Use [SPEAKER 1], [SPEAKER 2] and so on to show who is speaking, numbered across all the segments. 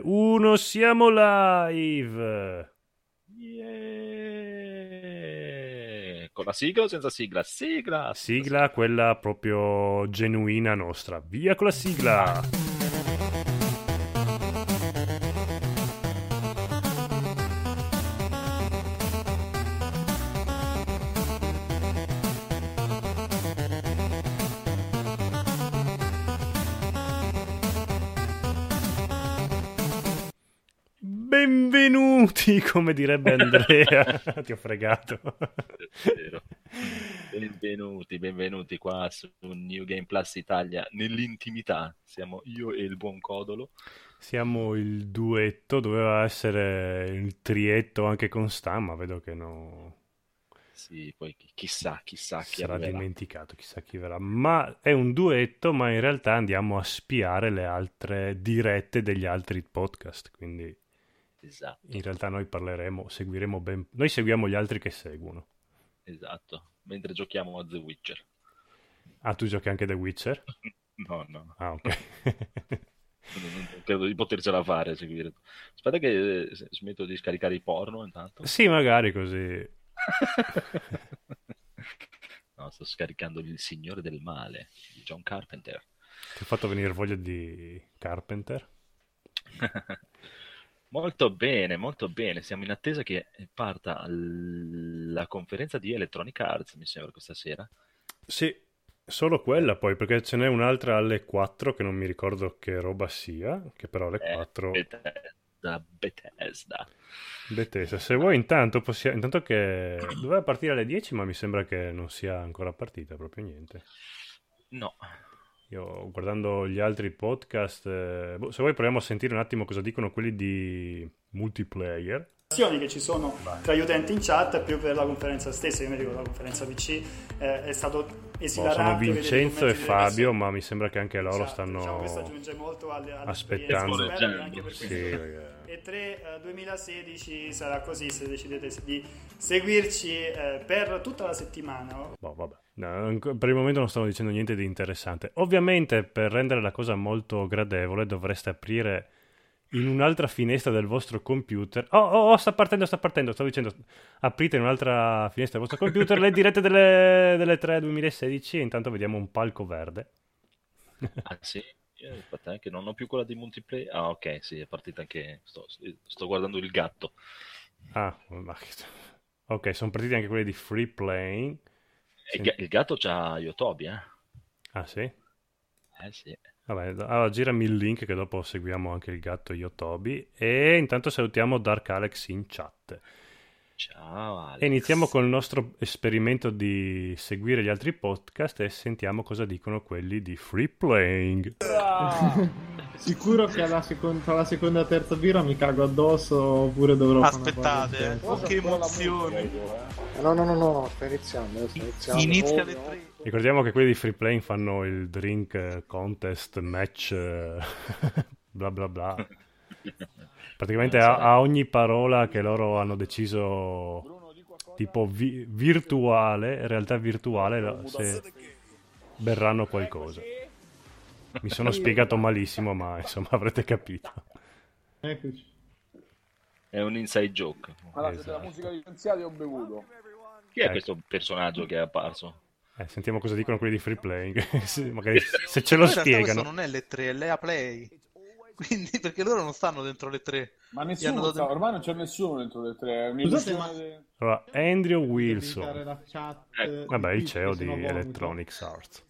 [SPEAKER 1] Buongiorno, siamo live.
[SPEAKER 2] Yeah. Con la sigla o senza sigla? Sigla!
[SPEAKER 1] Sigla quella proprio genuina nostra. Via con la sigla. Benvenuti, come direbbe Andrea. Ti ho fregato.
[SPEAKER 2] Vero. Benvenuti, benvenuti qua su New Game Plus Italia nell'intimità. Siamo io e il buon Codolo.
[SPEAKER 1] Siamo il duetto, doveva essere il trietto anche con Stan, ma vedo che no.
[SPEAKER 2] Sì, poi chi- chissà, chissà chi
[SPEAKER 1] Sarà
[SPEAKER 2] arriverà.
[SPEAKER 1] dimenticato, chissà chi verrà. Ma è un duetto, ma in realtà andiamo a spiare le altre dirette degli altri podcast. Quindi
[SPEAKER 2] Esatto,
[SPEAKER 1] in realtà noi parleremo, seguiremo ben... Noi seguiamo gli altri che seguono.
[SPEAKER 2] esatto. Mentre giochiamo a The Witcher.
[SPEAKER 1] Ah, tu giochi anche The Witcher?
[SPEAKER 2] No, no,
[SPEAKER 1] Ah, ok.
[SPEAKER 2] non non credo di potercela fare a seguire. Aspetta che eh, s- smetto di scaricare i porno intanto.
[SPEAKER 1] sì, magari così.
[SPEAKER 2] No, sto scaricando Il Signore del Male di John Carpenter.
[SPEAKER 1] Ti ho fatto venire voglia di Carpenter.
[SPEAKER 2] Molto bene, molto bene. Siamo in attesa che parta l- la conferenza di Electronic Arts, mi sembra, questa sera.
[SPEAKER 1] Sì, solo quella poi, perché ce n'è un'altra alle 4 che non mi ricordo che roba sia, che però alle
[SPEAKER 2] Eh,
[SPEAKER 1] 4
[SPEAKER 2] Bethesda, Bethesda.
[SPEAKER 1] Bethesda. Se vuoi intanto possiamo... Intanto che doveva partire alle 10, ma mi sembra che non sia ancora partita proprio niente.
[SPEAKER 2] No,
[SPEAKER 1] Io guardando gli altri podcast, eh, boh, se vuoi proviamo a sentire un attimo cosa dicono quelli di multiplayer.
[SPEAKER 3] relazioni che ci sono tra gli utenti in chat più per la conferenza stessa. Io mi ricordo la conferenza PC eh, è stato
[SPEAKER 1] Boh,
[SPEAKER 3] esilarante.
[SPEAKER 1] sono
[SPEAKER 3] vedere i
[SPEAKER 1] Vincenzo e
[SPEAKER 3] commenti delle
[SPEAKER 1] Fabio,
[SPEAKER 3] persone.
[SPEAKER 1] ma mi sembra che anche loro
[SPEAKER 3] Esatto, diciamo, questo
[SPEAKER 1] stanno...
[SPEAKER 3] aggiunge molto alle, alle
[SPEAKER 1] aspettando.
[SPEAKER 3] esperienze esterne, anche per
[SPEAKER 2] Sì,
[SPEAKER 3] questo.
[SPEAKER 1] ragazzi.
[SPEAKER 3] E 3 2016 eh, sarà così se decidete di seguirci eh, per tutta la settimana.
[SPEAKER 1] Boh, vabbè. No, anco- per il momento non stanno dicendo niente di interessante. Ovviamente, per rendere la cosa molto gradevole, dovreste aprire in un'altra finestra del vostro computer. Oh, oh, oh, sta partendo, sta partendo. Stavo dicendo, aprite in un'altra finestra del vostro computer le dirette delle, delle 3 2016. E intanto vediamo un palco verde.
[SPEAKER 2] ah sì, Io, aspetta, eh, che non ho più quella di multiplayer. Ah, ok, sì, è partita anche. Sto, sto guardando il gatto.
[SPEAKER 1] Ah, ma che- ok, sono partiti anche quelli di Free Playing.
[SPEAKER 2] E il ga- il gatto c'ha Yotobi, eh?
[SPEAKER 1] Ah, sì?
[SPEAKER 2] Eh sì.
[SPEAKER 1] Vabbè, allora girami il link che dopo seguiamo anche il gatto e io Toby e intanto salutiamo Dark Alex in chat.
[SPEAKER 2] Ciao, Alex.
[SPEAKER 1] E iniziamo con il nostro esperimento di seguire gli altri podcast e sentiamo cosa dicono quelli di Free Playing.
[SPEAKER 4] Sicuro che alla secon- tra la seconda e la terza birra mi cago addosso oppure dovrò fare una
[SPEAKER 5] Aspettate, eh.
[SPEAKER 4] guardia
[SPEAKER 5] oh, che emozioni.
[SPEAKER 6] eh.
[SPEAKER 7] No, no, no, no, no, sta iniziando. Sta iniziando.
[SPEAKER 5] Inizia
[SPEAKER 7] Oh,
[SPEAKER 5] alle
[SPEAKER 7] no.
[SPEAKER 6] Ecco.
[SPEAKER 5] tre.
[SPEAKER 1] Ricordiamo che quelli di Free Playing fanno il drink eh, contest match eh, bla bla bla. Praticamente a, a ogni parola che loro hanno deciso tipo vi- virtuale, realtà virtuale, la- se berranno qualcosa. Mi sono spiegato malissimo, ma insomma avrete capito.
[SPEAKER 4] interna. Eccoci.
[SPEAKER 2] È un inside joke.
[SPEAKER 6] Allora, se
[SPEAKER 1] Esatto.
[SPEAKER 6] la musica licenziata ho bevuto.
[SPEAKER 2] Chi è
[SPEAKER 1] Ecco.
[SPEAKER 2] questo personaggio che è apparso?
[SPEAKER 1] Eh, sentiamo cosa dicono quelli di Free Playing. Sì, magari se ce lo
[SPEAKER 5] Però in realtà questo
[SPEAKER 1] spiegano.
[SPEAKER 5] non è le 3, è l'EA Play. Quindi, perché loro non stanno dentro le 3. Gli
[SPEAKER 6] Ma
[SPEAKER 5] hanno
[SPEAKER 6] nessuno,
[SPEAKER 5] dato-
[SPEAKER 6] sa, ormai non c'è nessuno dentro le tre. è
[SPEAKER 4] Scusate,
[SPEAKER 6] un'illusione
[SPEAKER 4] ma-
[SPEAKER 6] de-
[SPEAKER 1] Allora, Andrew
[SPEAKER 4] Devi dare
[SPEAKER 1] Wilson.
[SPEAKER 4] la chat,
[SPEAKER 2] Ecco.
[SPEAKER 1] Eh, Vabbè, il
[SPEAKER 4] di
[SPEAKER 1] CEO
[SPEAKER 4] tutti,
[SPEAKER 1] di
[SPEAKER 4] sennò vomito.
[SPEAKER 1] Electronics Arts.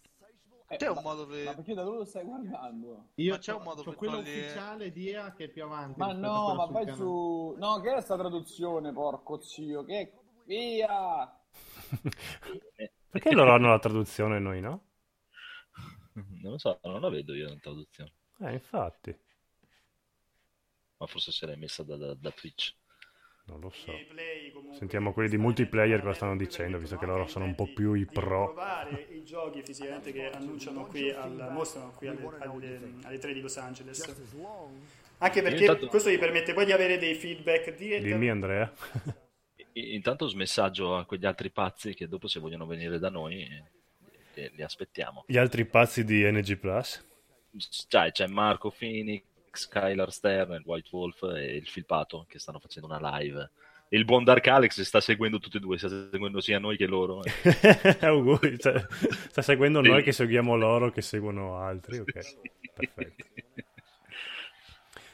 [SPEAKER 6] Eh,
[SPEAKER 5] C'è un
[SPEAKER 6] ma-
[SPEAKER 5] modo
[SPEAKER 6] Ma
[SPEAKER 5] per...
[SPEAKER 6] perché da dove lo stai guardando?
[SPEAKER 4] Io
[SPEAKER 5] Ma c'è un
[SPEAKER 4] c'ho-
[SPEAKER 5] modo
[SPEAKER 4] c'ho
[SPEAKER 5] per
[SPEAKER 4] quello
[SPEAKER 5] togliere-
[SPEAKER 4] ufficiale di EA che è più avanti.
[SPEAKER 6] Ma
[SPEAKER 4] rispetto a
[SPEAKER 6] no,
[SPEAKER 4] quello
[SPEAKER 6] ma
[SPEAKER 4] sul
[SPEAKER 6] vai
[SPEAKER 4] canale.
[SPEAKER 6] su... No, che era sta traduzione, porco zio? Che... Via!
[SPEAKER 8] Eh,
[SPEAKER 1] Perché loro hanno la traduzione e noi no?
[SPEAKER 2] Non lo so, non la vedo io in traduzione.
[SPEAKER 1] Eh, infatti.
[SPEAKER 2] Ma forse se l'hai messa da, da- da Twitch.
[SPEAKER 1] Non lo so.
[SPEAKER 3] Gameplay, comunque,
[SPEAKER 1] Sentiamo quelli di
[SPEAKER 3] sicuramente
[SPEAKER 1] multiplayer cosa
[SPEAKER 3] parallelo,
[SPEAKER 1] stanno dicendo,
[SPEAKER 3] comunque,
[SPEAKER 1] visto che
[SPEAKER 3] permettono
[SPEAKER 1] loro sono un
[SPEAKER 3] anche
[SPEAKER 1] po' più i
[SPEAKER 3] utenti di
[SPEAKER 1] pro.
[SPEAKER 3] provare i giochi fisicamente che annunciano qui, al, mostrano qui alle, alle, alle 3 di Los Angeles. Anche perché
[SPEAKER 2] Intanto-
[SPEAKER 3] questo gli permette poi di avere dei feedback diretti.
[SPEAKER 1] Dimmi Andrea.
[SPEAKER 2] I- i- intanto smessaggio a quegli altri pazzi che dopo se vogliono venire da noi eh, eh, li aspettiamo.
[SPEAKER 1] Gli altri pazzi di NG Plus?
[SPEAKER 2] Sai, c'è Cioè, Marco Phoenix, Skylar Stern, il White Wolf e il Filpato che stanno facendo una live. E Il buon Dark Alex sta seguendo tutti e due, sta seguendo sia noi che loro.
[SPEAKER 1] Auguri, cioè, sta seguendo
[SPEAKER 2] Sì.
[SPEAKER 1] noi che seguiamo loro, che seguono altri. Ok, perfetto.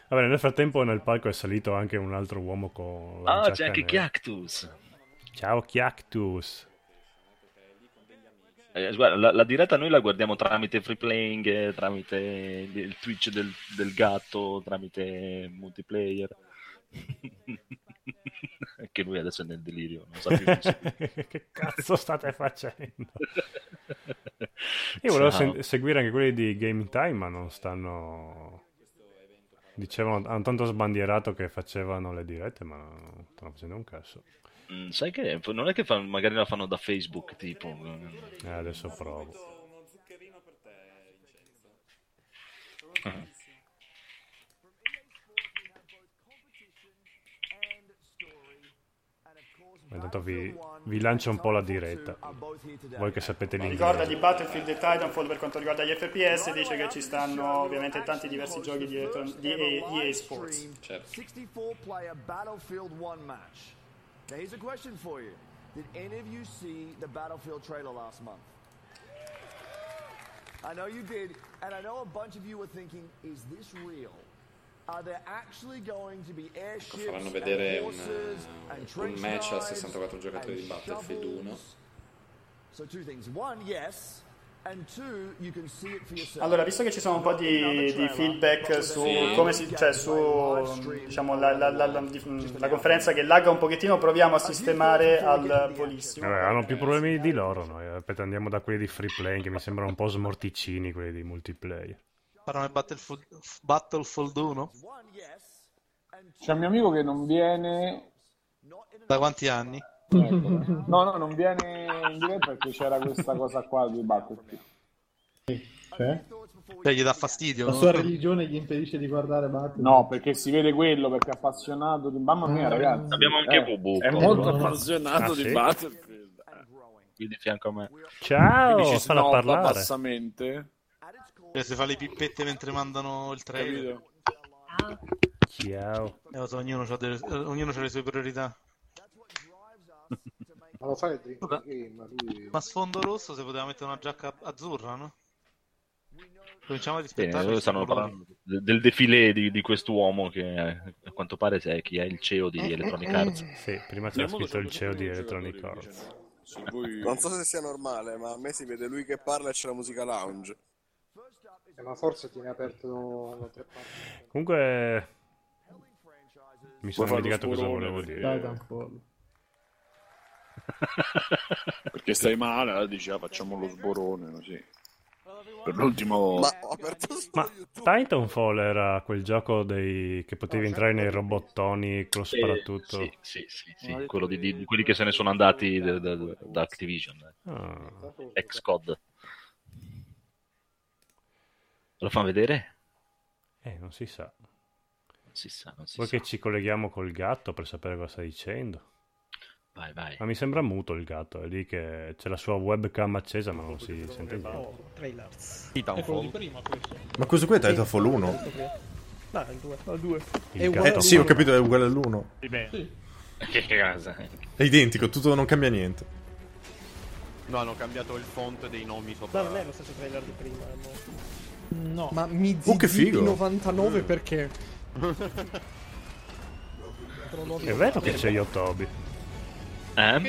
[SPEAKER 1] Va bene, nel frattempo nel palco è salito anche un altro uomo con la
[SPEAKER 2] Ah,
[SPEAKER 1] giacca
[SPEAKER 2] c'è anche
[SPEAKER 1] nera.
[SPEAKER 2] Cactus.
[SPEAKER 1] Ciao Chiactus.
[SPEAKER 2] Eh, guarda, la, la diretta noi la guardiamo tramite free playing, eh, tramite il il Twitch del, del gatto, tramite multiplayer. Anche lui adesso è nel delirio, non sa più chi sia.
[SPEAKER 1] che cazzo state facendo? Io volevo
[SPEAKER 2] Ciao.
[SPEAKER 1] sen- seguire anche quelli di Game Time, ma non stanno. Dicevano, hanno tanto sbandierato che facevano le dirette, ma non stanno facendo un cazzo.
[SPEAKER 2] Mm, Sai che non è che fanno- magari la fanno da Facebook, tipo.
[SPEAKER 1] Eh, adesso provo. Ma Intanto vi, vi lancio un po' la diretta. Voi che sapete
[SPEAKER 3] Ricorda di
[SPEAKER 1] l'inglese.
[SPEAKER 3] Battlefield e Titanfall per quanto riguarda gli FPS, dice che ci stanno ovviamente tanti diversi giochi di, elettron- di EA, EA Sports.
[SPEAKER 9] Certo. 64 player Battlefield 1 match. Now here's a question for you. Did any of you see the Battlefield trailer last month? I know you did, and I know a bunch of you were thinking, is this real? Are there actually going to be airships
[SPEAKER 8] faranno
[SPEAKER 9] and
[SPEAKER 8] vedere un,
[SPEAKER 9] horses
[SPEAKER 8] eh,
[SPEAKER 9] and
[SPEAKER 8] un
[SPEAKER 9] trench
[SPEAKER 8] match a
[SPEAKER 9] knives
[SPEAKER 8] 64 giocatori di
[SPEAKER 9] and
[SPEAKER 8] Battlefield
[SPEAKER 9] shovels?"
[SPEAKER 8] 1.
[SPEAKER 9] So two things. One, yes, and two, you can see it for yourself.
[SPEAKER 3] Allora, visto che ci sono un po' di, di feedback su come si, cioè su diciamo, la, la- la- la- di- la conferenza che lagga un pochettino, proviamo a sistemare al volissimo.
[SPEAKER 1] Vabbè, Eh, hanno più problemi di loro noi. Aspetta, andiamo da quelli di free play che mi sembrano un po' smorticini quelli di multiplayer.
[SPEAKER 5] Parliamo di Battlefield, Battlefield 1?
[SPEAKER 9] One, yes, and
[SPEAKER 6] C'è un mio amico che non viene.
[SPEAKER 9] not in
[SPEAKER 5] Da quanti anni?
[SPEAKER 6] Eh, No, no, non viene in diretta perché c'era questa cosa qua di Battlefield.
[SPEAKER 4] Cioè?
[SPEAKER 5] Cioè, gli dà fastidio?
[SPEAKER 4] La
[SPEAKER 5] non
[SPEAKER 4] sua
[SPEAKER 5] so.
[SPEAKER 4] religione gli impedisce di guardare Battlefield?
[SPEAKER 6] No, perché si vede quello perché è appassionato di. Mamma
[SPEAKER 10] Ah,
[SPEAKER 6] mia, ragazzi.
[SPEAKER 2] Abbiamo anche
[SPEAKER 6] Eh,
[SPEAKER 2] Bubu
[SPEAKER 6] È
[SPEAKER 2] qua.
[SPEAKER 6] molto
[SPEAKER 1] Ah,
[SPEAKER 11] appassionato
[SPEAKER 1] sì?
[SPEAKER 11] di Battlefield.
[SPEAKER 2] qui di fianco a me.
[SPEAKER 1] Ciao,
[SPEAKER 11] Dici
[SPEAKER 1] falla
[SPEAKER 11] snob
[SPEAKER 1] parlare.
[SPEAKER 11] bassamente,
[SPEAKER 9] at its core,
[SPEAKER 5] Cioè, se fa le pippette mentre mandano il trailer.
[SPEAKER 11] capito?
[SPEAKER 1] Ciao.
[SPEAKER 5] Eh, lo so, ognuno ha le sue priorità.
[SPEAKER 7] Ma lo sai il Dream Game, lui...
[SPEAKER 5] Ma sfondo rosso se poteva mettere una giacca azzurra, no? Cominciamo a
[SPEAKER 2] Bene,
[SPEAKER 5] rispettare
[SPEAKER 2] loro
[SPEAKER 5] questi
[SPEAKER 2] stanno
[SPEAKER 5] colori.
[SPEAKER 2] parlando del, del defilé di, di quest'uomo che eh, a quanto pare è chi è il CEO di Electronic Arts.
[SPEAKER 1] Sì, prima c'era scritto il CEO di Electronic Arts.
[SPEAKER 11] Se voi-
[SPEAKER 12] Non so se sia normale, ma a me si vede lui che parla e c'è la musica lounge.
[SPEAKER 7] eh, ma forse tiene aperto da tre parti.
[SPEAKER 1] Comunque, mi sono
[SPEAKER 11] Vuoi fare
[SPEAKER 1] dimenticato
[SPEAKER 11] lo
[SPEAKER 1] cosa
[SPEAKER 11] sporone,
[SPEAKER 1] volevo
[SPEAKER 11] perché-
[SPEAKER 1] dire.
[SPEAKER 4] Titanfall.
[SPEAKER 11] Perché stai male, allora dici, ah, facciamo lo sborone, così. Per l'ultimo...
[SPEAKER 12] Ma ho aperto su
[SPEAKER 1] Ma
[SPEAKER 12] YouTube.
[SPEAKER 1] Titanfall era quel gioco dei... che potevi entrare nei robottoni con lo sparatutto.
[SPEAKER 2] Ah, Sì, sì, sì, sì, quello di, di- di quelli che se ne sono andati da, da- da Activision,
[SPEAKER 1] Ah,
[SPEAKER 2] ex COD. Lo fanno vedere?
[SPEAKER 1] eh, non si sa.
[SPEAKER 2] Non si sa, non si
[SPEAKER 1] Vuoi
[SPEAKER 2] sa.
[SPEAKER 1] che ci colleghiamo col gatto per sapere cosa sta dicendo?
[SPEAKER 2] Vai, vai.
[SPEAKER 1] Ma mi sembra muto il gatto, è lì che c'è la sua webcam accesa ma non si sente niente.
[SPEAKER 10] Ma questo qui è Titanfall 1?
[SPEAKER 1] Il
[SPEAKER 10] Eh
[SPEAKER 1] gatto
[SPEAKER 10] sì, ho capito, è uguale all'1.
[SPEAKER 2] Che cosa?
[SPEAKER 10] È identico, tutto non cambia niente.
[SPEAKER 8] No, hanno cambiato il font dei nomi sopra.
[SPEAKER 10] Ma mi Oh, che figo!
[SPEAKER 4] 99 perché?
[SPEAKER 1] È vero che c'è Yotobi.
[SPEAKER 2] Eh?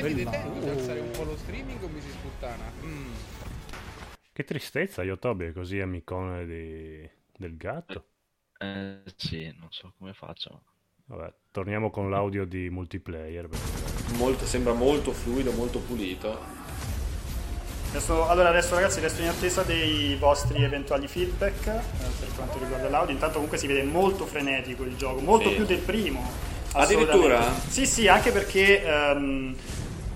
[SPEAKER 1] Che tristezza, Yotobi è così amicone di... del gatto.
[SPEAKER 2] Eh, sì, non so come faccio.
[SPEAKER 1] Vabbè, torniamo con l'audio di multiplayer. perché-
[SPEAKER 8] Molto- sembra molto fluido, molto pulito.
[SPEAKER 3] Adesso- allora adesso ragazzi resto in attesa dei vostri eventuali feedback eh, per quanto riguarda l'audio. Intanto comunque si vede molto frenetico il gioco, molto
[SPEAKER 8] Sì.
[SPEAKER 3] più del primo.
[SPEAKER 8] Addirittura?
[SPEAKER 3] assolutamente. Sì, sì, anche perché ehm,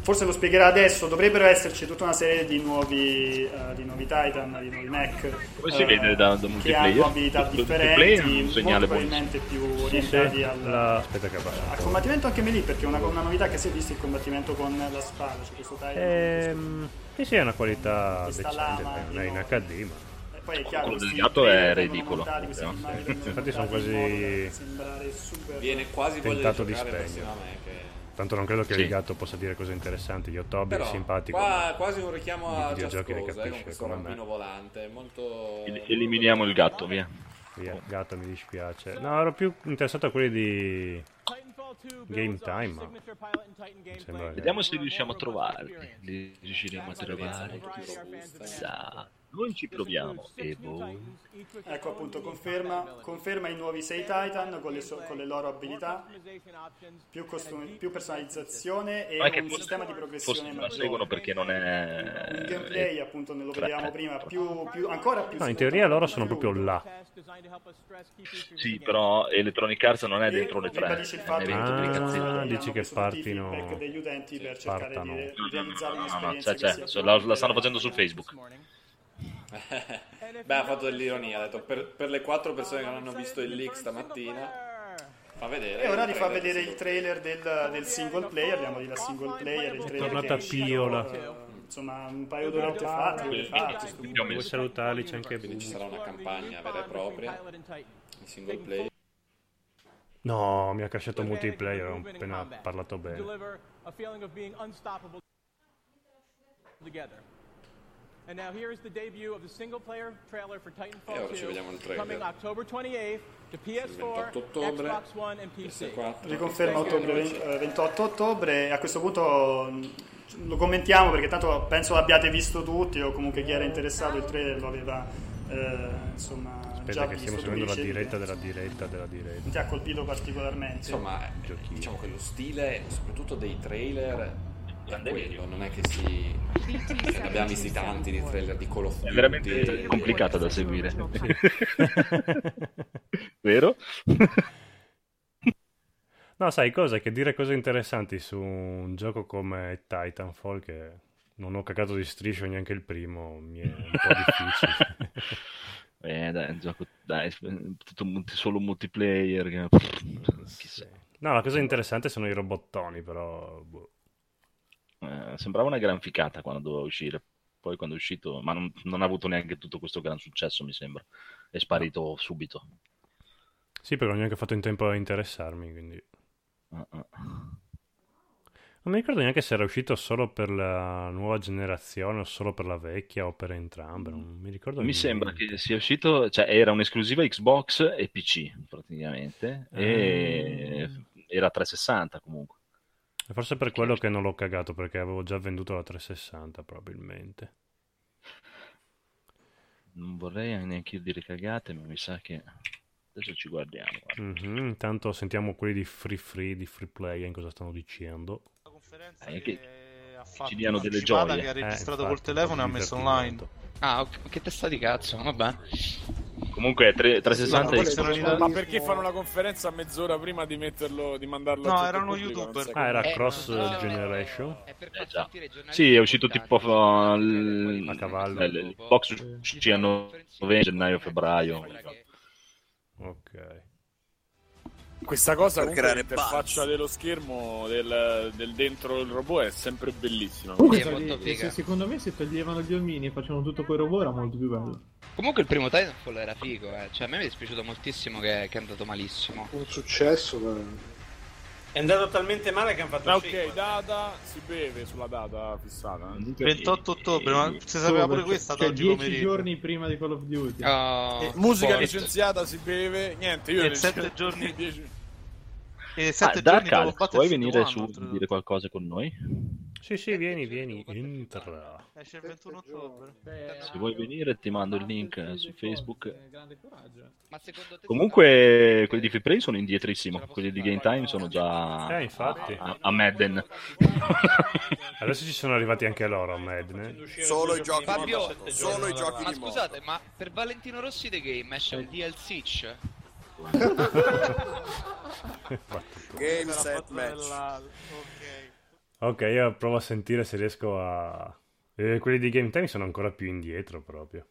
[SPEAKER 3] forse lo spiegherà adesso, dovrebbero esserci tutta una serie di nuovi, eh, di nuovi Titan, di nuovi mech.
[SPEAKER 2] Come si vede da- da
[SPEAKER 3] Che
[SPEAKER 2] multiplayer?
[SPEAKER 3] hanno abilità
[SPEAKER 2] Dal multiplayer è un
[SPEAKER 3] differenti,
[SPEAKER 2] segnale
[SPEAKER 3] molto probabilmente più
[SPEAKER 1] Sì, sì,
[SPEAKER 3] orientati al,
[SPEAKER 1] la- Aspetta che
[SPEAKER 3] al
[SPEAKER 1] abbasso.
[SPEAKER 3] combattimento anche melee perché è una, una novità che si è vista è il combattimento con la spada,
[SPEAKER 2] Eh,
[SPEAKER 3] cioè questo Titan.
[SPEAKER 1] Ehm, sì, sì, è una qualità
[SPEAKER 3] Questa
[SPEAKER 1] decente,
[SPEAKER 3] lama
[SPEAKER 1] non è in
[SPEAKER 3] enorme.
[SPEAKER 1] HD, ma
[SPEAKER 3] Eh, Poi è chiaro,
[SPEAKER 2] Quello del
[SPEAKER 3] questi
[SPEAKER 2] gatto
[SPEAKER 3] trailer
[SPEAKER 2] è
[SPEAKER 3] vengono
[SPEAKER 2] ridicolo.
[SPEAKER 3] montati, queste
[SPEAKER 2] no?
[SPEAKER 3] immagini
[SPEAKER 1] Infatti sono
[SPEAKER 3] vengono
[SPEAKER 1] quasi
[SPEAKER 3] sembrare super-
[SPEAKER 13] Viene quasi voglia
[SPEAKER 1] tentato
[SPEAKER 13] di
[SPEAKER 1] di
[SPEAKER 13] giocare
[SPEAKER 1] spegnere.
[SPEAKER 13] insieme a me. Che...
[SPEAKER 1] Tanto non credo che
[SPEAKER 2] Sì.
[SPEAKER 1] il gatto possa dire cose interessanti. Io Toby
[SPEAKER 13] Però
[SPEAKER 1] è simpatico.
[SPEAKER 13] qua
[SPEAKER 1] ma
[SPEAKER 13] quasi un richiamo
[SPEAKER 1] di
[SPEAKER 13] a Just
[SPEAKER 1] videogiochi ne
[SPEAKER 13] Cause, eh, con
[SPEAKER 1] capisce
[SPEAKER 13] questo
[SPEAKER 1] come me.
[SPEAKER 13] bambino volante, molto...
[SPEAKER 2] El- Eliminiamo il gatto, via.
[SPEAKER 1] Via, gatto mi dispiace. No, ero più interessato a quelli di Game Time. ma mi sembra-
[SPEAKER 2] Vediamo se riusciamo a trovarli. Li riusciremo a trovare. Chissà. Noi ci proviamo. E voi?
[SPEAKER 3] Ecco appunto, conferma, conferma i nuovi 6 Titan con le, so- con le loro abilità, più, costumi- più personalizzazione e
[SPEAKER 2] Ma che
[SPEAKER 3] un
[SPEAKER 2] forse-
[SPEAKER 3] sistema di
[SPEAKER 2] Forse
[SPEAKER 3] progressione
[SPEAKER 2] non la
[SPEAKER 3] maggiore.
[SPEAKER 2] seguono eh, perché non
[SPEAKER 3] Il
[SPEAKER 2] è.
[SPEAKER 3] gameplay appunto ne lo vedevamo prima, più, più- ancora più...
[SPEAKER 1] No, in teoria loro sono proprio là.
[SPEAKER 2] Sì, però Electronic Arts non è dentro le tre.
[SPEAKER 3] Ribadisce il fatto
[SPEAKER 2] è
[SPEAKER 3] che
[SPEAKER 2] dentro le
[SPEAKER 1] Ah,
[SPEAKER 2] cazzette.
[SPEAKER 1] dici che
[SPEAKER 3] feedback
[SPEAKER 1] partino.
[SPEAKER 3] degli utenti per cercare
[SPEAKER 1] Partano.
[SPEAKER 3] di re- realizzare
[SPEAKER 2] No, no,
[SPEAKER 3] un'esperienza
[SPEAKER 2] c'è,
[SPEAKER 3] che
[SPEAKER 2] c'è.
[SPEAKER 3] sia
[SPEAKER 2] So- La, la stanno facendo su Facebook.
[SPEAKER 13] Beh, ha fatto dell'ironia, ha detto per, per le quattro persone che non hanno visto il leak stamattina, fa vedere.
[SPEAKER 3] E ora
[SPEAKER 13] il
[SPEAKER 3] rifà
[SPEAKER 13] trailer
[SPEAKER 3] vedere
[SPEAKER 13] di
[SPEAKER 3] il trailer del, del single player, abbiamo di là single player, il trailer
[SPEAKER 1] tornata
[SPEAKER 3] che è uscito,
[SPEAKER 1] Piola.
[SPEAKER 3] eh, Insomma, un paio d'orette fa, tre ore fa, questo
[SPEAKER 1] Vuoi salutarli? C'è anche
[SPEAKER 13] Quindi ci sarà una campagna vera e propria in single player.
[SPEAKER 1] No, mi ha casciato il multiplayer. Ho appena parlato bene.
[SPEAKER 14] deliver a feeling of being unstoppable together. And now here is the debut of the single-player trailer for
[SPEAKER 13] E
[SPEAKER 14] Titanfall
[SPEAKER 13] ora ci vediamo il
[SPEAKER 14] 2,
[SPEAKER 13] trailer.
[SPEAKER 14] coming October 28th to PS4,
[SPEAKER 13] 28 ottobre,
[SPEAKER 14] Xbox One and PC.
[SPEAKER 13] PS4.
[SPEAKER 3] Riconferma ottobre, ven- eh, 28 ottobre, a questo punto mh, lo commentiamo perché tanto penso l'abbiate visto tutti o comunque chi era interessato il trailer lo aveva eh, insomma già
[SPEAKER 1] Aspetta, che
[SPEAKER 3] visto.
[SPEAKER 1] stiamo
[SPEAKER 3] Tu
[SPEAKER 1] seguendo la
[SPEAKER 3] dicevi che
[SPEAKER 1] diretta della diretta della diretta.
[SPEAKER 3] Ti ha colpito particolarmente.
[SPEAKER 13] Insomma, eh, diciamo che lo stile, soprattutto dei trailer, è quello, non è che si... ne abbiamo visti tanti di trailer di Call of Duty.
[SPEAKER 2] È veramente complicata da seguire. Vero?
[SPEAKER 1] No, sai cosa? Che dire cose interessanti su un gioco come Titanfall, che non ho cagato di striscio neanche il primo, mi è un po' difficile.
[SPEAKER 2] Eh, dai, è un gioco. Dai, tutto multi- solo multiplayer. che- Chissà.
[SPEAKER 1] No, la cosa interessante sono i robottoni, però... boh.
[SPEAKER 2] Eh, sembrava una gran ficata quando doveva uscire. Poi quando è uscito, ma non, non ha avuto neanche tutto questo gran successo, mi sembra. È sparito subito.
[SPEAKER 1] Sì, perché non ho neanche fatto in tempo a interessarmi, quindi... Non mi ricordo neanche se era uscito solo per la nuova generazione o solo per la vecchia o per entrambe, non mi ricordo
[SPEAKER 2] Mi
[SPEAKER 1] neanche.
[SPEAKER 2] sembra che sia uscito, cioè era un'esclusiva Xbox e PC praticamente, e
[SPEAKER 1] Ah.
[SPEAKER 2] era 360 comunque.
[SPEAKER 1] E Forse per quello che non l'ho cagato, perché avevo già venduto la 360 probabilmente.
[SPEAKER 2] Non vorrei neanche io dire cagate, ma mi sa che adesso ci guardiamo. guarda.
[SPEAKER 1] Mhm, Intanto sentiamo quelli di Free Free, di Free Play, in cosa stanno dicendo.
[SPEAKER 2] Eh, che-
[SPEAKER 5] Ha fatto
[SPEAKER 2] Ci diano delle
[SPEAKER 5] un'anticipata
[SPEAKER 2] gioie.
[SPEAKER 5] Che ha
[SPEAKER 2] Eh,
[SPEAKER 5] registrato
[SPEAKER 2] infatti,
[SPEAKER 5] col telefono e ha
[SPEAKER 2] non
[SPEAKER 5] messo
[SPEAKER 2] divertimento.
[SPEAKER 5] online. Ah, ok, che testa di cazzo, vabbè.
[SPEAKER 2] Comunque è tre-
[SPEAKER 5] Ma
[SPEAKER 2] 360 e
[SPEAKER 5] quelle
[SPEAKER 2] Xbox
[SPEAKER 5] sono
[SPEAKER 2] One.
[SPEAKER 5] le-
[SPEAKER 15] Ma perché fanno la conferenza mezz'ora prima di metterlo, di mandarlo
[SPEAKER 5] No,
[SPEAKER 15] a tutto
[SPEAKER 5] erano
[SPEAKER 15] il pubblico,
[SPEAKER 5] youtuber.
[SPEAKER 15] non sai
[SPEAKER 1] Ah, era
[SPEAKER 15] come-
[SPEAKER 1] Cross Generation?
[SPEAKER 2] Eh, già. Sì, è uscito tipo a cavallo. L'Xbox uscì a novembre, gennaio, febbraio.
[SPEAKER 1] Ok.
[SPEAKER 15] Eh, Questa cosa
[SPEAKER 11] Per
[SPEAKER 15] comunque
[SPEAKER 11] creare
[SPEAKER 15] l'interfaccia dello schermo del, del dentro il robot è sempre bellissima.
[SPEAKER 4] Comunque, se- se- secondo me se toglievano gli omini e facevano tutto coi robot era molto più bello.
[SPEAKER 16] Comunque il primo Titanfall era figo, eh. cioè a me mi è dispiaciuto moltissimo che, che è andato malissimo.
[SPEAKER 7] Un successo veramente.
[SPEAKER 16] È andato talmente male che hanno fatto
[SPEAKER 15] Ah, ok, data si beve sulla data fissata. eh.
[SPEAKER 5] 28 ottobre, ma si
[SPEAKER 4] Solo
[SPEAKER 5] sapeva pure
[SPEAKER 4] perché-
[SPEAKER 5] questa ad
[SPEAKER 4] cioè,
[SPEAKER 5] oggi
[SPEAKER 4] 10
[SPEAKER 5] pomeriggio.
[SPEAKER 4] giorni prima di Call of Duty.
[SPEAKER 5] Oh,
[SPEAKER 15] Eh, musica
[SPEAKER 5] sport.
[SPEAKER 15] licenziata si beve, niente, io
[SPEAKER 5] E
[SPEAKER 15] le-
[SPEAKER 5] sette giorni-
[SPEAKER 15] dieci-
[SPEAKER 5] E
[SPEAKER 2] Ah,
[SPEAKER 5] 7
[SPEAKER 2] Dark
[SPEAKER 5] giorni dopo
[SPEAKER 2] Alex, puoi
[SPEAKER 5] Battlefield
[SPEAKER 2] venire
[SPEAKER 5] 1
[SPEAKER 2] su e dire qualcosa con noi?
[SPEAKER 1] Sì, sì, vieni, vieni, entra.
[SPEAKER 5] esce il 21 ottobre.
[SPEAKER 2] Se vuoi venire ti mando il link eh, su Facebook.
[SPEAKER 4] Grande coraggio.
[SPEAKER 16] Ma secondo te
[SPEAKER 2] Comunque quelli di Free Play sono indietrissimo, quelli di Game Time sono già
[SPEAKER 1] Eh, infatti.
[SPEAKER 2] a, a Madden.
[SPEAKER 1] Adesso ci sono arrivati anche loro a Madden.
[SPEAKER 12] Solo i giochi di
[SPEAKER 16] Fabio,
[SPEAKER 12] moto, solo i giochi
[SPEAKER 16] ma
[SPEAKER 12] di moto.
[SPEAKER 16] scusate, ma per Valentino Rossi The Game esce il DLC?
[SPEAKER 12] Game set match.
[SPEAKER 1] Ok, io provo a sentire se riesco a... Eh, quelli di Game Time sono ancora più indietro proprio.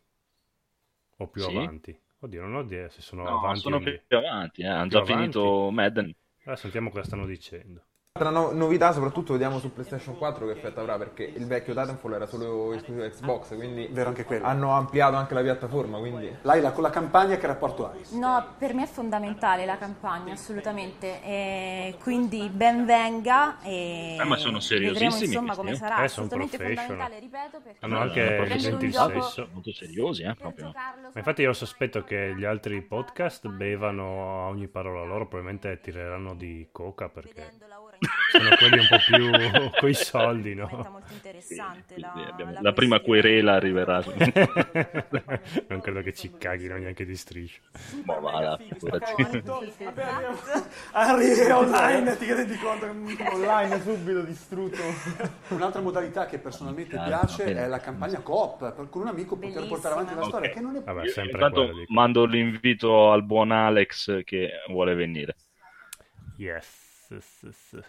[SPEAKER 1] O più
[SPEAKER 2] Sì?
[SPEAKER 1] avanti. Oddio, non ho idea se sono
[SPEAKER 2] No,
[SPEAKER 1] avanti.
[SPEAKER 2] sono
[SPEAKER 1] o
[SPEAKER 2] più
[SPEAKER 1] indietro.
[SPEAKER 2] più avanti, eh, hanno
[SPEAKER 1] Più
[SPEAKER 2] già
[SPEAKER 1] avanti?
[SPEAKER 2] finito Madden.
[SPEAKER 1] Allora sentiamo cosa stanno dicendo.
[SPEAKER 17] Altra no- novità soprattutto vediamo su PlayStation 4 che effetto avrà perché il vecchio Titanfall era solo esclusivo Xbox, quindi
[SPEAKER 18] Vero anche quello.
[SPEAKER 17] hanno ampliato anche la piattaforma, quindi
[SPEAKER 18] Laila, con la campagna che rapporto hai?
[SPEAKER 19] No, per me è fondamentale la campagna, assolutamente. E quindi ben venga. E
[SPEAKER 2] Eh, ma sono
[SPEAKER 19] Vedremo
[SPEAKER 2] seriosissimi
[SPEAKER 19] insomma
[SPEAKER 2] questi,
[SPEAKER 19] come
[SPEAKER 2] eh.
[SPEAKER 19] sarà.
[SPEAKER 2] Eh, sono
[SPEAKER 19] assolutamente
[SPEAKER 2] professional.
[SPEAKER 19] fondamentale, ripeto, perché
[SPEAKER 1] Hanno anche
[SPEAKER 2] proprio
[SPEAKER 1] presente il
[SPEAKER 2] sentito
[SPEAKER 1] sesso.
[SPEAKER 2] molto seriosi, eh, proprio.
[SPEAKER 1] Ma infatti io sospetto che gli altri podcast bevano a ogni parola loro, probabilmente tireranno di coca perché sono quelli un po' più coi soldi, no?
[SPEAKER 19] interessante la,
[SPEAKER 2] La, prima querela arriverà.
[SPEAKER 1] non credo che ci caghino neanche di striscio.
[SPEAKER 2] Ma vada, figurati.
[SPEAKER 18] Arrivi Ah, online, ti rendi conto che
[SPEAKER 4] Online subito distrutto.
[SPEAKER 18] Un'altra modalità che personalmente
[SPEAKER 2] Ah,
[SPEAKER 18] piace
[SPEAKER 2] bene.
[SPEAKER 18] è la campagna coop, per, con un amico poter portare avanti la storia,
[SPEAKER 2] Ok.
[SPEAKER 18] che non è
[SPEAKER 1] Vabbè,
[SPEAKER 2] Io
[SPEAKER 1] sempre
[SPEAKER 2] intanto
[SPEAKER 1] quello, dico.
[SPEAKER 2] mando l'invito al buon Alex che vuole venire.
[SPEAKER 1] Yes. yes, yes.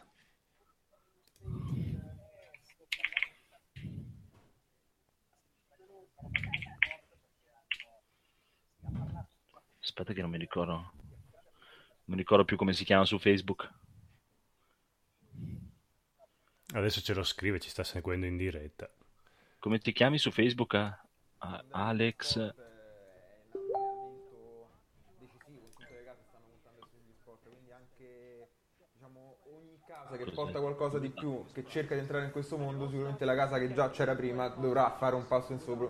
[SPEAKER 2] Aspetta che non mi ricordo. Non mi ricordo più come si chiama su Facebook.
[SPEAKER 1] Adesso ce lo scrive, ci sta seguendo in diretta.
[SPEAKER 2] Come ti chiami su Facebook? ah? Ah, Alex.
[SPEAKER 18] diciamo,
[SPEAKER 17] casa che porta qualcosa di più, che cerca di entrare in questo mondo, sicuramente la casa che già c'era prima dovrà fare un passo in sopra,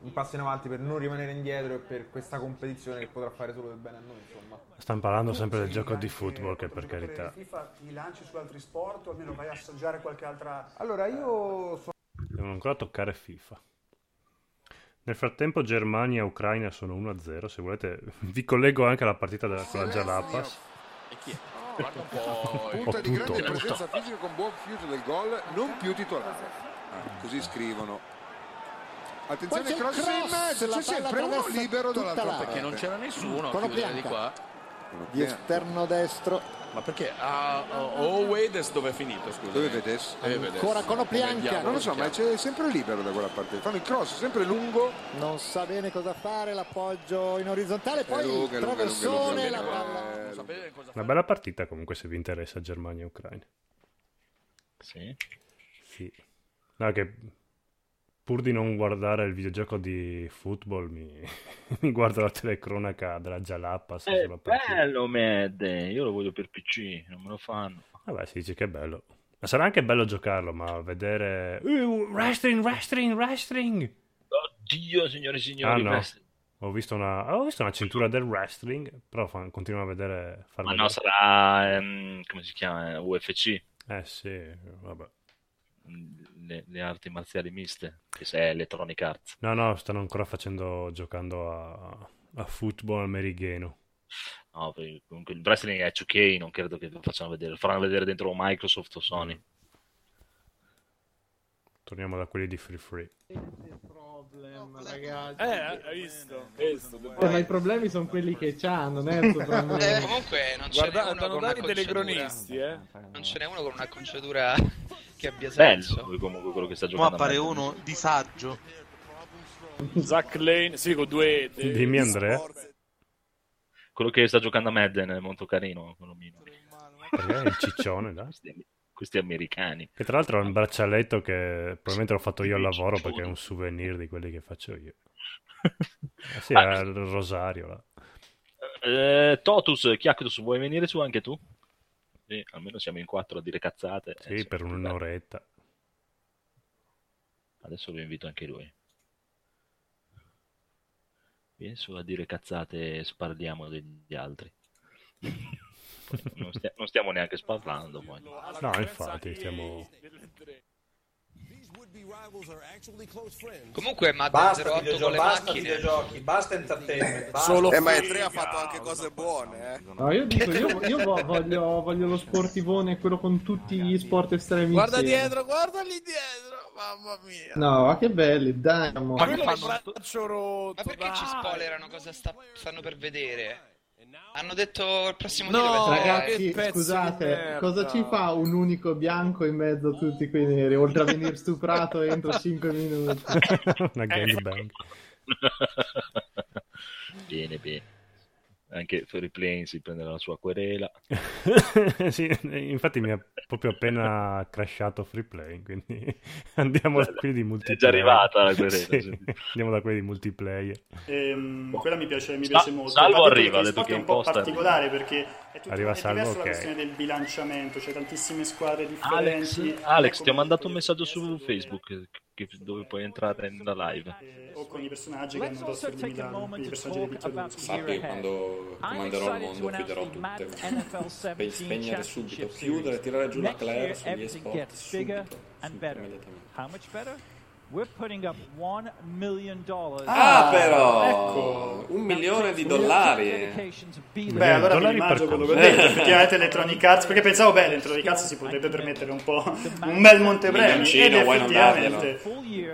[SPEAKER 17] un passo in avanti per non rimanere indietro e per questa competizione che potrà fare solo del bene a noi, insomma.
[SPEAKER 1] Stanno parlando sempre del gioco di football, che per carità.
[SPEAKER 20] FIFA ti lanci su altri sport o almeno vai a assaggiare qualche altra...
[SPEAKER 17] Allora io sono...
[SPEAKER 1] Devono ancora toccare FIFA. Nel frattempo Germania e Ucraina sono 1-0, se volete vi collego anche alla partita della, con la Jalapas.
[SPEAKER 21] Guarda un po'.
[SPEAKER 1] Ho
[SPEAKER 21] Punta di
[SPEAKER 1] tutto.
[SPEAKER 21] grande presenza
[SPEAKER 1] Tutto.
[SPEAKER 21] fisica con buon fiuto del gol, non più titolare. Ah, così scrivono. Attenzione,
[SPEAKER 22] Poi c'è il
[SPEAKER 21] cross, in
[SPEAKER 22] cross,
[SPEAKER 21] mezzo,
[SPEAKER 22] la
[SPEAKER 21] c'è
[SPEAKER 22] palla
[SPEAKER 21] sempre uno
[SPEAKER 22] attraversa
[SPEAKER 21] libero
[SPEAKER 22] tutta
[SPEAKER 21] dall'altra
[SPEAKER 22] l'area.
[SPEAKER 21] parte.
[SPEAKER 22] Perché non c'era nessuno a Con chiudere di Opianca. qua.
[SPEAKER 21] Di
[SPEAKER 22] di esterno destro
[SPEAKER 23] Ma perché? Ah, oh, oh, Wedes dove è finito? Scusa. Eh,
[SPEAKER 21] Dove vedes?
[SPEAKER 22] Ancora con Opianca.
[SPEAKER 21] Non lo so, ma c'è sempre libero da quella parte. Fanno il cross, sempre lungo.
[SPEAKER 22] non sa bene cosa fare l'appoggio in orizzontale poi il traversone la palla
[SPEAKER 21] Eh,
[SPEAKER 1] Una bella partita comunque se vi interessa Germania e Ucraina.
[SPEAKER 2] Sì.
[SPEAKER 1] Sì. No, che pur di non guardare il videogioco di football mi, mi guardo la telecronaca della Jalapas.
[SPEAKER 2] È
[SPEAKER 1] sulla partita.
[SPEAKER 2] Eh, bello, Mad. Io lo voglio per PC, non me lo fanno.
[SPEAKER 1] Vabbè, Ah, si dice che è bello. Ma sarà anche bello giocarlo, ma vedere... Uh, wrestling, wrestling, wrestling!
[SPEAKER 2] Oddio, signore e signori.
[SPEAKER 1] ah no,
[SPEAKER 2] questa-
[SPEAKER 1] ho visto, una, ho visto una cintura del wrestling, però fa- continuo a vedere... far
[SPEAKER 2] Ma no,
[SPEAKER 1] vedere.
[SPEAKER 2] sarà. ehm, come si chiama? UFC.
[SPEAKER 1] Eh sì, vabbè.
[SPEAKER 2] Mm, Le, le arti marziali miste, che è Electronic Arts.
[SPEAKER 1] No, no, stanno ancora facendo, giocando a, a football americano.
[SPEAKER 2] No, perché comunque il wrestling è 2K, non credo che lo facciano vedere. Lo faranno vedere dentro Microsoft o Sony.
[SPEAKER 1] Mm. Torniamo da quelli di Free Free.
[SPEAKER 4] Problem, ragazzi.
[SPEAKER 3] Eh, hai visto? Visto,
[SPEAKER 4] Eh, ma i problemi sono quelli che c'ha, non è il tuo problema.
[SPEAKER 15] Eh, comunque non ce n'è
[SPEAKER 3] Guarda-
[SPEAKER 15] uno
[SPEAKER 3] fanno
[SPEAKER 15] con una
[SPEAKER 3] dare i telecronisti,
[SPEAKER 15] conciatura. Non ce n'è uno con una conciatura che abbia
[SPEAKER 2] Bello
[SPEAKER 15] senso.
[SPEAKER 2] comunque quello che sta
[SPEAKER 15] Mo
[SPEAKER 2] giocando.
[SPEAKER 15] appare
[SPEAKER 2] uno disagio.
[SPEAKER 3] Zach Lane, sì, con due... eh, de-
[SPEAKER 1] Dimmi Andrea,
[SPEAKER 2] Quello che sta giocando a Madden è molto carino. quello mino.
[SPEAKER 1] perché è il ciccione là?
[SPEAKER 2] Questi, questi americani.
[SPEAKER 1] Che tra l'altro è un braccialetto che probabilmente l'ho fatto io al lavoro perché è un souvenir di quelli che faccio io. Eh sì,
[SPEAKER 2] Ah.
[SPEAKER 1] è il rosario là.
[SPEAKER 2] Eh, Totus, Chiactus, vuoi venire su anche tu? Sì, almeno siamo in quattro a dire cazzate. Eh,
[SPEAKER 1] Sì, per un'oretta.
[SPEAKER 2] Adesso lo invito anche lui. Vieni su a dire cazzate, sparliamo degli altri. Poi non, stia- non stiamo neanche sparlando. Poi.
[SPEAKER 1] No, infatti, stiamo...
[SPEAKER 15] Comunque, ma
[SPEAKER 2] Basta
[SPEAKER 15] 08 con
[SPEAKER 2] videogiochi,
[SPEAKER 15] le
[SPEAKER 2] basta
[SPEAKER 15] macchine.
[SPEAKER 18] videogiochi, basta entertainment.
[SPEAKER 15] basta. Solo
[SPEAKER 8] eh, ma
[SPEAKER 15] figa.
[SPEAKER 8] E3 ha fatto anche cose buone, eh.
[SPEAKER 4] No, io dico, io, io vo- voglio, voglio lo sportivone, quello con tutti gli sport estremi.
[SPEAKER 8] Guarda
[SPEAKER 4] insieme.
[SPEAKER 8] dietro, guarda lì dietro, mamma mia.
[SPEAKER 4] No, ma che belli, dai, amore.
[SPEAKER 15] Ma perché ci spoilerano cosa sta- stanno per vedere? Hanno detto il prossimo
[SPEAKER 4] No,
[SPEAKER 15] titolo è-
[SPEAKER 4] ragazzi, scusate, cosa ci fa un unico bianco in mezzo a tutti quei neri? Oltre a venire stuprato entro 5 minuti.
[SPEAKER 1] Una gangbang.
[SPEAKER 2] bene, bene. Anche Ferry Plain si prende la sua querela.
[SPEAKER 1] Sì, infatti mi ha proprio appena crashato free play, quindi andiamo da quelli di multiplayer.
[SPEAKER 2] già arrivata la querela,
[SPEAKER 1] Sì,
[SPEAKER 2] sì.
[SPEAKER 1] andiamo da quelli di multiplayer.
[SPEAKER 3] Ehm,
[SPEAKER 2] Oh.
[SPEAKER 3] quella mi piace, mi
[SPEAKER 2] Sa-
[SPEAKER 3] piace molto.
[SPEAKER 2] Salvo
[SPEAKER 3] Ma detto
[SPEAKER 2] arriva,
[SPEAKER 3] che
[SPEAKER 2] ha detto
[SPEAKER 3] sport
[SPEAKER 2] che
[SPEAKER 3] è un po'
[SPEAKER 2] imposta arriva.
[SPEAKER 3] particolare perché è tutto
[SPEAKER 2] Arriva
[SPEAKER 3] è
[SPEAKER 2] Salvo,
[SPEAKER 3] diverso la
[SPEAKER 2] ok.
[SPEAKER 3] questione del bilanciamento, c'è tantissime squadre
[SPEAKER 2] Alex,
[SPEAKER 3] differenti.
[SPEAKER 2] Alex, ti ho mandato un messaggio su Facebook che- dove puoi entrare nella live.
[SPEAKER 3] eh, o con i personaggi che hanno addosso il Milano, quindi i personaggi di Vito Luzzi.
[SPEAKER 15] Sappi, quando comanderò il mondo chiuderò tutte. Per
[SPEAKER 8] cioè
[SPEAKER 15] spegnere subito, chiudere, tirare giù la
[SPEAKER 8] Next year,
[SPEAKER 15] Claire sugli
[SPEAKER 8] everything
[SPEAKER 15] sport
[SPEAKER 8] gets
[SPEAKER 15] subito.
[SPEAKER 8] bigger and better. How much better? We're putting up one million dollars.
[SPEAKER 15] Ah, però!
[SPEAKER 8] Ecco.
[SPEAKER 15] Un milione di dollari.
[SPEAKER 3] Beh, allora mi Eh, mangio quello che ho detto, effettivamente Electronic Arts, perché pensavo, beh, Electronic Arts si potrebbe permettere un po' un bel montepremi, ed
[SPEAKER 15] Milioncino, why non
[SPEAKER 3] effettivamente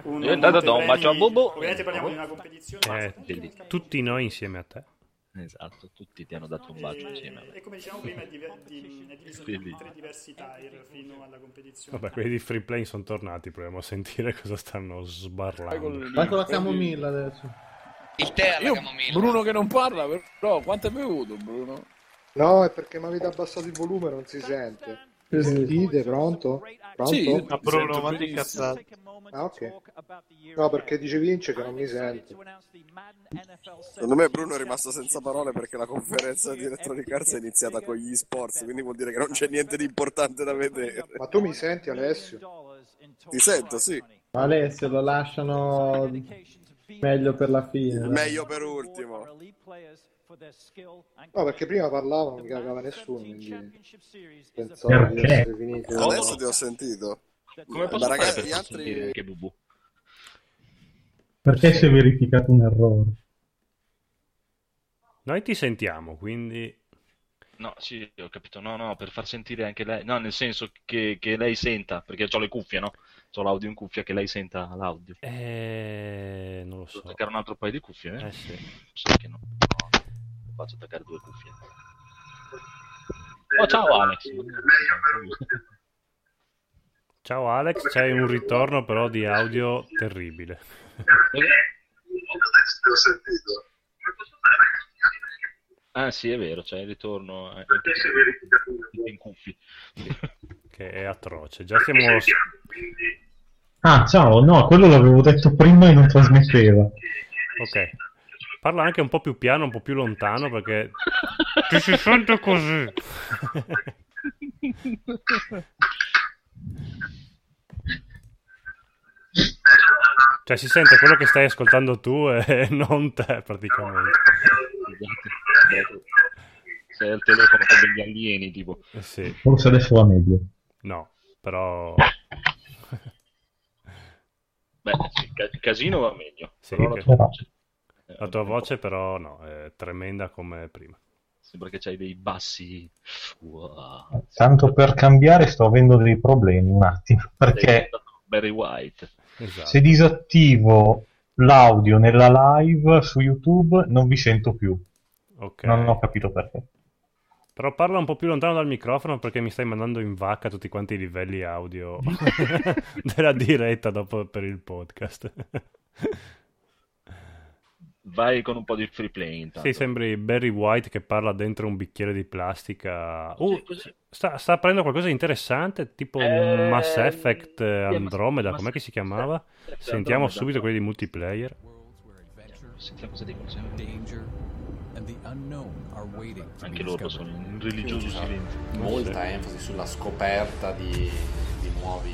[SPEAKER 3] un
[SPEAKER 2] Io intanto do un
[SPEAKER 3] montepremi-
[SPEAKER 2] bacio a Bobo.
[SPEAKER 3] Ovviamente parliamo di una competizione
[SPEAKER 1] Eh, tutti noi insieme a te.
[SPEAKER 2] Esatto, tutti ti hanno dato un bacio insieme a me.
[SPEAKER 3] e Eh, come diciamo prima è, diver- di- è diviso in
[SPEAKER 2] Quindi-
[SPEAKER 3] tre diversi tire fino alla competizione.
[SPEAKER 1] Vabbè, quelli di free play sono tornati, proviamo a sentire cosa stanno sbarlando.
[SPEAKER 24] Manco la camomilla adesso.
[SPEAKER 25] Il tè alla camomilla.
[SPEAKER 26] Bruno che non parla, però quanto hai bevuto Bruno?
[SPEAKER 4] No, è perché mi avete abbassato il volume, non si sente. Sentite, Eh, pronto? Pronto?
[SPEAKER 27] Sì, ma Bruno,
[SPEAKER 4] Sento
[SPEAKER 27] ma di
[SPEAKER 4] benissimo.
[SPEAKER 27] cazzate.
[SPEAKER 4] Ah, ok. No, perché dice Vince che non mi sente.
[SPEAKER 28] Secondo me Bruno è rimasto senza parole perché la conferenza di Electronic Arts è iniziata con gli esports, quindi vuol dire che non c'è niente di importante da vedere.
[SPEAKER 4] Ma tu mi senti, Alessio?
[SPEAKER 28] Ti sento, sì.
[SPEAKER 24] Ma Alessio lo lasciano meglio per la fine. dai.
[SPEAKER 28] Meglio per ultimo.
[SPEAKER 4] No, perché prima parlava non mi cagava nessuno, quindi pensavo di
[SPEAKER 28] Perché?
[SPEAKER 4] essere finito.
[SPEAKER 28] Adesso ti ho sentito.
[SPEAKER 2] Come posso
[SPEAKER 28] Ma
[SPEAKER 2] fare
[SPEAKER 28] ragazzi,
[SPEAKER 2] per
[SPEAKER 28] gli
[SPEAKER 2] far
[SPEAKER 28] altri-
[SPEAKER 2] sentire anche Bubu?
[SPEAKER 18] Perché si è verificato un errore?
[SPEAKER 1] Noi ti sentiamo, quindi...
[SPEAKER 2] No, sì, ho capito. No, no, per far sentire anche lei. No, nel senso che, che lei senta, perché ho le cuffie, no? Ho l'audio in cuffia, che lei senta l'audio.
[SPEAKER 1] Eh, non lo so.
[SPEAKER 2] Devo attaccare un altro paio di cuffie, eh?
[SPEAKER 1] Eh sì.
[SPEAKER 2] Sai che no. No, Faccio attaccare due cuffie. Oh, ciao Alex.
[SPEAKER 1] Ciao Alex, c'è un ritorno però di audio terribile.
[SPEAKER 2] Ah, sì, è vero, c'è il ritorno eh, in cuffie.
[SPEAKER 1] Che è atroce. Già siamo...
[SPEAKER 18] Ah, ciao, no, quello l'avevo detto prima e non trasmetteva.
[SPEAKER 1] Ok. Parla anche un po' più piano, un po' più lontano perché... Ti si sente così. Cioè si sente quello che stai ascoltando tu e non te praticamente.
[SPEAKER 2] Esatto. Sei al telefono con degli alieni, tipo.
[SPEAKER 1] Eh sì.
[SPEAKER 18] Forse adesso va meglio.
[SPEAKER 1] No, però...
[SPEAKER 2] Beh, sì, ca- casino va meglio.
[SPEAKER 1] Sì,
[SPEAKER 2] Però la
[SPEAKER 1] che-
[SPEAKER 2] tua voce
[SPEAKER 1] La tua voce però no, è tremenda come prima.
[SPEAKER 2] sembra che c'hai dei bassi. Wow.
[SPEAKER 18] Tanto per cambiare sto avendo dei problemi un attimo, perché
[SPEAKER 2] Barry White.
[SPEAKER 1] Esatto.
[SPEAKER 18] se disattivo l'audio nella live su YouTube non vi sento più.
[SPEAKER 1] Ok.
[SPEAKER 18] Non ho capito perché.
[SPEAKER 1] Però parla un po' più lontano dal microfono perché mi stai mandando in vacca tutti quanti i livelli audio della diretta dopo per il podcast.
[SPEAKER 2] Vai con un po' di free play intanto.
[SPEAKER 1] Sì, sembri Barry White che parla dentro un bicchiere di plastica. Uh,
[SPEAKER 2] così.
[SPEAKER 1] sta, sta aprendo qualcosa di interessante, tipo
[SPEAKER 2] Eh,
[SPEAKER 1] Mass Effect eh,
[SPEAKER 2] Mass-
[SPEAKER 1] Andromeda,
[SPEAKER 2] Mass-
[SPEAKER 1] com'è che si chiamava?
[SPEAKER 2] Effect
[SPEAKER 1] Sentiamo
[SPEAKER 2] Andromeda.
[SPEAKER 1] subito quelli di multiplayer.
[SPEAKER 2] Sentiamo cosa dicono. sentiamo.
[SPEAKER 15] Anche loro sono in
[SPEAKER 2] religioso silenzio.
[SPEAKER 15] Molta enfasi sulla scoperta di, di nuovi.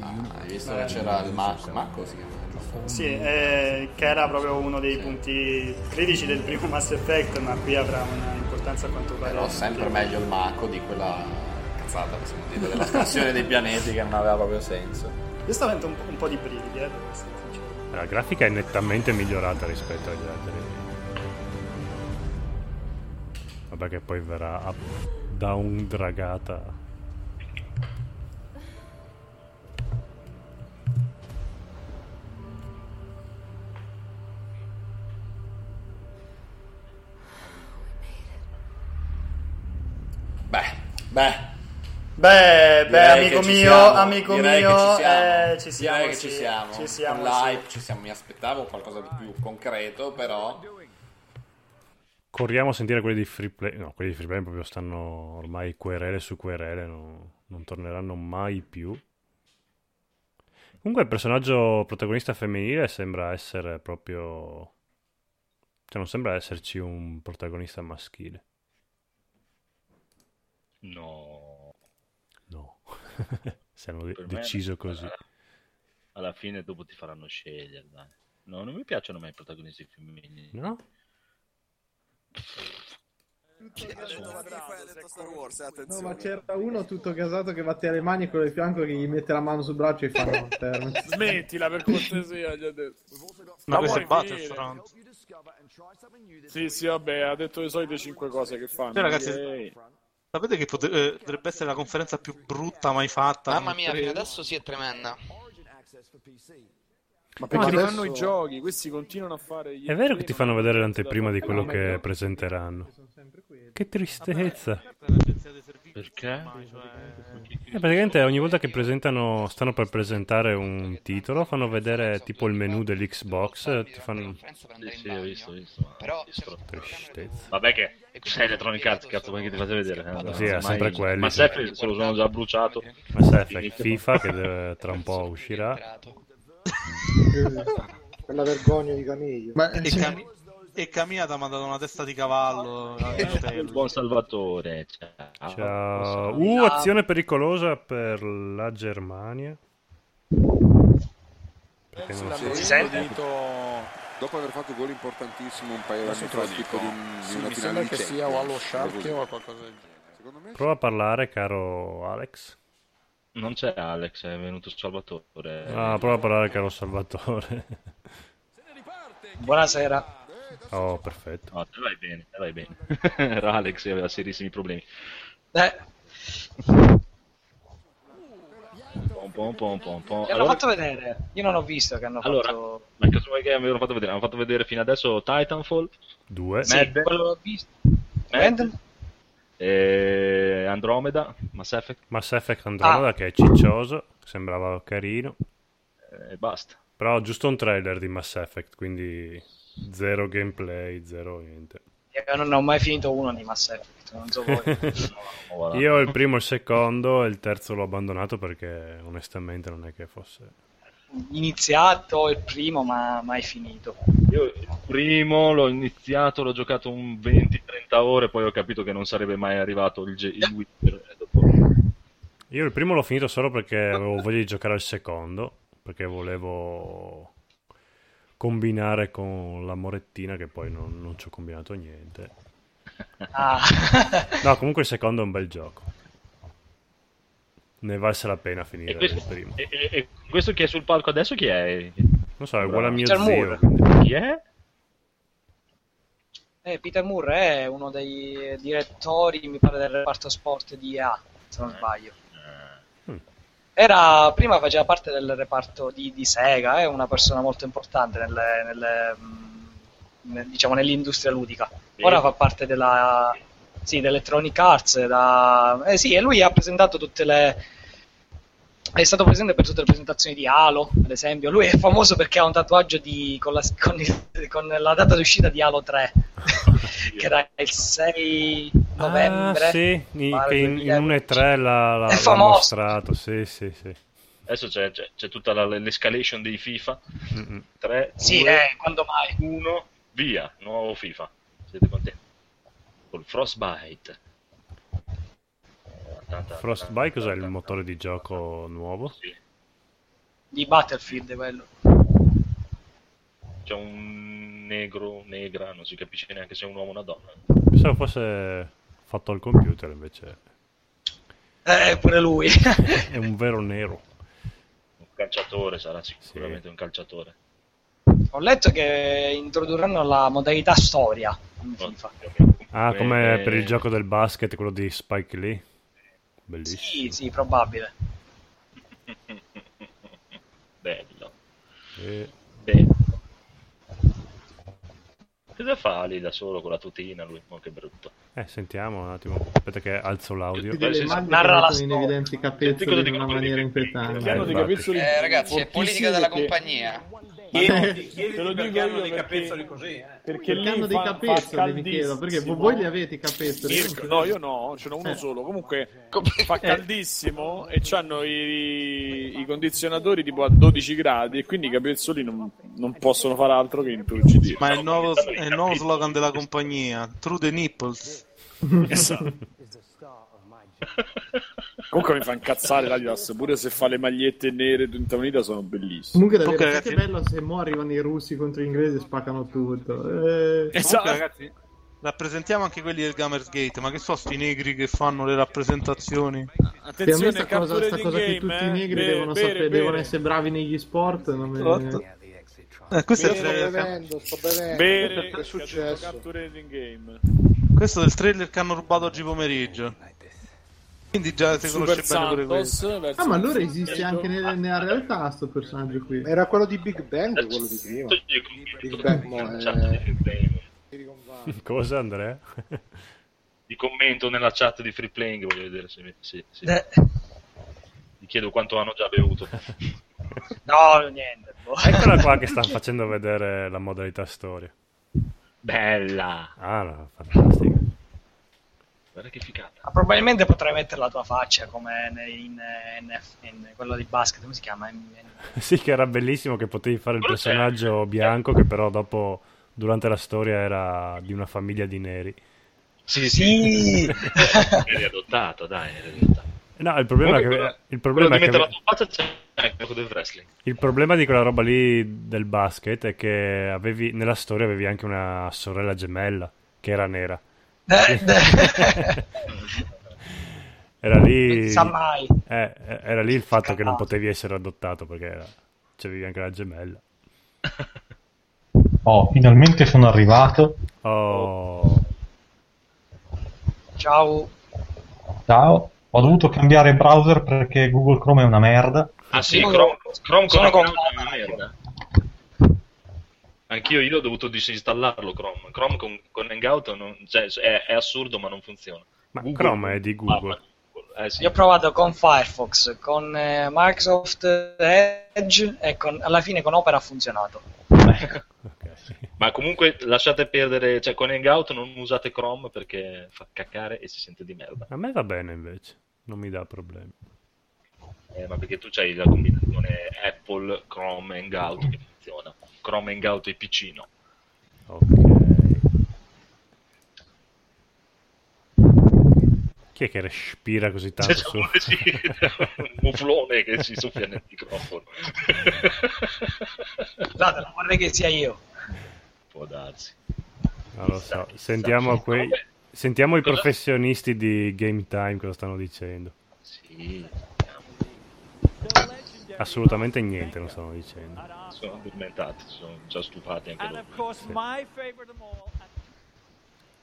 [SPEAKER 15] Ah, hai visto che c'era il Marco? Marco si chiama giusto?
[SPEAKER 3] Sì, eh, che era proprio uno dei punti critici del primo Mass Effect, ma qui avrà un'importanza a quanto pare.
[SPEAKER 15] Però sempre meglio il Marco di quella cazzata possiamo dire, dell'espansione dei pianeti che non aveva proprio senso.
[SPEAKER 3] Io stavo avendo un, po- un po' di brividi, eh, devo essere sincero.
[SPEAKER 1] La grafica è nettamente migliorata rispetto agli altri. Vabbè che poi verrà up- downdragata.
[SPEAKER 15] Beh,
[SPEAKER 3] Beh, beh,
[SPEAKER 15] Direi
[SPEAKER 3] amico
[SPEAKER 15] che ci
[SPEAKER 3] mio,
[SPEAKER 15] siamo,
[SPEAKER 3] amico
[SPEAKER 15] direi che
[SPEAKER 3] mio,
[SPEAKER 15] ci siamo.
[SPEAKER 3] eh, ci siamo,
[SPEAKER 15] Direi che
[SPEAKER 3] sì,
[SPEAKER 15] ci siamo.
[SPEAKER 3] ci siamo,
[SPEAKER 15] Con l'hype
[SPEAKER 3] sì.
[SPEAKER 15] ci siamo. Mi aspettavo qualcosa di più concreto, però
[SPEAKER 1] Corriamo a sentire quelli di Free Play. No, quelli di Free Play proprio stanno ormai querele su querele, no- non torneranno mai più. Comunque il personaggio protagonista femminile sembra essere proprio... Cioè non sembra esserci un protagonista maschile.
[SPEAKER 2] No,
[SPEAKER 1] No. Se hanno de-
[SPEAKER 2] Per me
[SPEAKER 1] deciso
[SPEAKER 2] non
[SPEAKER 1] così.
[SPEAKER 2] sarà. alla fine dopo ti faranno scegliere. dai. No, non mi piacciono mai i protagonisti femminili.
[SPEAKER 1] No?
[SPEAKER 12] Star Wars, eh,
[SPEAKER 4] No,
[SPEAKER 12] attenzione.
[SPEAKER 4] ma c'era uno tutto gasato che batte le mani e quello di fianco che gli mette la mano sul braccio e fa no, cioè, fermo.
[SPEAKER 15] Smettila per cortesia, gli ha detto.
[SPEAKER 4] Ma questo
[SPEAKER 15] puoi
[SPEAKER 4] è
[SPEAKER 15] finire. Sì, sì, vabbè, ha detto le solite 5 cose che fanno.
[SPEAKER 5] Cioè, ragazzi,
[SPEAKER 15] Ehi.
[SPEAKER 5] sapete che pote- eh, potrebbe essere la conferenza più brutta mai fatta?
[SPEAKER 16] Mamma
[SPEAKER 5] Non
[SPEAKER 16] mia,
[SPEAKER 5] credo.
[SPEAKER 16] fino adesso si è tremenda.
[SPEAKER 15] Ma
[SPEAKER 5] perché
[SPEAKER 15] perché
[SPEAKER 5] adesso-
[SPEAKER 15] fanno i giochi, questi continuano a fare gli
[SPEAKER 1] È vero che ti fanno vedere l'anteprima di
[SPEAKER 15] No,
[SPEAKER 1] quello
[SPEAKER 15] ma
[SPEAKER 1] che
[SPEAKER 15] no.
[SPEAKER 1] presenteranno. Che tristezza.
[SPEAKER 2] Perché?
[SPEAKER 1] Eh, praticamente ogni volta che presentano, stanno per presentare un titolo, fanno vedere tipo il menu dell'Xbox, ti fanno... eh,
[SPEAKER 2] Sì, sì, ho visto, certo, ho visto.
[SPEAKER 16] Però
[SPEAKER 1] Tristezza.
[SPEAKER 2] Vabbè che c'è Electronic Arts, cazzo, come che ti fate vedere? Eh,
[SPEAKER 1] Sì, è
[SPEAKER 2] ormai-
[SPEAKER 1] sempre quelli,
[SPEAKER 2] Mass
[SPEAKER 1] sì.
[SPEAKER 2] Effect se lo sono già bruciato.
[SPEAKER 1] Mass Effect FIFA che deve- tra un po' uscirà.
[SPEAKER 7] Quella vergogna di Camiglio.
[SPEAKER 5] E,
[SPEAKER 4] cioè,
[SPEAKER 5] Cami- e Camilla ti ha mandato una testa di cavallo. eh.
[SPEAKER 2] Il buon Salvatore. Ciao.
[SPEAKER 1] Ciao. Uh, azione pericolosa per la Germania. Perché non
[SPEAKER 29] Sì,
[SPEAKER 1] so-
[SPEAKER 29] sì,
[SPEAKER 1] sente?
[SPEAKER 29] dito- Dopo aver fatto gol importantissimo un paio di
[SPEAKER 9] Adesso
[SPEAKER 29] anni
[SPEAKER 9] te
[SPEAKER 29] fa,
[SPEAKER 9] lo
[SPEAKER 29] tipo
[SPEAKER 9] dico.
[SPEAKER 29] di, un- di
[SPEAKER 9] Sì,
[SPEAKER 29] una
[SPEAKER 9] mi
[SPEAKER 29] finale
[SPEAKER 9] sembra
[SPEAKER 29] di
[SPEAKER 9] che sia o
[SPEAKER 29] Champions,
[SPEAKER 9] allo Schalke
[SPEAKER 29] così.
[SPEAKER 9] o a qualcosa del genere.
[SPEAKER 1] Prova a parlare, caro Alex.
[SPEAKER 2] Non c'è Alex, è venuto Salvatore.
[SPEAKER 1] Ah, prova a parlare, caro Salvatore.
[SPEAKER 2] Buonasera.
[SPEAKER 1] Oh, perfetto.
[SPEAKER 2] No, te vai bene, te vai bene. Era Alex che aveva serissimi problemi.
[SPEAKER 8] Eh.
[SPEAKER 2] Un po', un po', un po', un po'.
[SPEAKER 8] Ci hanno fatto vedere. Io non ho visto che hanno
[SPEAKER 2] Allora,
[SPEAKER 8] fatto.
[SPEAKER 2] ma che cosa vuoi che avevano fatto vedere? Hanno fatto vedere fino adesso Titanfall,
[SPEAKER 1] Due.
[SPEAKER 8] Sì,
[SPEAKER 2] Madden.
[SPEAKER 8] quello l'ho visto.
[SPEAKER 2] Madden, e Eh, Andromeda, Mass Effect
[SPEAKER 1] Mass Effect
[SPEAKER 29] Ah.
[SPEAKER 1] Andromeda che è ciccioso, sembrava carino.
[SPEAKER 2] Eh, e basta.
[SPEAKER 1] Però giusto un trailer di Mass Effect, quindi zero gameplay, zero niente.
[SPEAKER 8] Io non ho mai finito uno di Mass Effect. Non so voi.
[SPEAKER 2] Voilà.
[SPEAKER 1] Io il primo e il secondo, e il terzo l'ho abbandonato perché onestamente non è che fosse...
[SPEAKER 8] Iniziato il primo, ma mai finito.
[SPEAKER 2] Io il primo l'ho iniziato, l'ho giocato un 20-30 ore, poi ho capito che non sarebbe mai arrivato il, ge- il Witcher. E dopo-
[SPEAKER 1] Io il primo l'ho finito solo perché avevo voglia di giocare al secondo, perché volevo combinare con la morettina che poi non, non ci ho combinato niente.
[SPEAKER 8] Ah.
[SPEAKER 1] No, comunque il secondo è un bel gioco. Ne valse la pena finire
[SPEAKER 2] E questo,
[SPEAKER 1] il primo.
[SPEAKER 2] e- e- e questo che è sul palco adesso chi è?
[SPEAKER 1] Non so, è uguale a mio
[SPEAKER 8] Peter
[SPEAKER 1] zio.
[SPEAKER 8] Moore.
[SPEAKER 1] quindi-
[SPEAKER 2] Chi è?
[SPEAKER 8] Eh, Peter Moore è uno dei direttori, mi pare, del reparto sport di EA, se non sbaglio.
[SPEAKER 1] Mm.
[SPEAKER 8] Era, prima faceva parte del reparto di, di Sega, è una persona molto importante nelle- nelle, mm, ne- diciamo, nell'industria ludica. Ora fa parte della sì, di Electronic Arts. Da, eh sì, e lui ha presentato tutte le. È stato presente per tutte le presentazioni di Halo, ad esempio. Lui è famoso perché ha un tatuaggio di, con, la, con il- con la data di uscita di Halo 3, che era il 6 novembre.
[SPEAKER 1] Ah, sì, i- che in, in 1.3 l'ha, l'ha-
[SPEAKER 8] È
[SPEAKER 1] l'ha
[SPEAKER 8] famoso.
[SPEAKER 1] mostrato. Sì, sì, sì.
[SPEAKER 2] Adesso c'è, c'è- c'è tutta la- l'escalation dei FIFA.
[SPEAKER 1] Mm-mm.
[SPEAKER 2] 3,
[SPEAKER 8] Sì,
[SPEAKER 2] 2,
[SPEAKER 8] eh, quando mai?
[SPEAKER 2] Uno. via, nuovo FIFA. Siete contenti? Col Frostbite. Eh,
[SPEAKER 1] Frostbite cos'è il motore di gioco nuovo?
[SPEAKER 8] Di Battlefield, quello.
[SPEAKER 2] C'è un negro, negra, non si capisce neanche se è un uomo o una donna.
[SPEAKER 1] Pensavo fosse fatto al computer invece.
[SPEAKER 8] Eh, pure lui.
[SPEAKER 1] È un vero nero.
[SPEAKER 2] Un calciatore sarà sicuramente un calciatore.
[SPEAKER 8] Ho letto che introdurranno la modalità storia in FIFA.
[SPEAKER 1] Ah, come
[SPEAKER 2] Eh,
[SPEAKER 1] per il gioco del basket, quello di Spike Lee. Bellissimo.
[SPEAKER 8] Sì, sì, probabile.
[SPEAKER 2] Bello.
[SPEAKER 1] Eh,
[SPEAKER 2] Bene. Cosa fa lì da solo con la tutina lui? Oh, che brutto.
[SPEAKER 1] eh, sentiamo un attimo. Aspetta che alzo l'audio.
[SPEAKER 2] Tutti delle Adesso-
[SPEAKER 4] Maglia che mettono in evidenza i capezzoli in
[SPEAKER 1] dicono
[SPEAKER 4] una
[SPEAKER 1] quelli
[SPEAKER 4] maniera inquietante.
[SPEAKER 1] Chiaro di capezzoli
[SPEAKER 16] Eh, ragazzi, è
[SPEAKER 1] fortissimi
[SPEAKER 16] politica della
[SPEAKER 1] che-
[SPEAKER 16] compagnia.
[SPEAKER 9] Chiedi, chiedi perché hanno dei
[SPEAKER 15] perché-
[SPEAKER 9] capezzoli così. Eh.
[SPEAKER 4] Perché hanno dei capezzoli, mi chiedo, perché voi voi li avete i capezzoli?
[SPEAKER 15] Mirko- no, io no, ce n'ho
[SPEAKER 4] Eh.
[SPEAKER 15] uno solo. Comunque fa caldissimo e c'hanno i, i condizionatori tipo a 12 gradi e quindi i capezzoli non, non possono fare altro che Cioè, inturgidire.
[SPEAKER 5] Ma è il nuovo, è il nuovo slogan della compagnia, True the Nipples.
[SPEAKER 15] Esatto. Comunque mi fa incazzare l'Adidas, pure se fa le magliette nere tutta unita sono bellissime.
[SPEAKER 4] Comunque, davvero, sai che bello se mo arrivano i russi contro gli inglesi e spaccano tutto. Eh,
[SPEAKER 5] Comunque, ragazzi, rappresentiamo anche quelli del Gamersgate, ma che so sti negri che fanno le rappresentazioni.
[SPEAKER 4] per me sta cosa, sta cosa che tutti i negri devono, sapere, devono essere bravi negli sport. Non me...
[SPEAKER 5] Esatto. Eh, questo,
[SPEAKER 4] Io
[SPEAKER 5] è il
[SPEAKER 4] sto
[SPEAKER 5] trailer che-
[SPEAKER 4] bevendo, sto bevendo.
[SPEAKER 15] Bere,
[SPEAKER 4] Che è successo?
[SPEAKER 15] Catture in game.
[SPEAKER 5] questo è il trailer che hanno rubato oggi pomeriggio. Quindi già si
[SPEAKER 15] Super
[SPEAKER 5] conosce bene pure
[SPEAKER 15] Santos
[SPEAKER 5] questo.
[SPEAKER 15] verso-
[SPEAKER 4] Ah, ma allora esiste anche nel- nella realtà sto personaggio qui.
[SPEAKER 22] Era quello di Big Bang, quello di prima. Big Bang, mo,
[SPEAKER 5] cioè,
[SPEAKER 22] eh,
[SPEAKER 1] Cosa Andrea?
[SPEAKER 2] Di commento nella chat di Free Playing, voglio vedere se mi... Sì, sì.
[SPEAKER 8] Eh.
[SPEAKER 2] Mi chiedo quanto hanno già bevuto.
[SPEAKER 8] No, niente. boh.
[SPEAKER 1] Eccola qua che stanno facendo vedere la modalità storia.
[SPEAKER 2] Bella!
[SPEAKER 1] Ah, no, fantastica.
[SPEAKER 2] Guarda che figata.
[SPEAKER 8] Ma Probabilmente potrai mettere la tua faccia come ne- in, eh, NF in quella di basket, come si chiama? In- in-
[SPEAKER 1] Sì, che era bellissimo che potevi fare il personaggio bianco che però dopo, durante la storia, era di una famiglia di neri.
[SPEAKER 5] Sì, sì.
[SPEAKER 2] Eri adottato, dai. eri adottato.
[SPEAKER 1] No, Ah, il problema è che...
[SPEAKER 2] Quello-
[SPEAKER 1] il problema è
[SPEAKER 2] quello
[SPEAKER 1] che-
[SPEAKER 2] di mettere la tua faccia c'è anche quello del wrestling.
[SPEAKER 1] Il problema di quella roba lì del basket è che avevi, nella storia avevi anche una sorella gemella che era nera.
[SPEAKER 8] Eh,
[SPEAKER 1] era lì.
[SPEAKER 8] Non sa mai.
[SPEAKER 1] Eh, eh, era lì il fatto che non potevi essere adottato perché era- c'avevi anche la gemella.
[SPEAKER 18] Oh, finalmente sono arrivato.
[SPEAKER 1] Oh.
[SPEAKER 8] Ciao.
[SPEAKER 18] Ciao. Ho dovuto cambiare browser perché Google Chrome è una merda.
[SPEAKER 2] Ah sì,
[SPEAKER 8] Sono-
[SPEAKER 2] Chrome, Chrome con
[SPEAKER 8] sono
[SPEAKER 2] account
[SPEAKER 8] concordato.
[SPEAKER 2] è una merda. Anch'io io ho dovuto disinstallarlo Chrome. Chrome con, con Hangout non- cioè, è, è assurdo ma non funziona.
[SPEAKER 1] Ma Chrome è di Google.
[SPEAKER 2] Eh sì.
[SPEAKER 8] Io ho provato con Firefox, con eh, Microsoft Edge e con- alla fine con Opera ha funzionato.
[SPEAKER 2] Ma comunque lasciate perdere, cioè con Hangout non usate Chrome perché fa caccare e si sente di merda.
[SPEAKER 1] A me va bene invece, non mi dà problemi.
[SPEAKER 2] Eh, ma perché tu c'hai la combinazione Apple, Chrome, Hangout che funziona. Chrome, Hangout e PC no.
[SPEAKER 1] Chi è che respira così
[SPEAKER 2] C'è
[SPEAKER 1] tanto? su?
[SPEAKER 2] un muflone che si soffia nel microfono.
[SPEAKER 8] Scusate, non vorrei che sia io.
[SPEAKER 2] Può darsi.
[SPEAKER 1] Non lo so. Sentiamo, quei- sentiamo i
[SPEAKER 2] Cosa?
[SPEAKER 1] professionisti di Game Time cosa stanno dicendo.
[SPEAKER 2] Sì.
[SPEAKER 1] Assolutamente niente non stanno dicendo.
[SPEAKER 2] Sono addormentati, sono già stufati anche
[SPEAKER 6] And
[SPEAKER 2] loro.
[SPEAKER 6] of course, my favorite of all.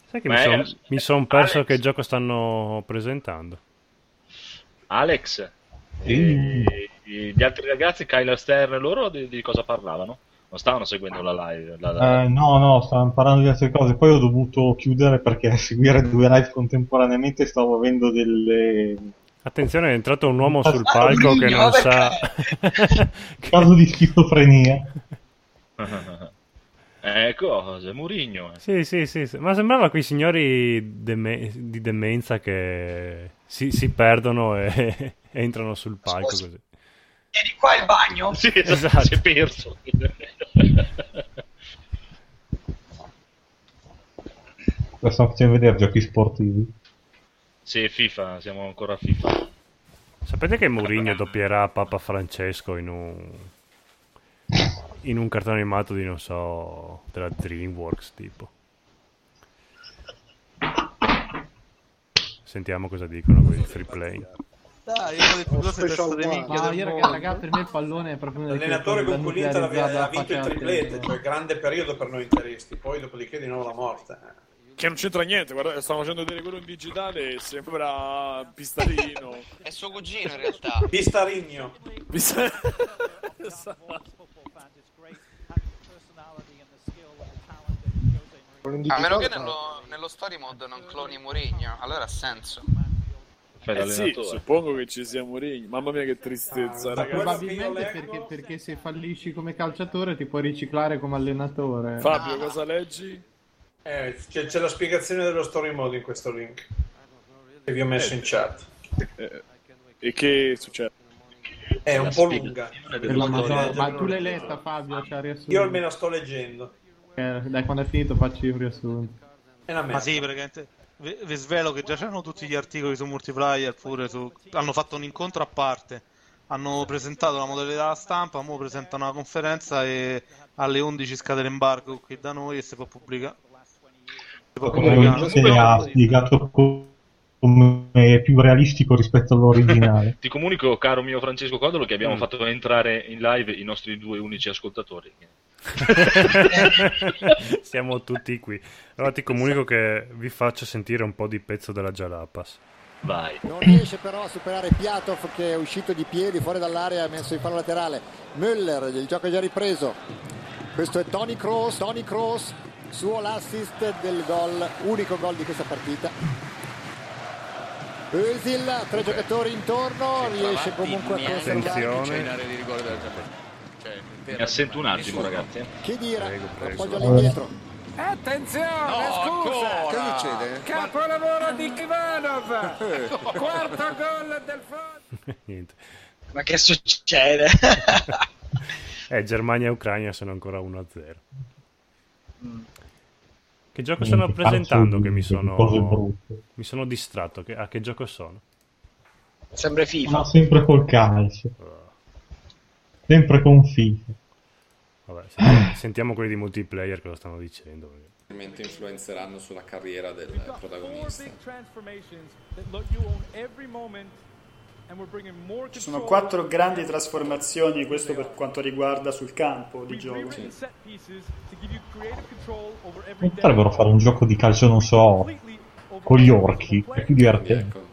[SPEAKER 1] Sai che
[SPEAKER 2] Beh,
[SPEAKER 1] mi
[SPEAKER 2] eh,
[SPEAKER 1] sono perso che gioco stanno presentando.
[SPEAKER 2] Alex,
[SPEAKER 1] Sì.
[SPEAKER 2] e- e gli altri ragazzi, Kyler Stern e loro, di, di cosa parlavano? Non stavano seguendo la live? la- la-
[SPEAKER 18] Eh, no, no, stavamo parlando di altre cose. Poi ho dovuto chiudere perché seguire due live contemporaneamente stavo avendo delle.
[SPEAKER 1] Attenzione, è entrato un uomo sul
[SPEAKER 18] Passato
[SPEAKER 1] palco che
[SPEAKER 18] Miglio,
[SPEAKER 1] non sa.
[SPEAKER 18] caso di schizofrenia.
[SPEAKER 2] Ecco, c'è Murigno.
[SPEAKER 1] Sì, sì, sì, sì. ma sembrava quei signori deme- di demenza che si, si perdono e entrano sul palco così.
[SPEAKER 8] Vieni qua il bagno?
[SPEAKER 2] Sì,
[SPEAKER 1] esatto.
[SPEAKER 2] si è perso.
[SPEAKER 18] Lo stanno facendo vedere giochi sportivi.
[SPEAKER 2] Sì, FIFA, siamo ancora a FIFA.
[SPEAKER 1] Sapete che Mourinho doppierà Papa Francesco in un in un cartone animato di non so della Dreamworks tipo. Sentiamo cosa dicono quei free play.
[SPEAKER 5] Dai, è uno dei più grossi testa di minchia
[SPEAKER 4] Ma
[SPEAKER 5] del
[SPEAKER 4] io
[SPEAKER 5] mondo.
[SPEAKER 4] raga, raga, per me il pallone è proprio una delle
[SPEAKER 17] L'allenatore
[SPEAKER 4] cose da
[SPEAKER 17] con cui l'Inter aveva-
[SPEAKER 4] nuclearizzare
[SPEAKER 17] aveva
[SPEAKER 4] la
[SPEAKER 17] vinto il
[SPEAKER 4] faccia della
[SPEAKER 17] triplete,
[SPEAKER 4] televisione.
[SPEAKER 17] cioè grande periodo per noi interisti, poi dopodiché di nuovo la morte. eh.
[SPEAKER 15] Che non c'entra niente, guarda, stanno facendo vedere quello in digitale, sembra Pistarino.
[SPEAKER 16] È suo cugino in realtà.
[SPEAKER 17] Pistarigno.
[SPEAKER 2] Esatto.
[SPEAKER 15] Ah,
[SPEAKER 16] A meno che nello, nello story mode non cloni Mourinho, allora ha senso.
[SPEAKER 2] Fai
[SPEAKER 15] Eh sì,
[SPEAKER 2] l'allenatore.
[SPEAKER 15] suppongo che ci sia Mourinho. Mamma mia che tristezza,
[SPEAKER 4] Ah, Ma
[SPEAKER 15] ragazzi.
[SPEAKER 4] probabilmente perché, perché se fallisci come calciatore ti puoi riciclare come allenatore.
[SPEAKER 15] Fabio, cosa leggi?
[SPEAKER 17] Ah, Eh, c'è, c'è la spiegazione dello story mode in questo link che vi ho messo in chat.
[SPEAKER 15] Eh, E che succede?
[SPEAKER 17] È un po' lunga.
[SPEAKER 4] Per la Madonna. Ma tu l'hai letta Fabio? Ci ha riassunto.
[SPEAKER 17] Io almeno sto leggendo.
[SPEAKER 4] Eh, dai, quando è finito facci un riassunto.
[SPEAKER 5] Ma sì, praticamente vi, vi svelo che già c'erano tutti gli articoli su Multiplier, pure su... hanno fatto un incontro a parte, hanno presentato la modalità stampa, ora presentano una conferenza e alle 11 scade l'embargo qui da noi e si può pubblicare.
[SPEAKER 18] Probabilmente ha spiegato co- come è più realistico rispetto all'originale.
[SPEAKER 2] Ti comunico, caro mio Francesco Codolo, che abbiamo
[SPEAKER 18] Mm.
[SPEAKER 2] fatto entrare in live i nostri due unici ascoltatori.
[SPEAKER 1] Siamo tutti qui. Allora ti comunico che vi faccio sentire un po' di pezzo della Jalapas.
[SPEAKER 2] Vai.
[SPEAKER 22] Non riesce però a superare Piatov che è uscito di piedi fuori dall'area e ha messo in palo laterale. Müller, il gioco è già ripreso. Questo è Tony Kroos, Tony Kroos, suo l'assist del gol, unico gol di questa partita. Özil, tre giocatori intorno, riesce comunque a
[SPEAKER 2] Attenzione.
[SPEAKER 22] conservare.
[SPEAKER 2] C'è in
[SPEAKER 22] area di rigore del Cioè,
[SPEAKER 2] Mi assento un attimo, ragazzi. eh.
[SPEAKER 22] Che dire? Appoggio
[SPEAKER 2] prego.
[SPEAKER 22] all'indietro.
[SPEAKER 11] Attenzione, scusa!
[SPEAKER 22] Cosa succede?
[SPEAKER 11] Capolavoro di Kivanov! Quarto gol del Frosinone!
[SPEAKER 1] Niente.
[SPEAKER 8] Ma che succede?
[SPEAKER 1] Eh, Germania e Ucraina sono ancora 1-0.
[SPEAKER 8] Mm.
[SPEAKER 1] Che gioco
[SPEAKER 18] Niente,
[SPEAKER 1] stanno
[SPEAKER 18] faccio
[SPEAKER 1] presentando che mi
[SPEAKER 18] di- di cose
[SPEAKER 1] sono...
[SPEAKER 18] brutte.
[SPEAKER 1] Mi sono distratto. Che- a che gioco sono?
[SPEAKER 8] Sempre FIFA.
[SPEAKER 18] Ma sempre col calcio. Sempre con FIFA.
[SPEAKER 1] Vabbè, sentiamo, sentiamo quelli di multiplayer cosa stanno dicendo.
[SPEAKER 13] Probabilmente influenzeranno sulla carriera del protagonista.
[SPEAKER 3] Ci sono quattro grandi trasformazioni, questo per quanto riguarda sul campo di gioco.
[SPEAKER 18] Potrebbero fare un gioco di calcio, non so, con gli orchi. È più divertente.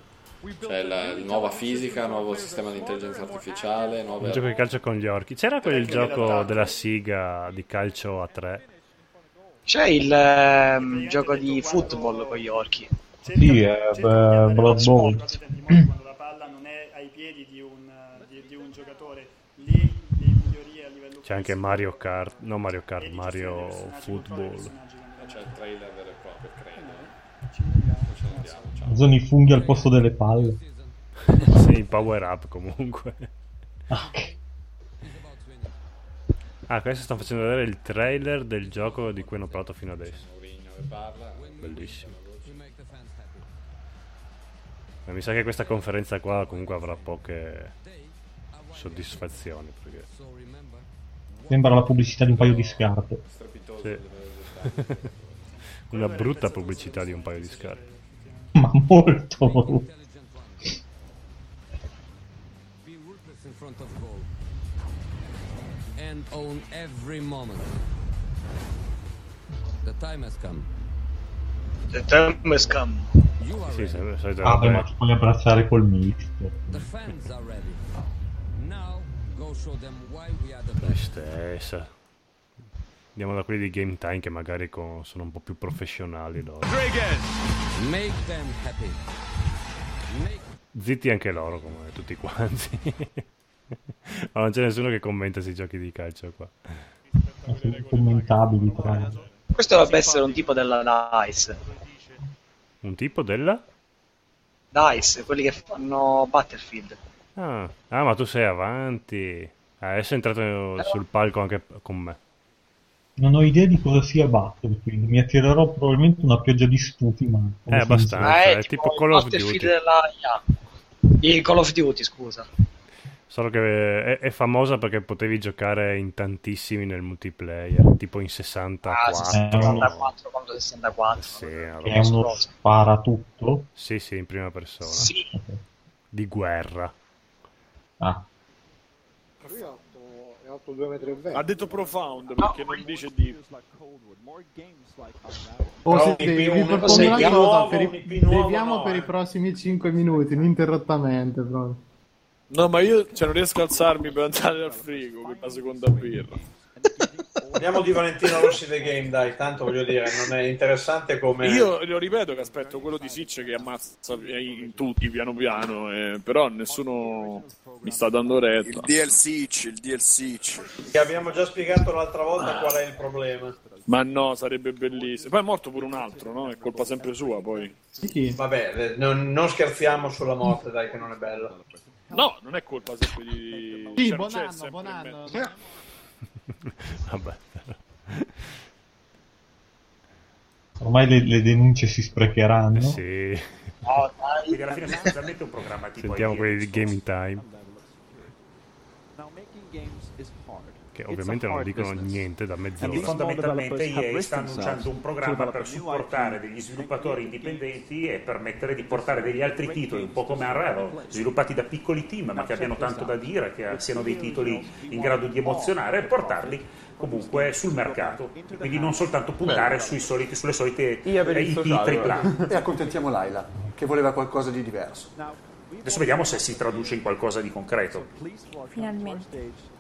[SPEAKER 13] C'è la nuova fisica, nuovo sistema di intelligenza artificiale, nuove...
[SPEAKER 1] Un gioco di calcio con gli orchi. C'era quel gioco della siga di calcio a tre?
[SPEAKER 8] C'è il ehm, gioco di football con gli orchi.
[SPEAKER 18] Sì, eh. è beh, Blood Bowl.
[SPEAKER 3] La palla non è ai piedi di un, di- di un giocatore, lì le migliorie a livello
[SPEAKER 1] C'è anche Mario Kart. No, Mario Kart, Mario Football.
[SPEAKER 13] C'è il trailer vero e proprio, credo.
[SPEAKER 17] Eh,
[SPEAKER 18] Usano i funghi al posto delle palle.
[SPEAKER 1] sì, power up comunque. Ah, adesso stanno facendo vedere il trailer del gioco di cui hanno parlato fino adesso. Bellissimo. Ma mi sa che questa conferenza qua comunque avrà poche soddisfazioni. Perché...
[SPEAKER 18] Sembra la pubblicità di un paio di scarpe.
[SPEAKER 1] Sì. Una brutta pubblicità di un paio di scarpe.
[SPEAKER 18] Ma molto brutto.
[SPEAKER 14] Be ruthless in front of goal and own every moment. The time has come.
[SPEAKER 8] The time has come.
[SPEAKER 1] Sì, se- solite
[SPEAKER 18] Ah, beh,
[SPEAKER 1] robe-
[SPEAKER 18] ma ti puoi abbracciare col mister.
[SPEAKER 14] The fans are ready. Now go show them why we are the
[SPEAKER 1] La
[SPEAKER 14] best.
[SPEAKER 1] stessa. Andiamo da quelli di Game Time che magari co- sono un po' più professionali loro.
[SPEAKER 14] Rodriguez. Make them happy. Make
[SPEAKER 1] Zitti anche loro, come tutti quanti. Ma non c'è nessuno che commenta questi giochi di calcio qua.
[SPEAKER 18] Ma sono incommentabili tra l'altro.
[SPEAKER 8] Questo dovrebbe essere un tipo della DICE.
[SPEAKER 1] Un tipo della...
[SPEAKER 8] DICE, quelli che fanno Battlefield.
[SPEAKER 1] Ah, ah, ma tu sei avanti. Ah, adesso è entrato sul palco anche con me.
[SPEAKER 18] Non ho idea di cosa sia Battlefield. Mi attirerò probabilmente una pioggia di stufi, ma...
[SPEAKER 1] Eh, abbastanza. È tipo Call of
[SPEAKER 8] Battlefield
[SPEAKER 1] Duty.
[SPEAKER 8] della IA. Di Call of Duty, scusa.
[SPEAKER 1] Solo che è, è famosa perché potevi giocare in tantissimi nel multiplayer, tipo in
[SPEAKER 8] Ah,
[SPEAKER 1] 64.
[SPEAKER 8] 64 contro 64.
[SPEAKER 1] Sì,
[SPEAKER 18] È uno sparatutto.
[SPEAKER 1] sì, sì, in prima persona.
[SPEAKER 8] esatto. Sì.
[SPEAKER 1] Di guerra.
[SPEAKER 18] Ah.
[SPEAKER 17] Lui è alto, è alto 2,20 m.
[SPEAKER 15] Ha detto profound perché non dice di...
[SPEAKER 4] Oh,
[SPEAKER 15] Però
[SPEAKER 4] se
[SPEAKER 15] un IP
[SPEAKER 4] vi
[SPEAKER 15] uno-
[SPEAKER 4] propongo una
[SPEAKER 15] Seguiamo-
[SPEAKER 4] cosa, per i-
[SPEAKER 15] IP nuovo
[SPEAKER 4] beviamo
[SPEAKER 15] no,
[SPEAKER 4] per
[SPEAKER 15] eh.
[SPEAKER 4] i prossimi 5 minuti, ininterrottamente proprio.
[SPEAKER 15] No, ma io cioè, non riesco a alzarmi per andare al frigo per la seconda birra.
[SPEAKER 17] Parliamo di Valentino Rossi The Game, dai, tanto voglio dire, non è interessante come...
[SPEAKER 15] Io lo ripeto che aspetto quello di Sitch che ammazza in tutti piano piano, eh, però nessuno mi sta dando retta.
[SPEAKER 12] DLC, il DLC.
[SPEAKER 17] Che abbiamo già spiegato l'altra
[SPEAKER 5] Ah.
[SPEAKER 17] volta qual è il problema.
[SPEAKER 15] Ma no, sarebbe bellissimo. Poi è morto pure un altro, no? È colpa sempre sua poi.
[SPEAKER 17] Vabbè, eh, non, non scherziamo sulla morte, dai, che non è bello.
[SPEAKER 15] No, non è colpa sempre di...
[SPEAKER 4] Sì,
[SPEAKER 15] cioè,
[SPEAKER 4] buon
[SPEAKER 15] c'è
[SPEAKER 4] anno,
[SPEAKER 15] sempre
[SPEAKER 4] buon
[SPEAKER 15] in
[SPEAKER 4] anno.
[SPEAKER 15] mezzo.
[SPEAKER 1] Vabbè.
[SPEAKER 18] Ah, Ormai le, le denunce si sprecheranno.
[SPEAKER 1] Eh, Sì.
[SPEAKER 8] No, dai.
[SPEAKER 19] Perché alla fine sono veramente un programma tipo
[SPEAKER 1] Sentiamo
[SPEAKER 19] quelli
[SPEAKER 1] quelli di Game in Time, che ovviamente non dicono niente da
[SPEAKER 19] Quindi
[SPEAKER 1] mezz'ora.
[SPEAKER 19] fondamentalmente EA sta
[SPEAKER 30] Esatto.
[SPEAKER 19] annunciando un programma per supportare degli sviluppatori indipendenti e permettere di portare degli altri titoli, un po' come Unravel, sviluppati da piccoli team ma che abbiano tanto da dire, che siano dei titoli in grado di emozionare e portarli comunque sul mercato. Quindi non soltanto puntare sui soliti- sulle solite eh, IP AAA.
[SPEAKER 30] e accontentiamo Laila che voleva qualcosa di diverso
[SPEAKER 19] Adesso vediamo se si traduce in qualcosa di concreto.
[SPEAKER 31] Finalmente.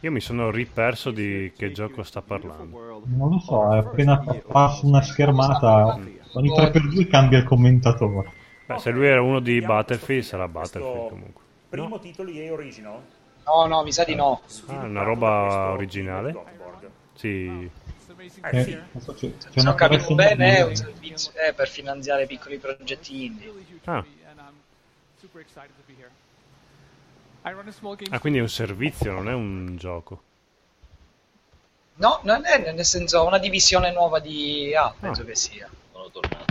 [SPEAKER 1] Io mi sono riperso di che gioco sta parlando.
[SPEAKER 18] Non lo so, è appena passa una schermata, ogni 3x2 cambia il commentatore.
[SPEAKER 1] Beh, se lui era uno di Battlefield, sarà Battlefield comunque.
[SPEAKER 19] Primo titolo EA Original?
[SPEAKER 8] No, no, mi sa di no.
[SPEAKER 1] Ah, una roba originale? Sì.
[SPEAKER 19] Eh, sì.
[SPEAKER 18] non so, c'è, c'è
[SPEAKER 8] Se
[SPEAKER 18] una
[SPEAKER 8] ho capito
[SPEAKER 18] persona
[SPEAKER 8] bene, è
[SPEAKER 18] che-
[SPEAKER 8] un servizio eh, per finanziare piccoli progetti indie.
[SPEAKER 1] Ah. Ah, quindi è un servizio, non è un gioco.
[SPEAKER 8] No, non è nel senso una divisione nuova di A, penso
[SPEAKER 1] Ah.
[SPEAKER 8] che sia.
[SPEAKER 2] Sono tornato.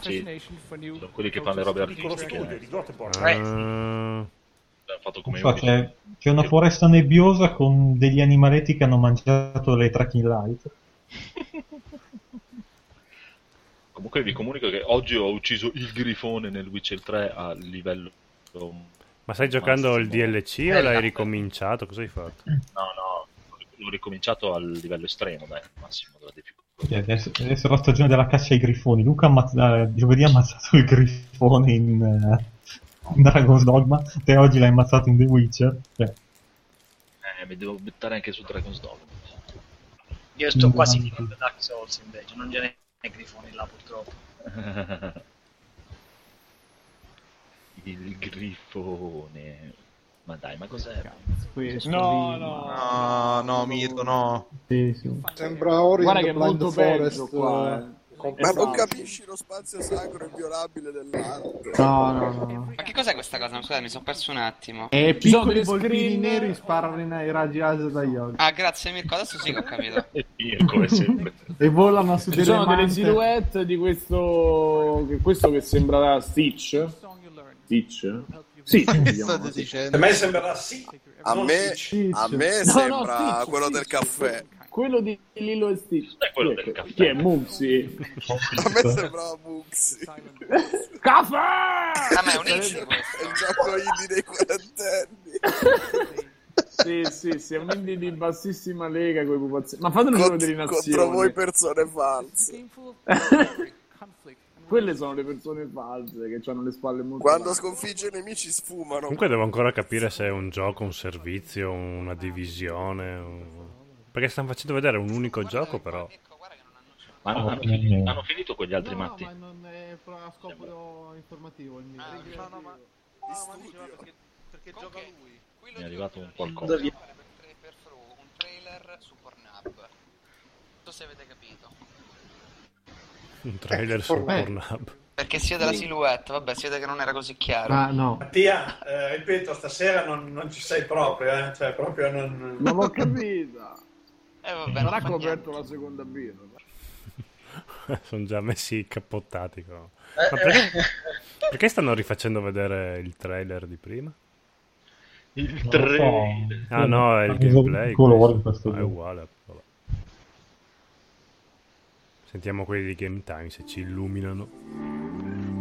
[SPEAKER 2] Sì, sono quelli che fanno le robe artistiche. Eh.
[SPEAKER 1] Ah,
[SPEAKER 2] L'hanno fatto
[SPEAKER 18] non
[SPEAKER 2] come
[SPEAKER 18] so, c'è, eh, c'è una foresta nebbiosa con degli animaletti che hanno mangiato le tracking light.
[SPEAKER 2] Comunque vi comunico che oggi ho ucciso il grifone nel Witcher 3 a livello... um,
[SPEAKER 1] Ma stai giocando il DLC o
[SPEAKER 2] Eh,
[SPEAKER 1] l'hai
[SPEAKER 2] no.
[SPEAKER 1] ricominciato? Cosa hai fatto?
[SPEAKER 2] No, no, l'ho ricominciato al livello estremo, dai, massimo della difficoltà.
[SPEAKER 18] Cioè, adesso, adesso è la stagione della caccia ai grifoni. Luca ha ammazza- eh, giovedì ha ammazzato il grifone in, eh, in Dragon's Dogma, te oggi l'hai ammazzato in The Witcher. Cioè,
[SPEAKER 2] Eh, mi devo buttare anche su Dragon's Dogma.
[SPEAKER 8] Io sto quasi finendo Dark Souls invece, non ce n'è grifoni là purtroppo.
[SPEAKER 2] Il grifone. Ma dai, ma cos'è?
[SPEAKER 5] No, no, no, Mirko, no.
[SPEAKER 7] Sembra Ori and
[SPEAKER 5] Guarda
[SPEAKER 7] the
[SPEAKER 5] che è
[SPEAKER 7] Blind
[SPEAKER 5] molto
[SPEAKER 7] Forest.
[SPEAKER 5] bello qua, eh.
[SPEAKER 12] Ma
[SPEAKER 15] Esatto.
[SPEAKER 12] non capisci lo spazio sacro inviolabile dell'arte.
[SPEAKER 4] No, no, no.
[SPEAKER 16] Ma che cos'è questa cosa? Scusa, mi sono perso un attimo.
[SPEAKER 4] E
[SPEAKER 16] Ci sono
[SPEAKER 4] piccoli
[SPEAKER 16] delle
[SPEAKER 4] volpini
[SPEAKER 16] screen-
[SPEAKER 4] neri sparano in- ai raggi laser da yoga.
[SPEAKER 16] Ah, grazie Mirko, adesso sì che ho capito.
[SPEAKER 2] Mirko è sempre.
[SPEAKER 4] E volano su
[SPEAKER 15] Ci
[SPEAKER 4] delle
[SPEAKER 15] sono delle
[SPEAKER 4] mante.
[SPEAKER 15] silhouette di questo che, questo che sembrava Stitch. Stitch? Sì,
[SPEAKER 12] state
[SPEAKER 17] A me sembrerà sì.
[SPEAKER 12] A
[SPEAKER 17] non
[SPEAKER 12] me,
[SPEAKER 17] sì.
[SPEAKER 12] a me
[SPEAKER 15] No, no,
[SPEAKER 12] sembra
[SPEAKER 15] sì,
[SPEAKER 12] quello
[SPEAKER 15] sì,
[SPEAKER 12] del caffè.
[SPEAKER 15] Quello di Lilo e Stitch.
[SPEAKER 2] quello
[SPEAKER 15] Chi è- Chi è Mumsy?
[SPEAKER 12] A me sembrava Muxi.
[SPEAKER 15] Caffè!
[SPEAKER 16] A me Ah, è un indie
[SPEAKER 12] È il
[SPEAKER 29] Esatto,
[SPEAKER 12] gioco indie dei quarantenni.
[SPEAKER 15] Sì, sì, sì, è un indie di bassissima lega con i pupazzetti. Ma fatelo
[SPEAKER 12] Cont-
[SPEAKER 15] solo delle nazioni.
[SPEAKER 12] contro voi persone false.
[SPEAKER 15] Quelle sono le persone false che hanno le spalle molto
[SPEAKER 12] Quando
[SPEAKER 15] larghe.
[SPEAKER 12] sconfigge i nemici sfumano.
[SPEAKER 1] Comunque devo ancora capire se è un gioco, un servizio, una divisione. un- Perché stanno facendo vedere un unico gioco, però.
[SPEAKER 2] Ma hanno, hanno fi- hanno finito quegli altri matti?
[SPEAKER 4] Ma non è pro- a scopo informativo il mio.
[SPEAKER 2] Mi è arrivato un qualcosa.
[SPEAKER 16] Dove vi- un trailer su Pornhub. Non so se avete capito.
[SPEAKER 1] Un trailer su
[SPEAKER 17] ormai-
[SPEAKER 1] Pornhub.
[SPEAKER 16] Perché si vede la silhouette, vabbè, si vede che non era così chiaro.
[SPEAKER 17] Mattia, eh, ripeto, stasera non, non ci sei proprio, eh. Cioè, proprio non...
[SPEAKER 15] Non l'ho capita.
[SPEAKER 16] Eh, vabbè,
[SPEAKER 15] Non
[SPEAKER 16] non
[SPEAKER 15] ha
[SPEAKER 16] fa
[SPEAKER 15] coperto la seconda birra.
[SPEAKER 1] Sono già messi cappottati. però.
[SPEAKER 15] Eh,
[SPEAKER 1] Ma perché, perché stanno rifacendo vedere il trailer di prima?
[SPEAKER 2] Il
[SPEAKER 1] No.
[SPEAKER 2] trailer.
[SPEAKER 1] Ah no, è il
[SPEAKER 18] Ha usato
[SPEAKER 1] gameplay.
[SPEAKER 18] i colori
[SPEAKER 1] questo.
[SPEAKER 18] questo
[SPEAKER 1] Ah, è
[SPEAKER 18] gioco.
[SPEAKER 1] uguale. vabbè. Sentiamo quelli di Game Time se ci illuminano.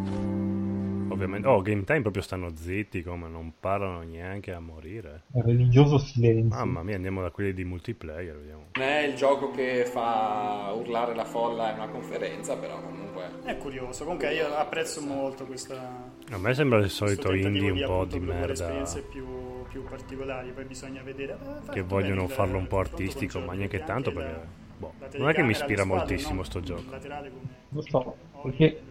[SPEAKER 1] Ovviamente, oh, Game Time proprio stanno zitti come non parlano neanche a morire.
[SPEAKER 18] è religioso silenzio.
[SPEAKER 1] Mamma mia, andiamo da quelli di multiplayer, vediamo.
[SPEAKER 13] Non è il gioco che fa urlare la folla in una conferenza, però comunque comunque.
[SPEAKER 3] È curioso, comunque io apprezzo molto questa,
[SPEAKER 1] A me sembra il
[SPEAKER 3] questo
[SPEAKER 1] solito
[SPEAKER 3] tentativo
[SPEAKER 1] indie un po'
[SPEAKER 3] appunto,
[SPEAKER 1] di
[SPEAKER 3] produrre
[SPEAKER 1] merda
[SPEAKER 3] esperienze più, più particolari, poi bisogna vedere eh, fatto
[SPEAKER 1] che
[SPEAKER 3] bene
[SPEAKER 1] vogliono
[SPEAKER 3] il-
[SPEAKER 1] farlo un po'
[SPEAKER 3] il confronto
[SPEAKER 1] artistico, ma neanche tanto
[SPEAKER 3] anche la-
[SPEAKER 1] perché boh,
[SPEAKER 3] la
[SPEAKER 1] non è che
[SPEAKER 3] telecamera,
[SPEAKER 1] mi ispira
[SPEAKER 3] le spalle,
[SPEAKER 1] moltissimo
[SPEAKER 3] no?
[SPEAKER 1] sto gioco.
[SPEAKER 3] laterale con-
[SPEAKER 18] Lo so, perché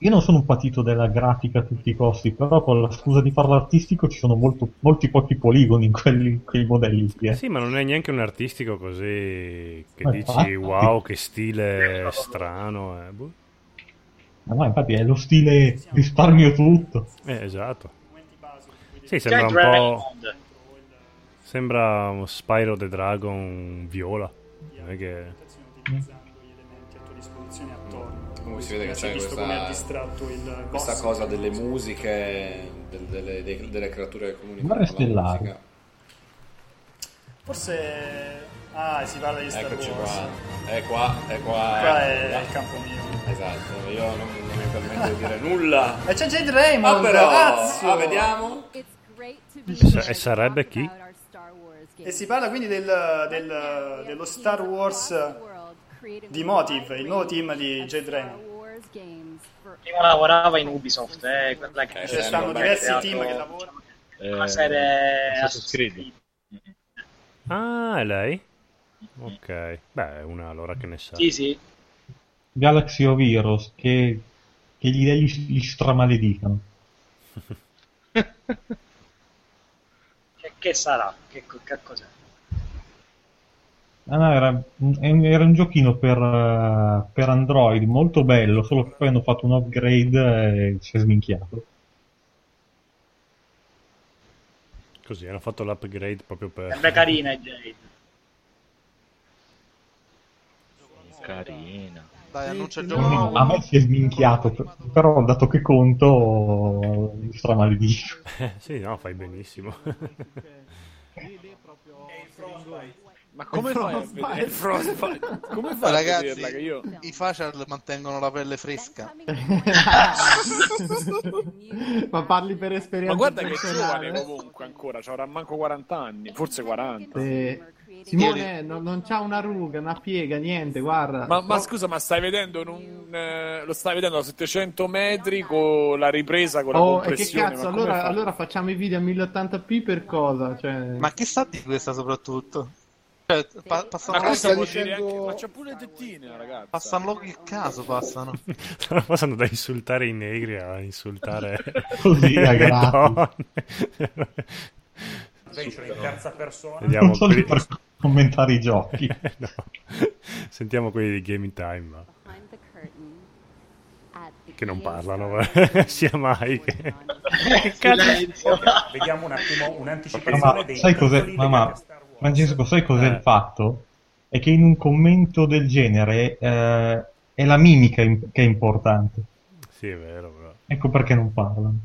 [SPEAKER 18] io non sono un patito della grafica a tutti i costi, però con la scusa di farlo artistico ci sono molto- molti pochi poligoni in quelli, in quei modelli lì. eh.
[SPEAKER 1] Sì, ma non è neanche un artistico così che
[SPEAKER 18] Ma
[SPEAKER 1] dici
[SPEAKER 18] infatti.
[SPEAKER 1] wow, che stile strano. Eh, boh.
[SPEAKER 18] Ma no, infatti è lo stile risparmio tutto.
[SPEAKER 1] Eh, esatto. Sì, sembra un
[SPEAKER 10] Giant Dragon
[SPEAKER 1] po'. Sembra uno Spyro the Dragon viola. Non è che.
[SPEAKER 3] a tua disposizione attorno.
[SPEAKER 13] Mm. Comunque si vede che
[SPEAKER 3] Si è
[SPEAKER 13] c'è
[SPEAKER 3] visto come ha
[SPEAKER 13] questa,
[SPEAKER 3] distratto il
[SPEAKER 13] questa
[SPEAKER 3] boss.
[SPEAKER 13] cosa delle musiche, del- delle, dei- delle creature che comunicano.
[SPEAKER 18] Guerre
[SPEAKER 13] con la
[SPEAKER 18] stellari.
[SPEAKER 13] musica.
[SPEAKER 3] Forse... Ah, si parla di Star
[SPEAKER 13] Eccoci
[SPEAKER 3] Wars.
[SPEAKER 13] qua, è qua, è qua.
[SPEAKER 3] Qua è il campo mio.
[SPEAKER 13] Esatto, io non, non mi permetto di dire nulla.
[SPEAKER 3] E c'è Jade Raymond,
[SPEAKER 13] Ah, però.
[SPEAKER 3] cazzo!
[SPEAKER 13] Ah, vediamo.
[SPEAKER 1] E sarebbe chi?
[SPEAKER 3] E si parla quindi del, del- dello Star Wars di Motive, il nuovo team di Jade Raymond.
[SPEAKER 8] Prima lavorava in Ubisoft, eh, quella che
[SPEAKER 3] Ci stanno diversi team che lavorano. Eh,
[SPEAKER 8] Una serie
[SPEAKER 1] Assassin's Creed. Ah, è lei? Ok, beh, è una allora che ne sa.
[SPEAKER 8] Mm-hmm. Sì, sì.
[SPEAKER 18] Galaxy of Heroes che, che gli dei gli, gli stramaledicano.
[SPEAKER 8] Che, che sarà? Che, co- che cos'è?
[SPEAKER 18] Ah, no, era, è un- era un giochino per, eh, per Android molto bello, solo che poi hanno fatto un upgrade e si è sminchiato.
[SPEAKER 1] Così hanno fatto l'upgrade proprio per.
[SPEAKER 8] Sembra carina è Jade.
[SPEAKER 2] Carina.
[SPEAKER 5] Dai,
[SPEAKER 2] Cioè,
[SPEAKER 5] annuncia il
[SPEAKER 18] No,
[SPEAKER 5] gioco
[SPEAKER 18] no, a me si è sminchiato, per- però dato che conto mi stramaledico.
[SPEAKER 1] Eh, sì, no, fai benissimo.
[SPEAKER 15] Ma come fai a vedere?
[SPEAKER 5] Il Frostbite.
[SPEAKER 15] Come fai a
[SPEAKER 5] Ragazzi,
[SPEAKER 15] vederla che io...
[SPEAKER 5] i facial mantengono la pelle fresca.
[SPEAKER 18] Ma parli per esperienza
[SPEAKER 15] Ma guarda che è
[SPEAKER 18] personale.
[SPEAKER 15] giovane comunque ancora, cioè, avrà manco 40 anni, forse 40.
[SPEAKER 18] Sì. Simone no- non c'ha una ruga, una piega, niente, guarda.
[SPEAKER 15] Ma, ma scusa, ma stai vedendo in un, eh, lo stai vedendo a 700 metri con la ripresa, con la
[SPEAKER 18] Oh, e che
[SPEAKER 15] compressione?
[SPEAKER 18] cazzo,
[SPEAKER 15] ma come
[SPEAKER 18] allora,
[SPEAKER 15] fa?
[SPEAKER 18] allora facciamo i video a 1080p per cosa? Cioè...
[SPEAKER 5] Ma che sa di questa soprattutto? Cioè, pa- passano
[SPEAKER 15] Ma questo
[SPEAKER 5] loro-
[SPEAKER 15] vuol dire anche... Ma c'ha pure le tettine, ragazzi.
[SPEAKER 5] Passano loro che caso passano.
[SPEAKER 1] Stanno passando da insultare i negri a insultare
[SPEAKER 18] Così, a
[SPEAKER 1] le
[SPEAKER 18] gratis.
[SPEAKER 1] donne.
[SPEAKER 19] Adventure in terza persona.
[SPEAKER 1] Vediamo
[SPEAKER 18] Non sono
[SPEAKER 1] qui-
[SPEAKER 18] per commentare i giochi.
[SPEAKER 1] Eh, No. Sentiamo quelli di Game in Time, ma- che non parlano, ma- sia mai che...
[SPEAKER 19] Vediamo un attimo un'anticipazione
[SPEAKER 18] Ma
[SPEAKER 19] dei
[SPEAKER 18] sai cos'è?
[SPEAKER 19] titoli
[SPEAKER 18] Ma, ma,
[SPEAKER 19] legati a Star Wars.
[SPEAKER 18] Francesco, sai cos'è il fatto? È che in un commento del genere eh, è la mimica im- che è importante.
[SPEAKER 1] Sì, è vero, però.
[SPEAKER 18] Ecco perché non parlano.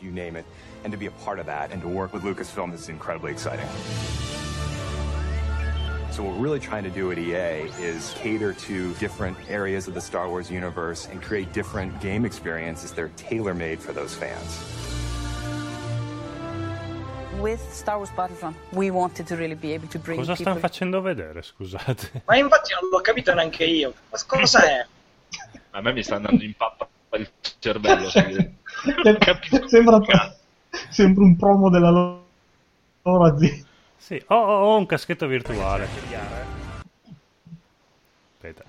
[SPEAKER 29] you name it. And to be a part of that and to work with Lucasfilm is incredibly exciting. So what we're really trying to do at EA is cater to different areas of the Star Wars universe and create different game experiences that are tailor-made for those fans.
[SPEAKER 31] With Star Wars Battlefront, we wanted to really be able to bring
[SPEAKER 1] Cosa
[SPEAKER 31] people
[SPEAKER 1] stanno facendo vedere, scusate?
[SPEAKER 8] Ma infatti non l'ho capito neanche io. Ma cosa è?
[SPEAKER 2] A me mi sta andando in pappa il cervello. sì.
[SPEAKER 18] Sembra, sembra un promo della loro loro azienda.
[SPEAKER 1] Sì, ho, ho- ho un caschetto virtuale. Aspetta.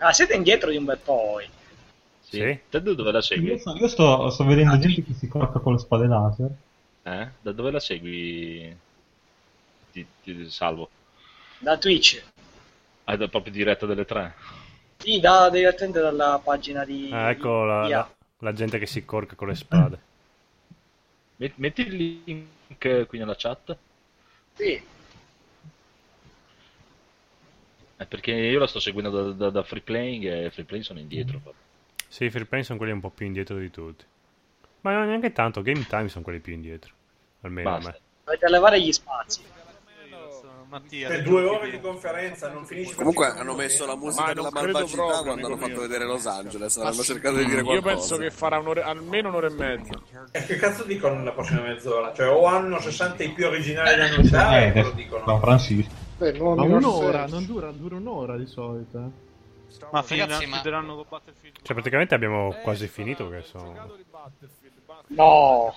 [SPEAKER 8] Ah, siete indietro di un bel po'. voi.
[SPEAKER 2] Sì? Te da dove la segui?
[SPEAKER 18] Io sto, io sto- sto vedendo gente che si corca con le spade laser.
[SPEAKER 2] Eh? Da dove la segui? Ti, ti salvo.
[SPEAKER 8] Da Twitch.
[SPEAKER 2] Ah, da- proprio diretta delle tre.
[SPEAKER 8] Sì, da, devi attendere dalla pagina di...
[SPEAKER 1] Ah, ecco la, la- la gente che si corca con le spade.
[SPEAKER 2] Met- Metti il link qui nella chat.
[SPEAKER 8] Sì.
[SPEAKER 2] È Eh, perché io la sto seguendo da, da, da Free Playing e Free Playing sono
[SPEAKER 8] Mm.
[SPEAKER 2] indietro. proprio.
[SPEAKER 1] Sì, i free play sono quelli un po' più indietro di tutti. Ma non neanche tanto, Game Time sono quelli più indietro. Almeno a me.
[SPEAKER 8] Dovete levare gli spazi.
[SPEAKER 17] Per due ore di conferenza non finisce.
[SPEAKER 12] Comunque hanno messo la musica
[SPEAKER 15] Ma non
[SPEAKER 12] della
[SPEAKER 15] credo
[SPEAKER 12] malvagità
[SPEAKER 15] proprio,
[SPEAKER 12] quando hanno
[SPEAKER 15] amico
[SPEAKER 12] fatto
[SPEAKER 15] mio.
[SPEAKER 12] vedere Los Angeles.
[SPEAKER 15] Ma
[SPEAKER 12] Hanno
[SPEAKER 15] sì.
[SPEAKER 12] cercato di dire
[SPEAKER 15] Io
[SPEAKER 12] qualcosa.
[SPEAKER 15] penso che farà un'ora- almeno un'ora e mezza.
[SPEAKER 17] Che cazzo dicono nella prossima mezz'ora? Cioè, o hanno 60 i più originali da annunciare,
[SPEAKER 18] Eh,
[SPEAKER 17] o lo
[SPEAKER 18] adesso-
[SPEAKER 17] dicono.
[SPEAKER 18] Don Francisco.
[SPEAKER 22] Beh,
[SPEAKER 18] nuovo
[SPEAKER 4] Ma
[SPEAKER 18] Mirror
[SPEAKER 4] un'ora,
[SPEAKER 18] Sense.
[SPEAKER 4] non dura, dura un'ora di solito. eh.
[SPEAKER 5] Ma finiranno
[SPEAKER 16] Ragazzi, ma-
[SPEAKER 5] chiuderanno con Battlefield.
[SPEAKER 1] Cioè, praticamente abbiamo quasi finito. Che sono...
[SPEAKER 8] No!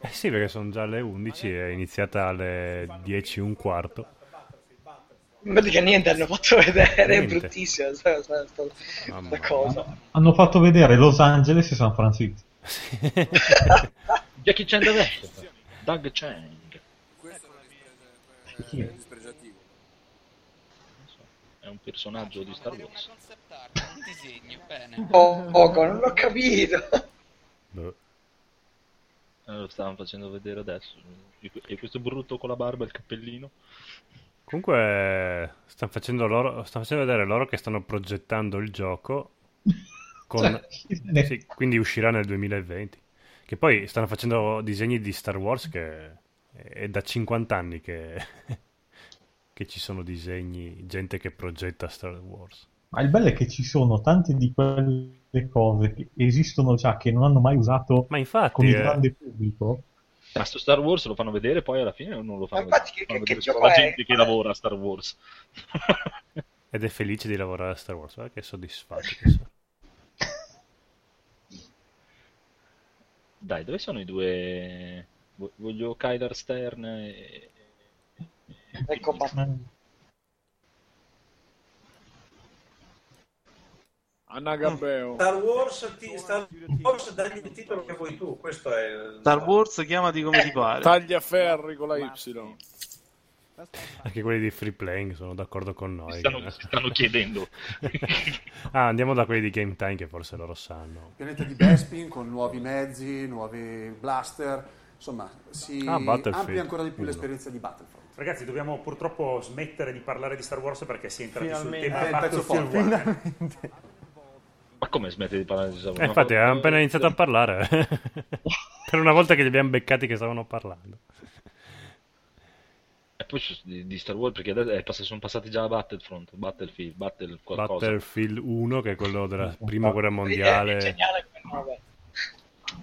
[SPEAKER 1] Eh sì, perché sono già le 11 e è iniziata alle 10 e un quarto.
[SPEAKER 8] Vedi che niente hanno fatto vedere, è
[SPEAKER 1] Niente.
[SPEAKER 8] bruttissima sta, sta- sta- sta cosa.
[SPEAKER 18] Hanno fatto vedere Los Angeles e San Francisco.
[SPEAKER 2] Jackie Chan dov'è? Doug Chang.
[SPEAKER 18] Chi è?
[SPEAKER 2] È un personaggio di Star Wars.
[SPEAKER 8] Oh, poco, non l'ho capito.
[SPEAKER 18] Boh.
[SPEAKER 2] Eh, Lo stavano facendo vedere adesso. E que- E questo brutto con la barba e il cappellino.
[SPEAKER 1] Comunque, stanno facendo, loro, stanno facendo vedere loro che stanno progettando il gioco. con-
[SPEAKER 18] Cioè,
[SPEAKER 1] sì, quindi uscirà nel 2020. Che poi stanno facendo disegni di Star Wars che è da 50 anni che, che ci sono disegni, gente che progetta Star Wars.
[SPEAKER 18] Ma il bello è che ci sono tante di quelle cose che esistono già, che non hanno mai usato con il
[SPEAKER 1] eh.
[SPEAKER 18] grande pubblico.
[SPEAKER 2] Ma sto Star Wars lo fanno vedere, poi alla fine non lo fanno vedere. Fanno vedere
[SPEAKER 8] gioco
[SPEAKER 2] solo la
[SPEAKER 8] è?
[SPEAKER 2] gente che lavora a Star Wars.
[SPEAKER 1] Ed è felice di lavorare a Star Wars, guarda che soddisfatto che sono.
[SPEAKER 2] Dai, dove sono i due? Vo- Voglio Kyler Stern e...
[SPEAKER 8] Ecco, ma-
[SPEAKER 15] Anagabeo.
[SPEAKER 17] Star Wars, ti- Star Wars dagli il titolo che vuoi tu, questo è... il-
[SPEAKER 5] Star Wars chiamati come ti pare.
[SPEAKER 15] Tagliaferri con la Y.
[SPEAKER 1] Anche quelli di Free Playing sono d'accordo con noi.
[SPEAKER 2] stanno- si stanno chiedendo.
[SPEAKER 1] ah, andiamo da quelli di Game Time che forse loro sanno.
[SPEAKER 30] Pianeta di Bespin con nuovi mezzi, nuovi blaster, insomma si
[SPEAKER 1] Ah, Battlefield.
[SPEAKER 30] amplia ancora di più
[SPEAKER 1] Uno.
[SPEAKER 30] l'esperienza di Battlefront.
[SPEAKER 19] Ragazzi, dobbiamo purtroppo smettere di parlare di Star Wars perché si è entrati
[SPEAKER 30] Finalmente.
[SPEAKER 19] sul
[SPEAKER 30] Eh, il
[SPEAKER 19] tema
[SPEAKER 30] pezzo
[SPEAKER 19] Battlefield
[SPEAKER 30] forte.
[SPEAKER 19] 1.
[SPEAKER 2] Ma come smette di parlare di Star Wars?
[SPEAKER 1] Eh, infatti,
[SPEAKER 2] Ma-
[SPEAKER 1] hanno appena iniziato a parlare. per una volta che li abbiamo beccati che stavano parlando.
[SPEAKER 2] E Eh, poi su- di di Star Wars, perché adesso è pass- sono passati già a Battlefront, Battlefield, Battle qualcosa.
[SPEAKER 1] Battlefield 1, che è quello della prima guerra
[SPEAKER 8] Mm. È
[SPEAKER 1] mondiale.
[SPEAKER 8] geniale come nome.
[SPEAKER 3] Ah,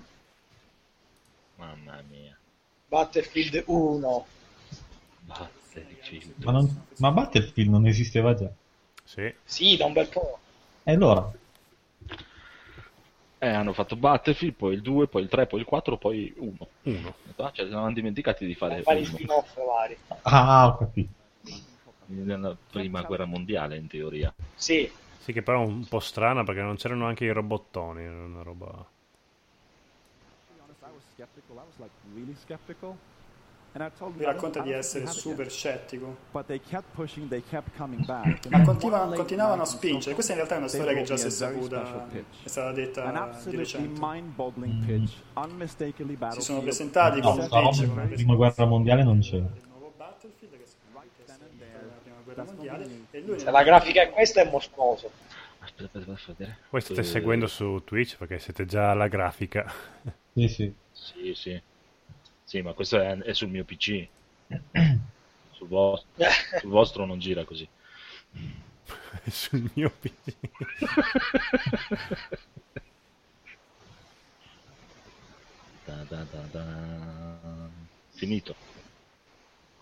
[SPEAKER 2] Mamma mia.
[SPEAKER 8] Battlefield 1.
[SPEAKER 2] Battlefield.
[SPEAKER 18] Ma, non- ma Battlefield non esisteva già.
[SPEAKER 1] Sì.
[SPEAKER 8] Sì, da un bel po'.
[SPEAKER 18] E allora?
[SPEAKER 2] Eh, hanno fatto Battlefield, poi il 2, poi il 3, poi il 4, poi 1.
[SPEAKER 1] Uno.
[SPEAKER 2] Ah, cioè, sono dimenticati di fare
[SPEAKER 8] Vari
[SPEAKER 2] uno.
[SPEAKER 8] spin-off vari.
[SPEAKER 18] Ah, ho capito.
[SPEAKER 2] nella prima guerra mondiale, in teoria.
[SPEAKER 8] Sì.
[SPEAKER 1] Sì, che però è un po' strana perché non c'erano anche i robottoni. era Una roba.
[SPEAKER 3] Mi racconta di essere super scettico.
[SPEAKER 6] Ma
[SPEAKER 3] Continua- continuavano a spingere. Questa in realtà è una storia che già si è saputa, è stata detta di recente. Si sono presentati
[SPEAKER 18] No,
[SPEAKER 3] con un
[SPEAKER 18] sta
[SPEAKER 3] pitch
[SPEAKER 18] roba
[SPEAKER 3] come
[SPEAKER 18] della
[SPEAKER 3] il
[SPEAKER 18] prima guerra mondiale non c'era.
[SPEAKER 3] Battlefield che si della prima guerra mondiale e lui
[SPEAKER 8] Se Cioè, la grafica è questa è mostruoso.
[SPEAKER 2] Aspetta, aspetta, aspetta, vedere.
[SPEAKER 1] Voi state
[SPEAKER 2] Eh,
[SPEAKER 1] seguendo su Twitch perché siete già alla grafica.
[SPEAKER 18] Sì, sì.
[SPEAKER 2] Sì, sì. Sì, ma questo è, è sul mio PC. Sul, vostro, sul vostro non gira così.
[SPEAKER 1] Sul mio PC.
[SPEAKER 2] Da, da, da, da. Finito.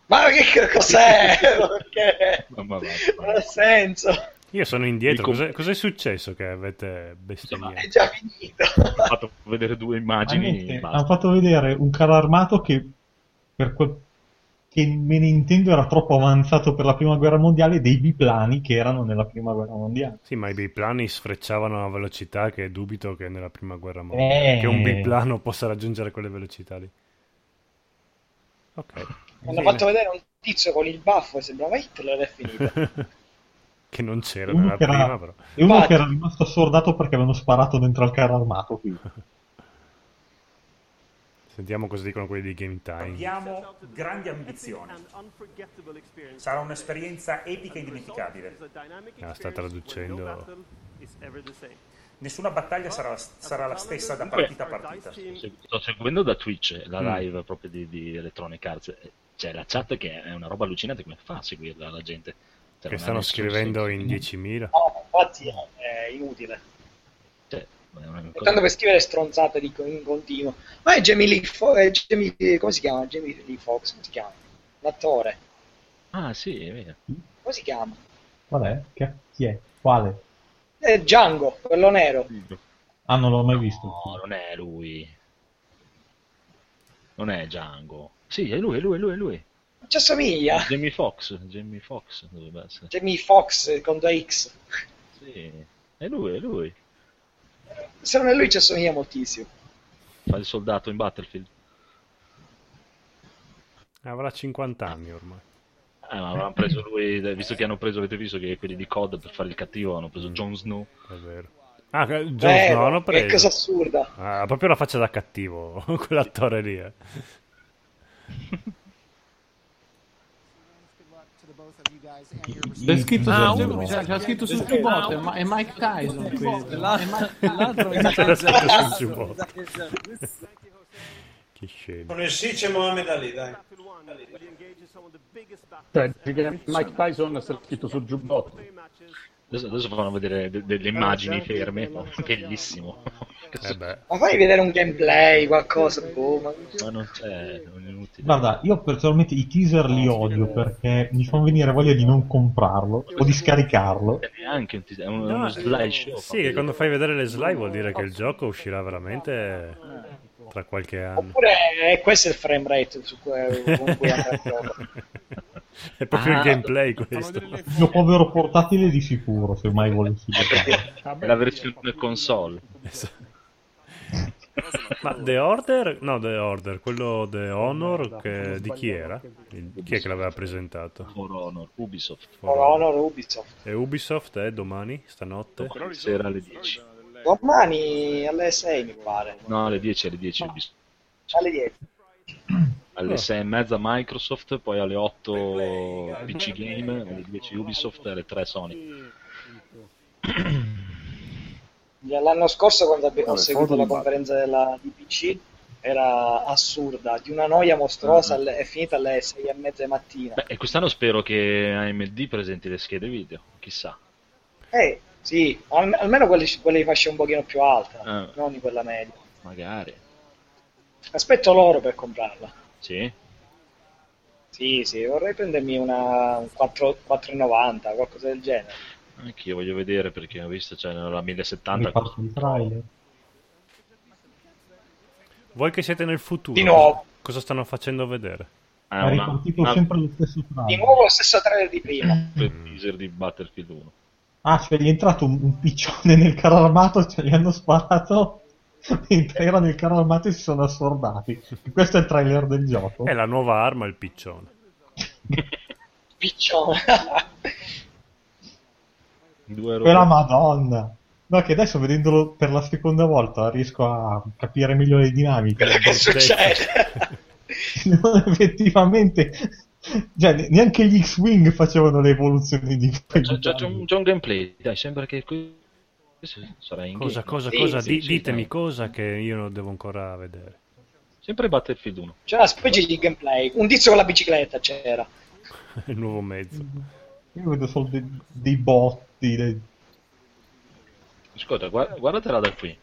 [SPEAKER 8] Ma che cos'è? Perché?
[SPEAKER 2] Mamma mia.
[SPEAKER 8] Non ha senso.
[SPEAKER 1] Io sono indietro.
[SPEAKER 2] Dico-
[SPEAKER 1] Cos'è, cos'è successo che avete bestemmiato?
[SPEAKER 8] È già finito.
[SPEAKER 2] Ho fatto vedere due immagini.
[SPEAKER 18] Veramente,
[SPEAKER 2] basta.
[SPEAKER 18] hanno fatto vedere un carro armato che, per quel che me ne intendo, era troppo avanzato per la prima guerra mondiale e dei biplani che erano nella prima guerra mondiale.
[SPEAKER 1] Sì, ma i biplani sfrecciavano a velocità che dubito che nella prima guerra mondiale.
[SPEAKER 18] Eh.
[SPEAKER 1] Che un biplano possa raggiungere quelle velocità lì. Ok.
[SPEAKER 8] Hanno fatto vedere un tizio con il baffo e sembrava Hitler e è finito.
[SPEAKER 1] che non c'era
[SPEAKER 18] Uno
[SPEAKER 1] nella
[SPEAKER 18] che era-
[SPEAKER 1] prima, però.
[SPEAKER 18] E uno che era rimasto assordato perché avevano sparato dentro al carro armato. quindi.
[SPEAKER 1] Sentiamo cosa dicono quelli di Game Time.
[SPEAKER 19] Abbiamo grandi ambizioni. Sarà un'esperienza epica e indimenticabile.
[SPEAKER 1] Ah, sta traducendo.
[SPEAKER 19] Nessuna battaglia sarà,
[SPEAKER 1] Ah,
[SPEAKER 19] sarà la stessa da partita a partita.
[SPEAKER 2] Sto seguendo da Twitch la
[SPEAKER 19] Mm.
[SPEAKER 2] live proprio di, di Electronic Arts. C'è la chat che è una roba allucinante. Come fa a seguirla la gente? Cioè, non
[SPEAKER 1] Che
[SPEAKER 2] ha
[SPEAKER 1] stanno
[SPEAKER 2] nessun
[SPEAKER 1] scrivendo
[SPEAKER 2] senso. Mm.
[SPEAKER 1] in 10.000.
[SPEAKER 8] No, infatti è inutile.
[SPEAKER 2] Cioè, ma è una cosa-
[SPEAKER 8] Tanto per scrivere stronzate di, in continuo. Ma è Jamie Lee Fox. come si chiama? Jamie Lee Fox, come si chiama? L'attore.
[SPEAKER 2] Ah, sì, è vero.
[SPEAKER 8] Come si chiama?
[SPEAKER 18] Qual è? Che- chi è? Quale?
[SPEAKER 8] È Django, quello nero.
[SPEAKER 18] Ah, non l'ho mai visto.
[SPEAKER 2] No, non è lui. Non è Eh, Django. Sì, è lui, è lui, è lui, è lui.
[SPEAKER 8] Ci assomiglia.
[SPEAKER 2] Jamie Fox, Jamie Fox dovrebbe essere.
[SPEAKER 8] Jamie Fox con due X.
[SPEAKER 2] Sì, è lui, è lui.
[SPEAKER 8] Se non è lui ci assomiglia moltissimo.
[SPEAKER 2] Fa il soldato in Battlefield.
[SPEAKER 1] Ah, Avrà 50 anni ormai.
[SPEAKER 2] Eh, ma avranno preso lui, eh, visto che hanno preso, avete visto che quelli di COD per fare il cattivo hanno preso Jon Snow.
[SPEAKER 1] È vero. Ah, Jon
[SPEAKER 18] Eh,
[SPEAKER 8] Vero,
[SPEAKER 1] Snow l'hanno preso.
[SPEAKER 8] Che cosa assurda.
[SPEAKER 1] Ah, ha proprio la faccia da cattivo, quell'attore lì. eh.
[SPEAKER 6] C'è scritto
[SPEAKER 1] Ah,
[SPEAKER 6] su
[SPEAKER 1] uno mi sa-
[SPEAKER 6] c'è, c'è scritto su
[SPEAKER 1] perché-
[SPEAKER 6] più volte,
[SPEAKER 1] ah, uno.
[SPEAKER 6] ma è Mike Tyson questo.
[SPEAKER 1] L'al-
[SPEAKER 6] È Mike-
[SPEAKER 1] l'altro è
[SPEAKER 6] Mike
[SPEAKER 1] Tyson.
[SPEAKER 6] Tyson.
[SPEAKER 1] Giubbotto. Che scemo.
[SPEAKER 17] Con il sì c'è Mohamed Ali, dai.
[SPEAKER 6] Cioè, Mike Tyson sta scritto sul giubbotto.
[SPEAKER 2] Adesso, adesso fanno vedere de-
[SPEAKER 8] Ah,
[SPEAKER 2] delle immagini
[SPEAKER 8] esatto,
[SPEAKER 2] ferme, ma bellissimo. Eh beh.
[SPEAKER 8] Ma fai vedere un gameplay, qualcosa, boh, ma...
[SPEAKER 2] Mm. Ma non c'è, non è inutile.
[SPEAKER 18] Guarda, io personalmente i teaser li odio
[SPEAKER 1] eh.
[SPEAKER 18] perché mi fanno venire voglia di non comprarlo o di scaricarlo.
[SPEAKER 1] Eh,
[SPEAKER 2] È anche un, tis- è un- uno
[SPEAKER 1] No,
[SPEAKER 2] slideshow.
[SPEAKER 1] Sì, che quando fai vedere le slide vuol dire che il gioco uscirà veramente tra qualche anno.
[SPEAKER 8] Oppure eh, questo è il frame rate su cui, con cui andrà il gioco.
[SPEAKER 1] È proprio il
[SPEAKER 2] Ah,
[SPEAKER 1] gameplay questo.
[SPEAKER 18] Il mio povero portatile di sicuro, se mai volessi giocare.
[SPEAKER 2] È la versione console.
[SPEAKER 1] Esatto. Ma The Order? No, The Order, quello The Honor che- di chi era? Il- Chi è che l'aveva presentato?
[SPEAKER 2] For Honor, Ubisoft.
[SPEAKER 8] For Honor Ubisoft.
[SPEAKER 1] E Ubisoft è domani, stanotte?
[SPEAKER 2] Sera alle 10.
[SPEAKER 8] Domani alle 6 mi pare,
[SPEAKER 2] No, alle 10, alle 10 Ubisoft.
[SPEAKER 8] alle 10.
[SPEAKER 2] Alle
[SPEAKER 8] Oh.
[SPEAKER 2] 6 e mezza Microsoft, poi alle 8 PC Game, alle 10 Ubisoft e alle 3 Sony.
[SPEAKER 8] L'anno scorso quando abbiamo
[SPEAKER 2] Vabbè,
[SPEAKER 8] seguito
[SPEAKER 2] foto
[SPEAKER 8] la
[SPEAKER 2] di Batman.
[SPEAKER 8] conferenza della DPC era assurda, di una noia mostruosa, alle- è finita alle 6 e mezza di mattina.
[SPEAKER 2] Mm. Beh, e quest'anno spero che AMD presenti le schede video, chissà.
[SPEAKER 8] Eh, sì, al- almeno quelle, quelle di fascia un pochino più alta,
[SPEAKER 2] Ah.
[SPEAKER 8] non di quella media.
[SPEAKER 2] Magari.
[SPEAKER 8] Aspetto loro per comprarla.
[SPEAKER 2] Sì.
[SPEAKER 8] Sì, sì, vorrei prendermi una un 4 4,90, qualcosa del genere.
[SPEAKER 2] Anche io voglio vedere perché ho visto cioè, c'è la 1070
[SPEAKER 18] Riparto il trailer.
[SPEAKER 1] Voi che siete nel futuro,
[SPEAKER 8] Di nuovo.
[SPEAKER 1] cosa stanno facendo vedere?
[SPEAKER 2] Ah,
[SPEAKER 18] È ripartito sempre lo stesso
[SPEAKER 8] Di
[SPEAKER 18] trailer.
[SPEAKER 8] nuovo lo stesso trailer di prima.
[SPEAKER 2] per Mm. teaser di Battlefield 1.
[SPEAKER 18] Ah, cioè gli è entrato un, un piccione nel carro armato, cioè gli hanno sparato mentre era nel carro armato e si sono assordati. Questo è il trailer del gioco.
[SPEAKER 1] È la nuova arma, il piccione.
[SPEAKER 8] Piccione.
[SPEAKER 2] Due euro.
[SPEAKER 18] Quella madonna! No, che adesso vedendolo per la seconda volta riesco a capire meglio le
[SPEAKER 14] Eh.
[SPEAKER 18] dinamiche.
[SPEAKER 8] che succede?
[SPEAKER 18] Non effettivamente... Cioè, neanche gli X-Wing facevano le evoluzioni di quei
[SPEAKER 2] Cioè, C'è, c'è- c'è un, c'è un gameplay, dai, sembra che que- questo sarà in
[SPEAKER 1] Cosa,
[SPEAKER 2] game.
[SPEAKER 1] cosa,
[SPEAKER 2] Sì,
[SPEAKER 1] cosa?
[SPEAKER 2] sì,
[SPEAKER 1] Di-
[SPEAKER 2] sì,
[SPEAKER 1] ditemi
[SPEAKER 2] dai.
[SPEAKER 1] cosa che io non devo ancora vedere.
[SPEAKER 2] Sempre Battlefield 1.
[SPEAKER 8] C'è una specie di gameplay. Un tizio con la bicicletta c'era.
[SPEAKER 1] Il nuovo mezzo.
[SPEAKER 18] Mhm. Io vedo solo dei, dei botti, dei
[SPEAKER 2] Ascolta, guarda- guardatela da qui.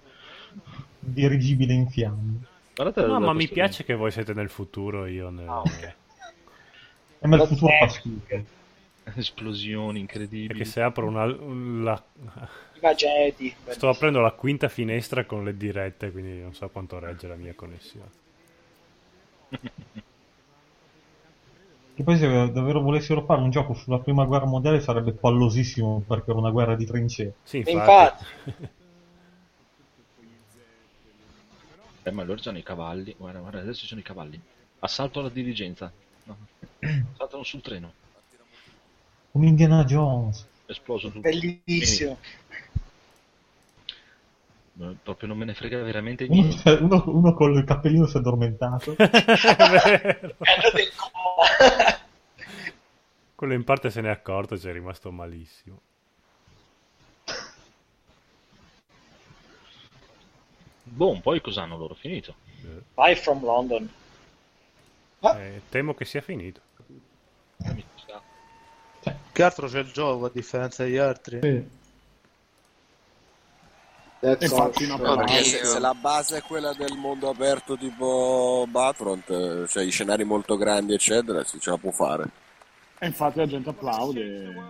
[SPEAKER 18] dirigibili in fiamme.
[SPEAKER 2] Guardatela
[SPEAKER 1] No,
[SPEAKER 2] da
[SPEAKER 1] ma mi
[SPEAKER 2] questo
[SPEAKER 1] piace che voi siete nel futuro, io nel...
[SPEAKER 2] Ah,
[SPEAKER 18] Eh, Ma il futuro fa schifo.
[SPEAKER 2] punto. Esplosioni incredibili.
[SPEAKER 1] Perché se apro una... la-
[SPEAKER 8] I vageti.
[SPEAKER 1] Sto aprendo la quinta finestra con le dirette, quindi non so quanto regge la mia connessione.
[SPEAKER 18] Che poi se davvero volessero fare un gioco sulla prima guerra mondiale sarebbe pallosissimo perché era una guerra di trincee.
[SPEAKER 1] Sì,
[SPEAKER 8] infatti.
[SPEAKER 2] Eh, ma allora ci sono i cavalli. Guarda, guarda, adesso ci sono i cavalli. Assalto alla dirigenza. No. Saltano sul treno.
[SPEAKER 18] Un Indiana Jones.
[SPEAKER 2] Esploso tutto.
[SPEAKER 8] Bellissimo.
[SPEAKER 2] Vieni. No, eh, proprio non me ne frega veramente
[SPEAKER 18] Uno,
[SPEAKER 2] niente.
[SPEAKER 18] Cioè, uno, uno col cappellino si è addormentato.
[SPEAKER 1] Quello in parte se n'è accorto e ci è rimasto malissimo.
[SPEAKER 2] Boh, poi cos'hanno loro? Finito.
[SPEAKER 8] Vai from London.
[SPEAKER 1] Eh, temo che sia finito.
[SPEAKER 5] Che altro c'è il gioco a differenza degli altri?
[SPEAKER 12] Infatti,
[SPEAKER 5] no,
[SPEAKER 12] no, perché
[SPEAKER 5] però-
[SPEAKER 12] se, se la base è quella del mondo aperto tipo Battlefront, Oh, eh, cioè i scenari molto grandi eccetera, si ce la può fare.
[SPEAKER 6] E infatti la gente applaude.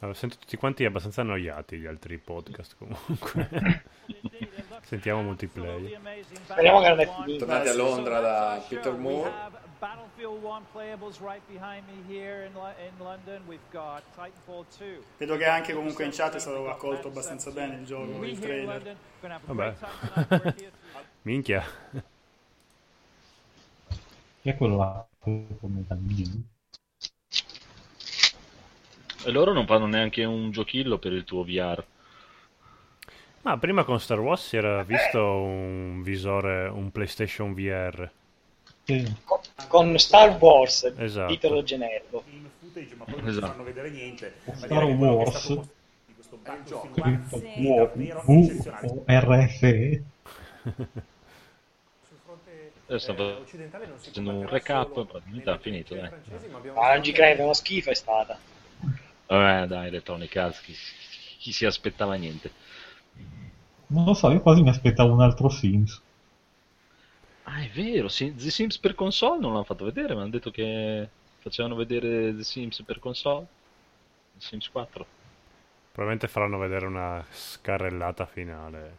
[SPEAKER 1] Allora, sento tutti quanti abbastanza annoiati gli altri podcast comunque. Sentiamo multiplayer.
[SPEAKER 16] Speriamo che non è finito.
[SPEAKER 13] Tornate a Londra da Peter Moore.
[SPEAKER 3] Vedo che anche comunque in chat è stato accolto abbastanza bene il gioco, il trailer.
[SPEAKER 1] Vabbè. Minchia.
[SPEAKER 18] Chi è quello là? Come bambino?
[SPEAKER 2] E loro non fanno neanche un giochillo per il tuo VR.
[SPEAKER 1] Ma prima con Star Wars si era visto un visore, un PlayStation VR.
[SPEAKER 8] Con, con Star Wars,
[SPEAKER 1] Esatto.
[SPEAKER 8] titolo generico.
[SPEAKER 19] footage, ma poi non ci
[SPEAKER 1] Esatto.
[SPEAKER 19] fanno vedere niente. Ma
[SPEAKER 18] Star
[SPEAKER 19] direi che quello che è
[SPEAKER 18] Wars.
[SPEAKER 19] stato
[SPEAKER 1] Ah,
[SPEAKER 19] costruito di questo eh. Battlefield
[SPEAKER 18] Scritto
[SPEAKER 19] One è davvero eccezionale.
[SPEAKER 18] V-O-R-F-E.
[SPEAKER 2] Adesso sto facendo un recap, praticamente ha finito, dai.
[SPEAKER 8] Ma non ci credo, è uno schifo è stata.
[SPEAKER 2] Vabbè, dai, Electronic Arts, chi, chi si aspettava niente.
[SPEAKER 18] Non lo so, io quasi mi aspettavo un altro Sims.
[SPEAKER 2] Ah, è vero, sì, The Sims per console non l'hanno fatto vedere, ma hanno detto che facevano vedere The Sims per console. The Sims 4.
[SPEAKER 1] Probabilmente faranno vedere una scarrellata finale.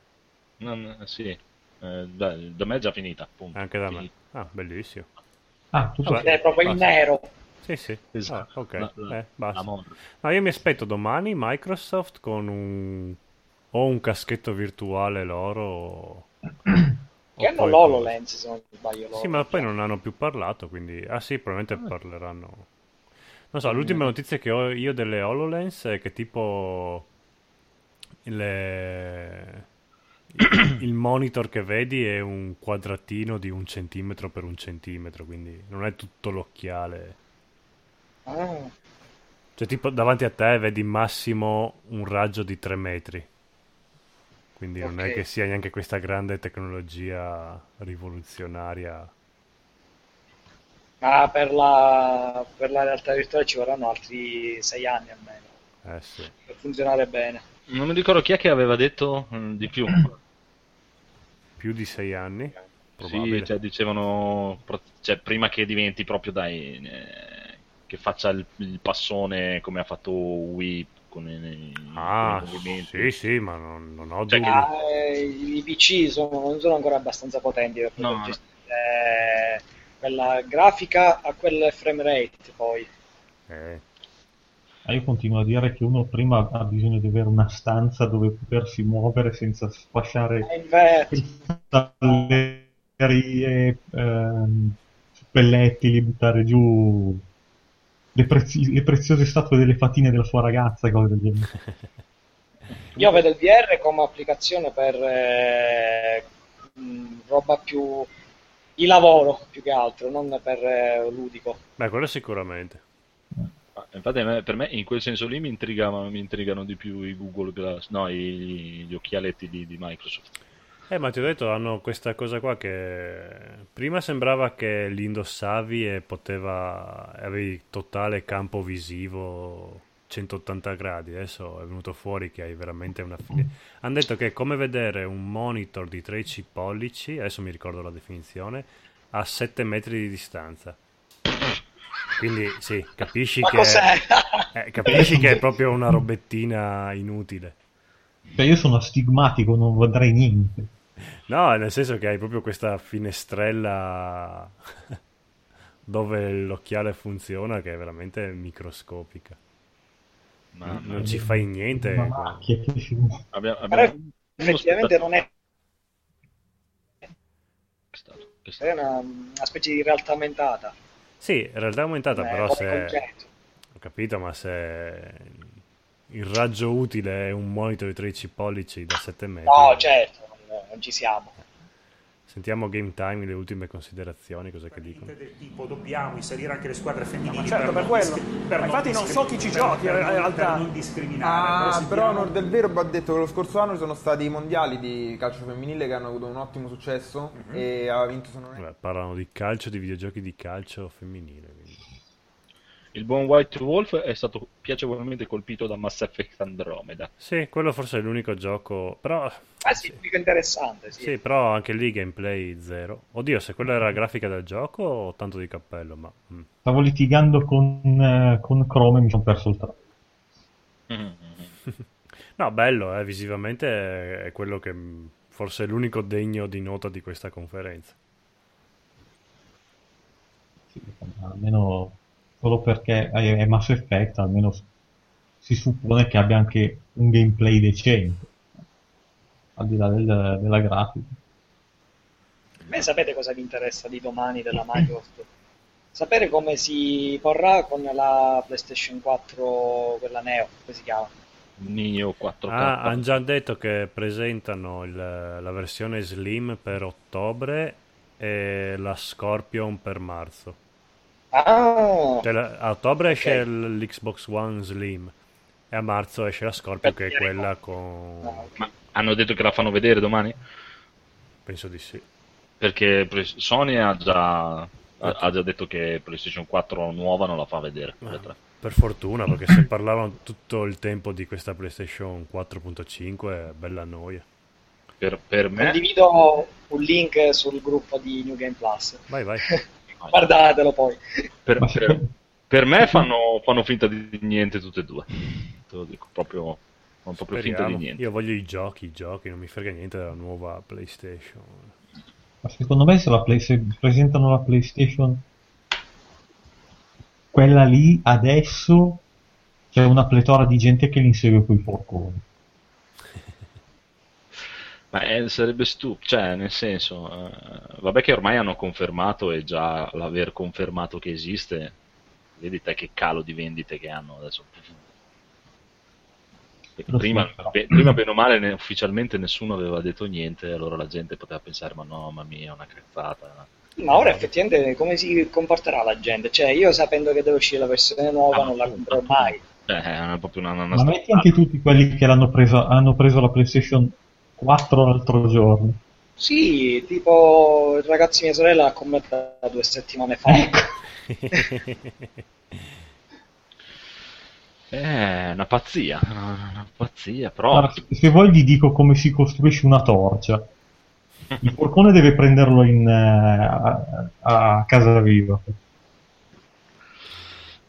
[SPEAKER 2] No, no, sì, eh, da, da me è già finita, appunto.
[SPEAKER 1] Anche da me. Ah, bellissimo.
[SPEAKER 18] Ah,
[SPEAKER 1] tu Oh,
[SPEAKER 8] Ed è proprio in nero.
[SPEAKER 1] Sì, sì. Ah, ok,
[SPEAKER 2] La- la-
[SPEAKER 1] Eh, basta.
[SPEAKER 2] la morte.
[SPEAKER 1] No, io mi aspetto domani Microsoft con un... o un caschetto virtuale loro... o-
[SPEAKER 8] Che
[SPEAKER 1] o
[SPEAKER 8] hanno
[SPEAKER 1] poi-
[SPEAKER 8] l'HoloLens, se non sbaglio. loro.
[SPEAKER 1] Sì, ma poi non hanno più parlato, quindi... Ah sì, probabilmente parleranno... Non so, l'ultima notizia che ho io delle HoloLens è che tipo... le- il- Il monitor che vedi è un quadratino di un centimetro per un centimetro, quindi non è tutto l'occhiale.
[SPEAKER 8] Ah,
[SPEAKER 1] Cioè, tipo, davanti a te vedi massimo un raggio di 3 metri. Quindi non è
[SPEAKER 8] Ok.
[SPEAKER 1] che sia neanche questa grande tecnologia rivoluzionaria.
[SPEAKER 8] ma per la, per la realtà virtuale ci vorranno altri sei anni almeno
[SPEAKER 1] Eh sì.
[SPEAKER 8] per funzionare bene.
[SPEAKER 2] Non mi ricordo chi è che aveva detto mm, di più.
[SPEAKER 1] Più di 6 anni? Probabile.
[SPEAKER 2] Sì, cioè, dicevano, pro- cioè, prima che diventi proprio dai, eh, che faccia il, il passone come ha fatto Wii con i,
[SPEAKER 1] ah,
[SPEAKER 2] con i movimenti.
[SPEAKER 1] sì, sì, ma non, Cioè non ho dubbi.
[SPEAKER 8] Ma, eh, i PC sono, non sono ancora abbastanza potenti per poter
[SPEAKER 1] No.
[SPEAKER 8] gestire eh, quella grafica a quel frame rate poi.
[SPEAKER 18] Ah, io continuo a dire che uno prima ha bisogno di avere una stanza dove potersi muovere senza
[SPEAKER 8] E
[SPEAKER 18] sfasciare
[SPEAKER 8] invece,
[SPEAKER 18] gallerie, ehm, pellettili, buttare giù le, prezi- le preziose statue delle fatine della sua ragazza, cose del genere.
[SPEAKER 8] io vedo il VR come applicazione per eh, mh, roba più di lavoro più che altro, non per eh, ludico.
[SPEAKER 1] Beh, quello sicuramente.
[SPEAKER 2] Ma Ah, Infatti, a me- per me in quel senso lì mi intrigavano, mi intrigano di più i Google Glass, no, i- gli occhialetti di, di Microsoft.
[SPEAKER 1] Eh, ma ti ho detto, hanno questa cosa qua che prima sembrava che li indossavi e poteva... avevi totale campo visivo 180 gradi, adesso è venuto fuori che hai veramente una... fine- Hanno detto che è come vedere un monitor di 13 pollici, adesso mi ricordo la definizione, a 7 metri di distanza. Quindi sì, capisci
[SPEAKER 8] Ma
[SPEAKER 1] che...
[SPEAKER 8] cos'è?
[SPEAKER 1] eh, capisci che è proprio una robettina inutile.
[SPEAKER 18] Cioè, io sono astigmatico, non vedrei niente.
[SPEAKER 1] No, nel senso che hai proprio questa finestrella dove l'occhiale funziona che è veramente microscopica.
[SPEAKER 2] Ma-
[SPEAKER 1] non ci fai niente. ecco.
[SPEAKER 18] Ma macchie, che figura.
[SPEAKER 2] Abbiamo,
[SPEAKER 8] Però
[SPEAKER 2] abbiamo
[SPEAKER 8] effettivamente non è,
[SPEAKER 2] che
[SPEAKER 8] è una, una specie di realtà aumentata.
[SPEAKER 1] Sì, in realtà è aumentata,
[SPEAKER 8] Eh,
[SPEAKER 1] però
[SPEAKER 8] come
[SPEAKER 1] se...
[SPEAKER 8] concetto.
[SPEAKER 1] Ho capito, ma se il raggio utile è un monitor di 13 pollici da 7 metri...
[SPEAKER 8] No,
[SPEAKER 18] cioè-
[SPEAKER 8] certo, non, non ci siamo.
[SPEAKER 1] Sentiamo Game Time, le ultime considerazioni, cosa che dicono.
[SPEAKER 19] del tipo dobbiamo inserire anche le squadre femminili
[SPEAKER 1] ma certo, per
[SPEAKER 19] non
[SPEAKER 1] quello.
[SPEAKER 19] discri-
[SPEAKER 1] Ma
[SPEAKER 19] per
[SPEAKER 1] infatti non so chi ci eh,
[SPEAKER 19] per-
[SPEAKER 9] giochi, eh,
[SPEAKER 19] per
[SPEAKER 9] in
[SPEAKER 19] non-
[SPEAKER 9] realtà.
[SPEAKER 19] per non discriminare
[SPEAKER 9] Ah, però
[SPEAKER 19] però
[SPEAKER 9] a onor del vero va detto che lo scorso anno ci sono stati i mondiali di calcio femminile che hanno avuto un ottimo successo e ha vinto se non erro,
[SPEAKER 1] Vabbè, parlano di calcio, di videogiochi di calcio femminile. quindi.
[SPEAKER 2] Il buon White Wolf è stato piacevolmente colpito da Mass Effect Andromeda.
[SPEAKER 1] Sì, quello forse è l'unico gioco, però
[SPEAKER 8] Ah sì, dico interessante, sì. Mm.
[SPEAKER 1] Sì, però anche lì gameplay zero. Oddio, se quella era la grafica del gioco, ho tanto di cappello, ma... mm.
[SPEAKER 18] Stavo litigando con, eh, con Chrome e mi sono perso il treno.
[SPEAKER 8] Mm-hmm.
[SPEAKER 1] No, bello, eh, visivamente è quello che mh, forse è l'unico degno di nota di questa conferenza.
[SPEAKER 18] almeno solo perché è è Mass Effect, almeno s- si suppone che abbia anche un gameplay decente, al di là del- della grafica.
[SPEAKER 8] A me sapete cosa mi interessa di domani della Microsoft? Sapere come si porrà con la PlayStation 4, quella Neo, come si chiama?
[SPEAKER 2] Nio 4K.
[SPEAKER 1] Ah, hanno già detto che presentano il- la versione Slim per ottobre e la Scorpion per marzo.
[SPEAKER 8] Ah,
[SPEAKER 1] Cioè, la- a ottobre esce l- l'Xbox One Slim e a marzo esce la Scorpio che è quella
[SPEAKER 8] Ah,
[SPEAKER 1] con...
[SPEAKER 2] Hanno detto che la fanno vedere domani?
[SPEAKER 1] Penso di sì. Ah,
[SPEAKER 2] Perché pre- Sony ha già, ha- ha già detto che PlayStation 4 nuova non la fa vedere.
[SPEAKER 1] Ah.
[SPEAKER 2] quella tre.
[SPEAKER 1] Per fortuna, perché se parlavano tutto il tempo di questa PlayStation 4.5 è bella noia.
[SPEAKER 2] Per, per
[SPEAKER 8] condivido un link sul gruppo di New Game Plus.
[SPEAKER 1] Vai, vai.
[SPEAKER 8] Guardatelo poi.
[SPEAKER 2] Per, per- per me fanno, fanno finta di niente tutte e due. Te lo dico, proprio, fanno proprio finta di
[SPEAKER 1] Speriamo.
[SPEAKER 2] niente.
[SPEAKER 1] Io voglio i giochi, i giochi, non mi frega niente della nuova PlayStation.
[SPEAKER 18] Ma secondo me se, la play- se presentano la PlayStation, quella lì adesso c'è una pletora di gente che li insegue coi forconi.
[SPEAKER 2] Ma eh, sarebbe stupido, cioè, nel senso, eh, vabbè che ormai hanno confermato e già l'aver confermato che esiste, vedi te che calo di vendite che hanno adesso. Pe-
[SPEAKER 18] Lo so,
[SPEAKER 2] Prima,
[SPEAKER 18] però.
[SPEAKER 2] pe- prima, bene o male, ne- ufficialmente nessuno aveva detto niente, allora la gente poteva pensare, ma no, mamma mia, è una cazzata.
[SPEAKER 8] Ma ora effettivamente come si comporterà la gente? Cioè, io sapendo che deve uscire la versione nuova non la comprerò mai.
[SPEAKER 2] Cioè, è proprio una, una, una
[SPEAKER 18] Ma metti anche tutti quelli che l'hanno presa, hanno preso la PlayStation 4 l'altro giorno.
[SPEAKER 8] Sì, tipo il ragazzo mia sorella l'ha commentata due settimane fa.
[SPEAKER 18] Ecco.
[SPEAKER 2] È Eh, una pazzia, una, una pazzia, però...
[SPEAKER 18] Guarda, se- se vuoi vi dico come si costruisce una torcia. Il forcone deve prenderlo in, eh, a, a casa viva.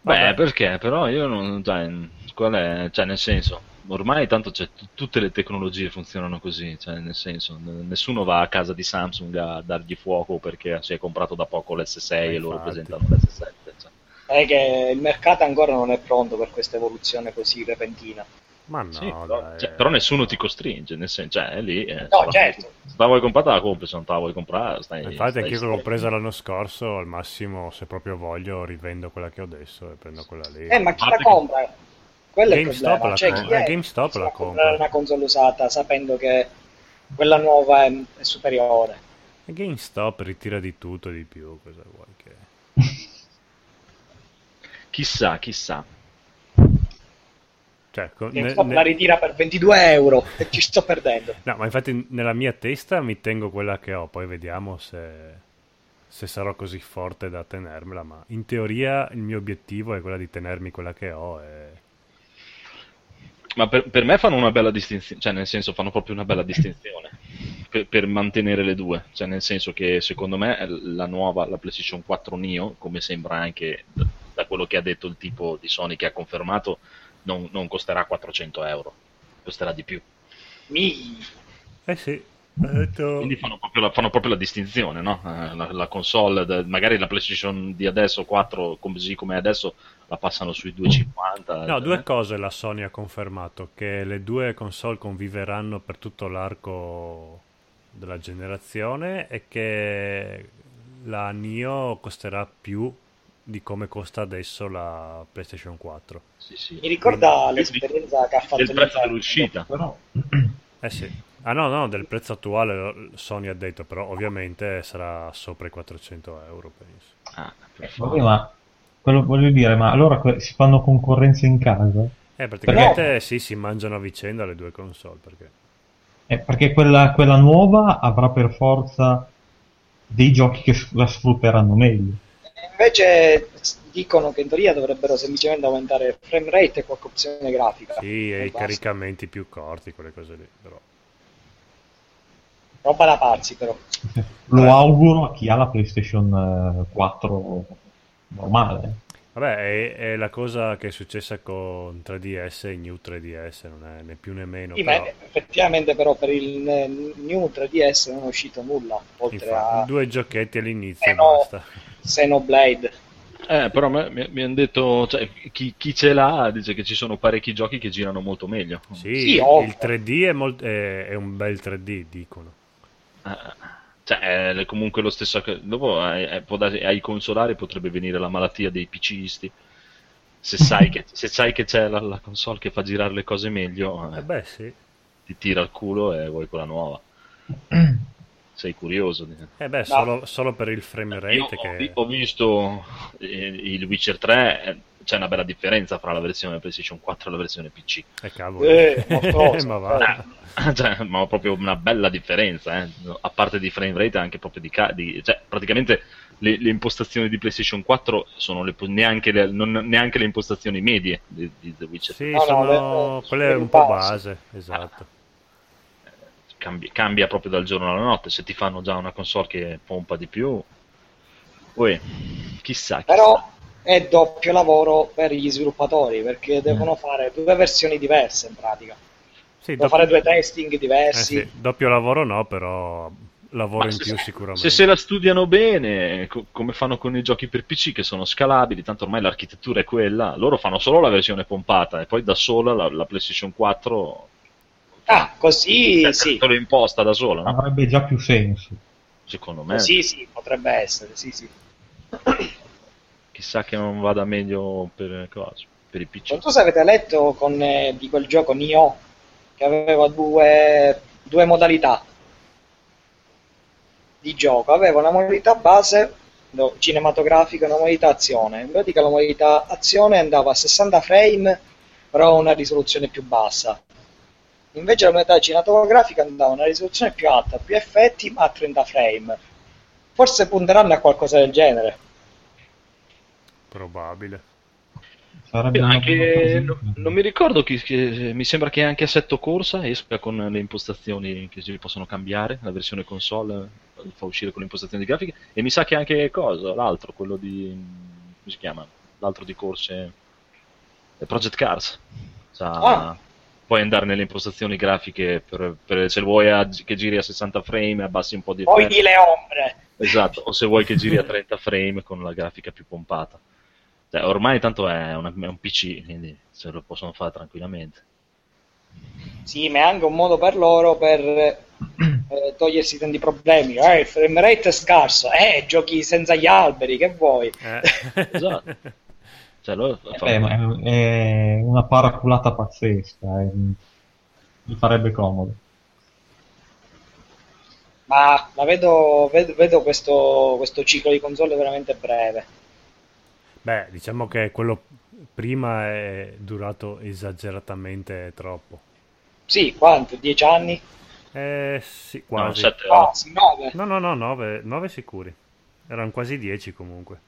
[SPEAKER 2] Beh, perché? Però io non. Cioè, qual è? Cioè, nel senso, ormai tanto c'è, t- tutte le tecnologie funzionano così. Cioè, nel senso, n- nessuno va a casa di Samsung a dargli fuoco perché si è comprato da poco l'S6 e loro presentano l'S7. cioè.
[SPEAKER 8] È che il mercato ancora non è pronto per questa evoluzione così repentina.
[SPEAKER 1] Ma no, eh.
[SPEAKER 2] Sì, però, cioè, però nessuno ti costringe, nel senso, cioè, è lì. eh,
[SPEAKER 8] No,
[SPEAKER 2] se la-
[SPEAKER 8] certo.
[SPEAKER 2] Se la vuoi comprare, te la compri, se non te la vuoi comprare, stai.
[SPEAKER 1] Infatti,
[SPEAKER 2] stai
[SPEAKER 1] anch'io che
[SPEAKER 2] Eh, stai-
[SPEAKER 1] l'ho presa l'anno scorso. Al massimo, se proprio voglio, rivendo quella che ho adesso e prendo quella lì.
[SPEAKER 8] Eh, ma chi la compra? Quello è il
[SPEAKER 1] GameStop
[SPEAKER 8] problema.
[SPEAKER 1] la
[SPEAKER 8] Cioè, chi
[SPEAKER 1] compra.
[SPEAKER 8] è
[SPEAKER 1] Eh, GameStop la compra.
[SPEAKER 8] comprare una console usata sapendo che quella nuova è, è superiore?
[SPEAKER 1] GameStop ritira di tutto e di più. Cosa vuoi che.
[SPEAKER 2] Chissà, chissà.
[SPEAKER 1] Cioè, co- ne-
[SPEAKER 8] GameStop
[SPEAKER 1] ne-
[SPEAKER 8] la ritira per 22 euro e ci sto perdendo.
[SPEAKER 1] No, ma infatti, nella mia testa mi tengo quella che ho. Poi vediamo se, se sarò così forte da tenermela. Ma in teoria, il mio obiettivo è quella di tenermi quella che ho. E...
[SPEAKER 2] Ma per, per me fanno una bella distinzione, cioè nel senso fanno proprio una bella distinzione per, per mantenere le due, cioè nel senso che secondo me la nuova, la PlayStation 4 Neo, come sembra anche da, da quello che ha detto il tipo di Sony che ha confermato, non, non costerà 400 euro, costerà di più.
[SPEAKER 1] Eh sì, ha detto.
[SPEAKER 2] Quindi fanno proprio la, fanno proprio la distinzione, no? Eh, La, la console, da- magari la PlayStation di adesso 4, così come è adesso, la passano sui 250.
[SPEAKER 1] No,
[SPEAKER 2] eh.
[SPEAKER 1] due cose la Sony ha confermato, che le due console conviveranno per tutto l'arco della generazione e che la Nio costerà più di come costa adesso la PlayStation 4.
[SPEAKER 8] Mi ricorda l'esperienza che ha fatto
[SPEAKER 2] del prezzo
[SPEAKER 8] Nintendo.
[SPEAKER 2] dell'uscita.
[SPEAKER 1] Eh sì. Ah no, no, del prezzo attuale lo- Sony ha detto, però ovviamente sarà sopra i 400 euro, penso.
[SPEAKER 18] Vabbè, ma quello voglio dire, ma allora que- si fanno concorrenza in casa?
[SPEAKER 1] Eh, praticamente sì, si mangiano a vicenda le due console, perché...
[SPEAKER 18] Eh, perché quella, quella nuova avrà per forza dei giochi che s- la sfrutteranno meglio.
[SPEAKER 8] Invece s- dicono che in teoria dovrebbero semplicemente aumentare il frame rate e qualche opzione grafica.
[SPEAKER 1] Sì, e i
[SPEAKER 8] Eh, basta.
[SPEAKER 1] caricamenti più corti, quelle cose lì, però...
[SPEAKER 8] Roba da pazzi però.
[SPEAKER 18] Lo auguro a chi ha la PlayStation eh, 4 normale.
[SPEAKER 1] Vabbè, è, è la cosa che è successa con 3DS e New 3DS, non è né più né meno.
[SPEAKER 8] Sì, ma
[SPEAKER 1] però,
[SPEAKER 8] effettivamente però per il eh, New 3DS non è uscito nulla, oltre
[SPEAKER 1] infatti,
[SPEAKER 8] a Eh,
[SPEAKER 1] due giochetti all'inizio e
[SPEAKER 8] Xeno-
[SPEAKER 1] basta.
[SPEAKER 8] Xenoblade.
[SPEAKER 2] Eh, però me- mi, mi hanno detto, cioè, chi, chi ce l'ha dice che ci sono parecchi giochi che girano molto meglio.
[SPEAKER 1] Sì,
[SPEAKER 2] Sì,
[SPEAKER 1] il 3D è, molt- è- è un bel 3D, dicono.
[SPEAKER 2] Cioè, è comunque lo stesso. Dopo eh, eh, può darsi- ai consolari potrebbe venire la malattia dei PCisti. Se sai che, se sai che c'è la, la console che fa girare le cose meglio, eh,
[SPEAKER 1] Eh beh, sì.
[SPEAKER 2] ti tira il culo e vuoi quella nuova. Sei curioso. di-
[SPEAKER 1] Eh beh, solo, solo per il frame
[SPEAKER 2] Io
[SPEAKER 1] rate
[SPEAKER 2] ho,
[SPEAKER 1] che...
[SPEAKER 8] Eh,
[SPEAKER 2] vi- ho visto eh, il Witcher 3, eh, c'è una bella differenza fra la versione PlayStation 4 e la versione PC.
[SPEAKER 1] Eh, cavolo. Eh, ma cosa? Ma
[SPEAKER 8] Ah,
[SPEAKER 1] va.
[SPEAKER 2] Eh, cioè, ma proprio una bella differenza, eh. a parte di frame rate, anche proprio di... ca- di- cioè, praticamente le, le impostazioni di PlayStation 4 sono le po- neanche, le, non- neanche le impostazioni medie di, di The Witcher 3.
[SPEAKER 1] Sì, sono... quella è un po' base, esatto.
[SPEAKER 2] Cambi- cambia proprio dal giorno alla notte, se ti fanno già una console che pompa di più... Uè, chissà, chissà.
[SPEAKER 8] Però è doppio lavoro per gli sviluppatori
[SPEAKER 1] Mm.
[SPEAKER 8] perché devono fare due versioni diverse in pratica. devono
[SPEAKER 1] dopo-
[SPEAKER 8] fare due testing
[SPEAKER 1] Eh
[SPEAKER 8] diversi.
[SPEAKER 1] sì, doppio lavoro no, però lavoro
[SPEAKER 2] Ma
[SPEAKER 1] in
[SPEAKER 2] se-
[SPEAKER 1] più sicuramente.
[SPEAKER 2] Se se la studiano bene, co- come fanno con i giochi per PC che sono scalabili, tanto ormai l'architettura è quella, loro fanno solo la versione pompata e poi da sola la, la PlayStation 4
[SPEAKER 8] Ah, così
[SPEAKER 2] te certo, lo imposta da sola, no?
[SPEAKER 18] Avrebbe già più senso.
[SPEAKER 2] secondo me.
[SPEAKER 8] Eh Sì, sì, potrebbe essere, sì, sì.
[SPEAKER 2] Chissà che non vada meglio per, cosa, per i PC.
[SPEAKER 8] Non so se avete letto con, eh, di quel gioco Nioh che aveva due, due modalità di gioco. Aveva una modalità base no, cinematografica e una modalità azione. In pratica la modalità azione andava a 60 frame però a una risoluzione più bassa. Invece la modalità cinematografica andava a una risoluzione più alta, più effetti ma a 30 frame. Forse punteranno a qualcosa del genere.
[SPEAKER 1] Probabile.
[SPEAKER 18] Sarebbe una
[SPEAKER 2] Anche,
[SPEAKER 18] buona
[SPEAKER 2] non, non mi ricordo chi, chi- mi sembra che anche Assetto Corsa esca con le impostazioni che si possono cambiare, la versione console eh, fa uscire con le impostazioni di grafica e mi sa che anche cosa, l'altro, quello di come si chiama? L'altro di corse eh, Project Cars. Sa-
[SPEAKER 8] Ah.
[SPEAKER 2] Puoi andare nelle impostazione grafiche per, per- se vuoi a- che giri a 60 frame, abbassi un po' di
[SPEAKER 8] Poi le ombre.
[SPEAKER 2] Esatto, o se vuoi che giri a 30 frame con la grafica più pompata. Cioè, ormai tanto è, una- è un PC, quindi se lo possono fare tranquillamente.
[SPEAKER 8] Sì, ma è anche un modo per loro per eh, togliersi tanti problemi. Eh, il frame rate è scarso, eh, giochi senza gli alberi, che vuoi?
[SPEAKER 1] Eh.
[SPEAKER 8] Eh,
[SPEAKER 2] esatto. Cioè, loro fa-
[SPEAKER 18] Beh, ma è, è una paraculata pazzesca. è- mi farebbe comodo.
[SPEAKER 8] Ma la vedo, vedo, vedo questo, questo ciclo di console veramente breve.
[SPEAKER 1] Beh, diciamo che quello prima è durato esageratamente troppo.
[SPEAKER 8] Sì, quanto? Dieci anni? Ah,
[SPEAKER 1] Eh sì, quasi.
[SPEAKER 2] sette,
[SPEAKER 8] Quasi, nove.
[SPEAKER 1] No, no, no, 9, sicuri. Erano quasi 10 comunque.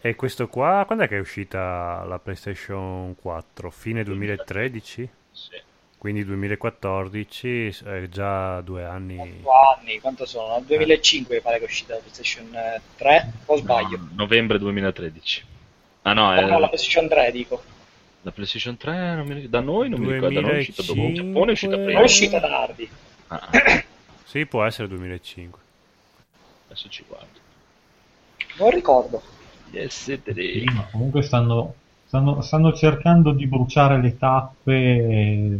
[SPEAKER 1] E questo qua, quando è che è uscita la PlayStation 4? Fine 2013?
[SPEAKER 2] Sì.
[SPEAKER 1] Quindi 2014, eh, già due anni.
[SPEAKER 8] Quattro anni, quanto sono? Nel 2005 mi pare che è uscita la PlayStation eh, 3, o sbaglio?
[SPEAKER 2] novembre 2013. Ah no,
[SPEAKER 8] No,
[SPEAKER 2] è
[SPEAKER 8] no, la PlayStation 3 dico.
[SPEAKER 2] la PlayStation 3 non mi ricordo- da noi non mi ricordo, da noi è uscita dopo, in
[SPEAKER 1] 2005.
[SPEAKER 2] Giappone è uscita prima.
[SPEAKER 8] Non è uscita tardi.
[SPEAKER 1] Sì, può essere 2005.
[SPEAKER 2] Adesso ci guardo.
[SPEAKER 8] Non ricordo.
[SPEAKER 2] PS3.
[SPEAKER 18] Ma comunque stanno, stanno, stanno cercando di bruciare le tappe. eh,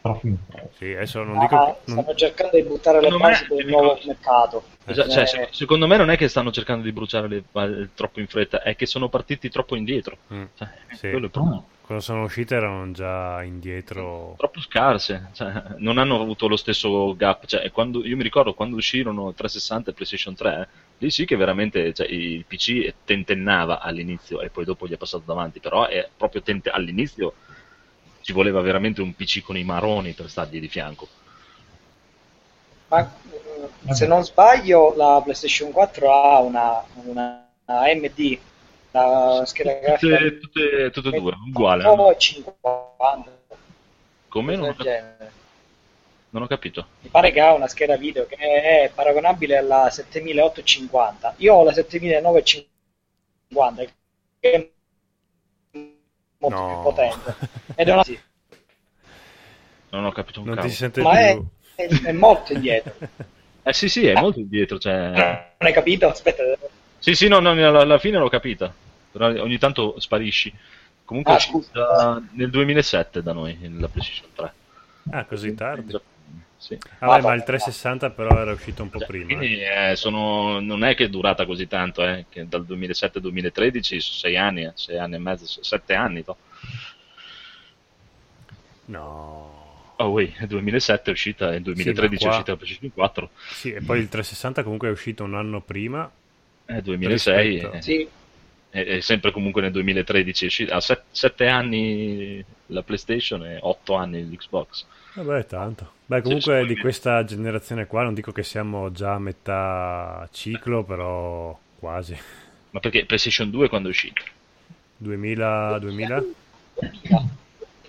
[SPEAKER 18] Proprio in fretta.
[SPEAKER 1] Sì, adesso non
[SPEAKER 8] Ah,
[SPEAKER 1] dico che- non-
[SPEAKER 8] Stanno cercando di buttare le
[SPEAKER 2] Secondo me-
[SPEAKER 8] basi per il nuovo mercato.
[SPEAKER 2] Esa- cioè,
[SPEAKER 8] Eh,
[SPEAKER 2] se- secondo me non è che stanno cercando di bruciare le palle troppo in fretta, è che sono partiti troppo indietro. Cioè,
[SPEAKER 1] sì.
[SPEAKER 2] quello è il problema.
[SPEAKER 1] Quando sono uscite erano già indietro.
[SPEAKER 2] troppo scarse, cioè, non hanno avuto lo stesso gap. Cioè, quando- io mi ricordo quando uscirono 360 e PlayStation 3, lì sì che veramente cioè, il PC tentennava all'inizio e poi dopo gli è passato davanti, però è proprio tente- all'inizio ci voleva veramente un PC con i maroni per stargli di fianco.
[SPEAKER 8] Ma eh, se non sbaglio, la PlayStation 4 ha una, una AMD, la scheda grafica
[SPEAKER 2] Tutte, tutte- tutte e due, uguale.
[SPEAKER 8] o 50,
[SPEAKER 2] Come? Non ho,
[SPEAKER 8] del
[SPEAKER 2] cap-
[SPEAKER 8] genere.
[SPEAKER 2] non ho capito.
[SPEAKER 8] Mi pare che ha una scheda video che è paragonabile alla 7850. Io ho la 7950, è molto più potente. Ed è una... sì,
[SPEAKER 2] Non ho capito un
[SPEAKER 1] Non
[SPEAKER 2] cavolo.
[SPEAKER 1] ti si sente
[SPEAKER 8] ma è,
[SPEAKER 1] più.
[SPEAKER 8] è, è molto indietro.
[SPEAKER 2] Eh sì, sì, è molto indietro. Cioè...
[SPEAKER 8] Non hai capito? Aspetta,
[SPEAKER 2] Sì, sì, no, no, alla, alla fine l'ho capita. Però ogni tanto sparisci. Comunque è
[SPEAKER 8] Ah,
[SPEAKER 2] uscita nel 2007 da noi, la PlayStation 3.
[SPEAKER 1] Ah, così tardi.
[SPEAKER 2] Sì.
[SPEAKER 1] Ah, beh, ma il 360 però era uscito un po' prima.
[SPEAKER 2] Quindi eh, sono- non è che è durata così tanto, eh, che dal 2007-2013 sono sei anni, eh, sei anni e mezzo, se- sette anni. to.
[SPEAKER 1] No.
[SPEAKER 2] Oh, wait, nel 2007 è uscita, nel 2013
[SPEAKER 1] qua-
[SPEAKER 2] è uscita la PlayStation 4,
[SPEAKER 1] Sì, e poi il 360 comunque è uscito un anno prima.
[SPEAKER 2] eh, 2006
[SPEAKER 1] Rispetto-
[SPEAKER 2] eh, e, e sempre comunque nel 2013 è uscita, ha set- sette anni la PlayStation e otto anni l'Xbox.
[SPEAKER 1] Vabbè, tanto. Eh, Beh, comunque di questa generazione qua non dico che siamo già a metà ciclo, però quasi.
[SPEAKER 2] Ma perché PlayStation 2 quando è uscita?
[SPEAKER 1] 2000, 2000?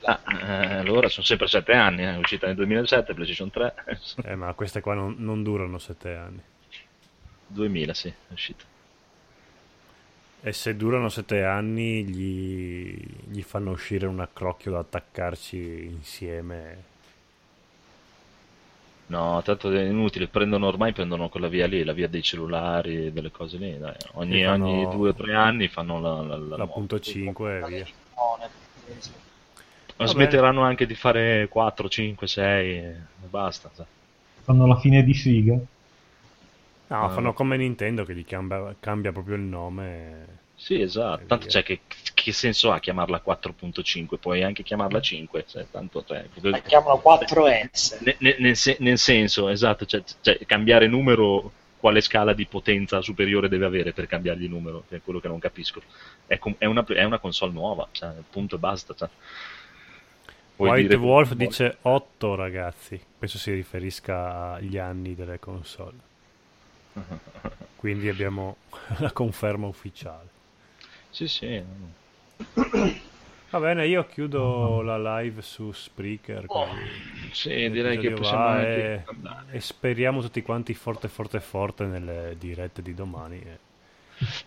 [SPEAKER 2] Ah, eh, allora sono sempre sette anni, eh, è uscita nel 2007 PlayStation 3,
[SPEAKER 1] Eh, ma queste qua non, non durano sette anni.
[SPEAKER 2] 2000 sì, è uscita.
[SPEAKER 1] E se durano sette anni gli, gli fanno uscire un accrocchio da attaccarci insieme.
[SPEAKER 2] No, tanto è inutile, prendono ormai prendono quella via lì, la via dei cellulari e delle cose lì, dai. Ogni,
[SPEAKER 1] Sì, fanno-
[SPEAKER 2] ogni due o tre anni fanno la, la, la
[SPEAKER 1] La
[SPEAKER 2] nuova.
[SPEAKER 1] punto 5 e via.
[SPEAKER 2] Ma
[SPEAKER 1] Va
[SPEAKER 2] smetteranno anche di fare 4, 5, 6 e basta. sai.
[SPEAKER 18] Fanno la fine di siga.
[SPEAKER 1] No,
[SPEAKER 2] Ah.
[SPEAKER 1] fanno come Nintendo che gli cambia, cambia proprio il nome.
[SPEAKER 2] Sì, esatto, tanto cioè, che, che senso ha chiamarla 4.5? Puoi anche chiamarla 5, cioè, tanto cioè, proprio-
[SPEAKER 8] chiamano 4S.
[SPEAKER 2] Ne- ne- nel, se- nel senso, esatto, cioè, cioè, cambiare numero, quale scala di potenza superiore deve avere per cambiargli numero, che è quello che non capisco. È, com- è una, è una console nuova, cioè, punto e basta. cioè. Puoi
[SPEAKER 1] White
[SPEAKER 2] dire-
[SPEAKER 1] Wolf dice 8 ragazzi, penso si riferisca agli anni delle console. Quindi abbiamo la conferma ufficiale.
[SPEAKER 2] Sì, sì.
[SPEAKER 1] Va bene, io chiudo la live su Spreaker. così
[SPEAKER 2] Oh, sì,
[SPEAKER 1] l'episodio
[SPEAKER 2] direi che possiamo
[SPEAKER 1] va
[SPEAKER 2] anche
[SPEAKER 1] e,
[SPEAKER 2] andare.
[SPEAKER 1] e speriamo tutti quanti forte forte forte nelle dirette di domani. e-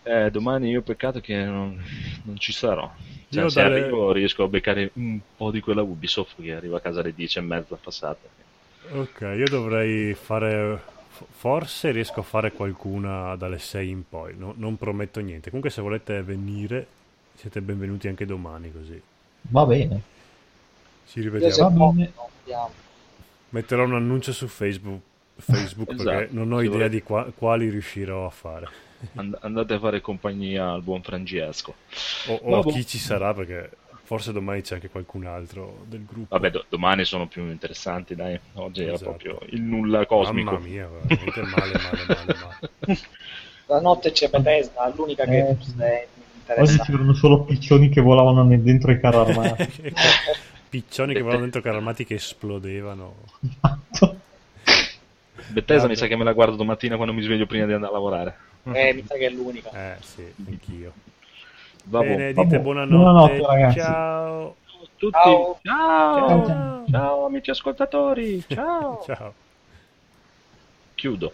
[SPEAKER 2] Eh, domani io peccato che non, non ci sarò. Cioè,
[SPEAKER 1] Io
[SPEAKER 2] se
[SPEAKER 1] dalle-
[SPEAKER 2] arrivo riesco a beccare un po' di quella Ubisoft che arriva a casa alle 10 e mezza passate.
[SPEAKER 1] Ok, io dovrei fare. fo- Forse riesco a fare qualcuna dalle 6 in poi, no- non prometto niente. Comunque, se volete venire, siete benvenuti anche domani. Così
[SPEAKER 18] Va bene.
[SPEAKER 1] ci
[SPEAKER 18] Va
[SPEAKER 1] rivediamo.
[SPEAKER 18] bene.
[SPEAKER 1] Metterò un annuncio su Facebook, Facebook
[SPEAKER 2] Esatto,
[SPEAKER 1] perché non ho
[SPEAKER 2] se
[SPEAKER 1] idea
[SPEAKER 2] volete.
[SPEAKER 1] di qua- quali riuscirò a fare
[SPEAKER 2] And- andate a fare compagnia al buon Francesco. boh.
[SPEAKER 1] o, o
[SPEAKER 2] Vabbè.
[SPEAKER 1] chi ci sarà. Perché forse domani c'è anche qualcun altro del gruppo.
[SPEAKER 2] Vabbè, do- domani sono più interessanti, dai. Oggi era
[SPEAKER 1] Esatto.
[SPEAKER 2] proprio il nulla cosmico.
[SPEAKER 1] Mamma mia, veramente male, male, male. male.
[SPEAKER 8] La notte c'è Bethesda, l'unica che eh, mi
[SPEAKER 18] Oggi
[SPEAKER 8] interessa.
[SPEAKER 18] c'erano solo piccioni che volavano nel- dentro i carri armati.
[SPEAKER 1] Piccioni che vanno dentro carri armati che esplodevano.
[SPEAKER 2] Bethesda mi sa che me la guardo domattina quando mi sveglio prima di andare a lavorare.
[SPEAKER 8] Eh, mi sa che è l'unica.
[SPEAKER 1] Eh, sì, anch'io.
[SPEAKER 2] Vabbè.
[SPEAKER 1] Bene, dite
[SPEAKER 2] Vabbè.
[SPEAKER 1] buonanotte.
[SPEAKER 2] Buonanotte, ragazzi.
[SPEAKER 1] Ciao.
[SPEAKER 2] Tutti,
[SPEAKER 1] Ciao.
[SPEAKER 2] ciao.
[SPEAKER 1] Ciao.
[SPEAKER 2] Ciao, amici ascoltatori, ciao.
[SPEAKER 1] ciao.
[SPEAKER 2] Chiudo.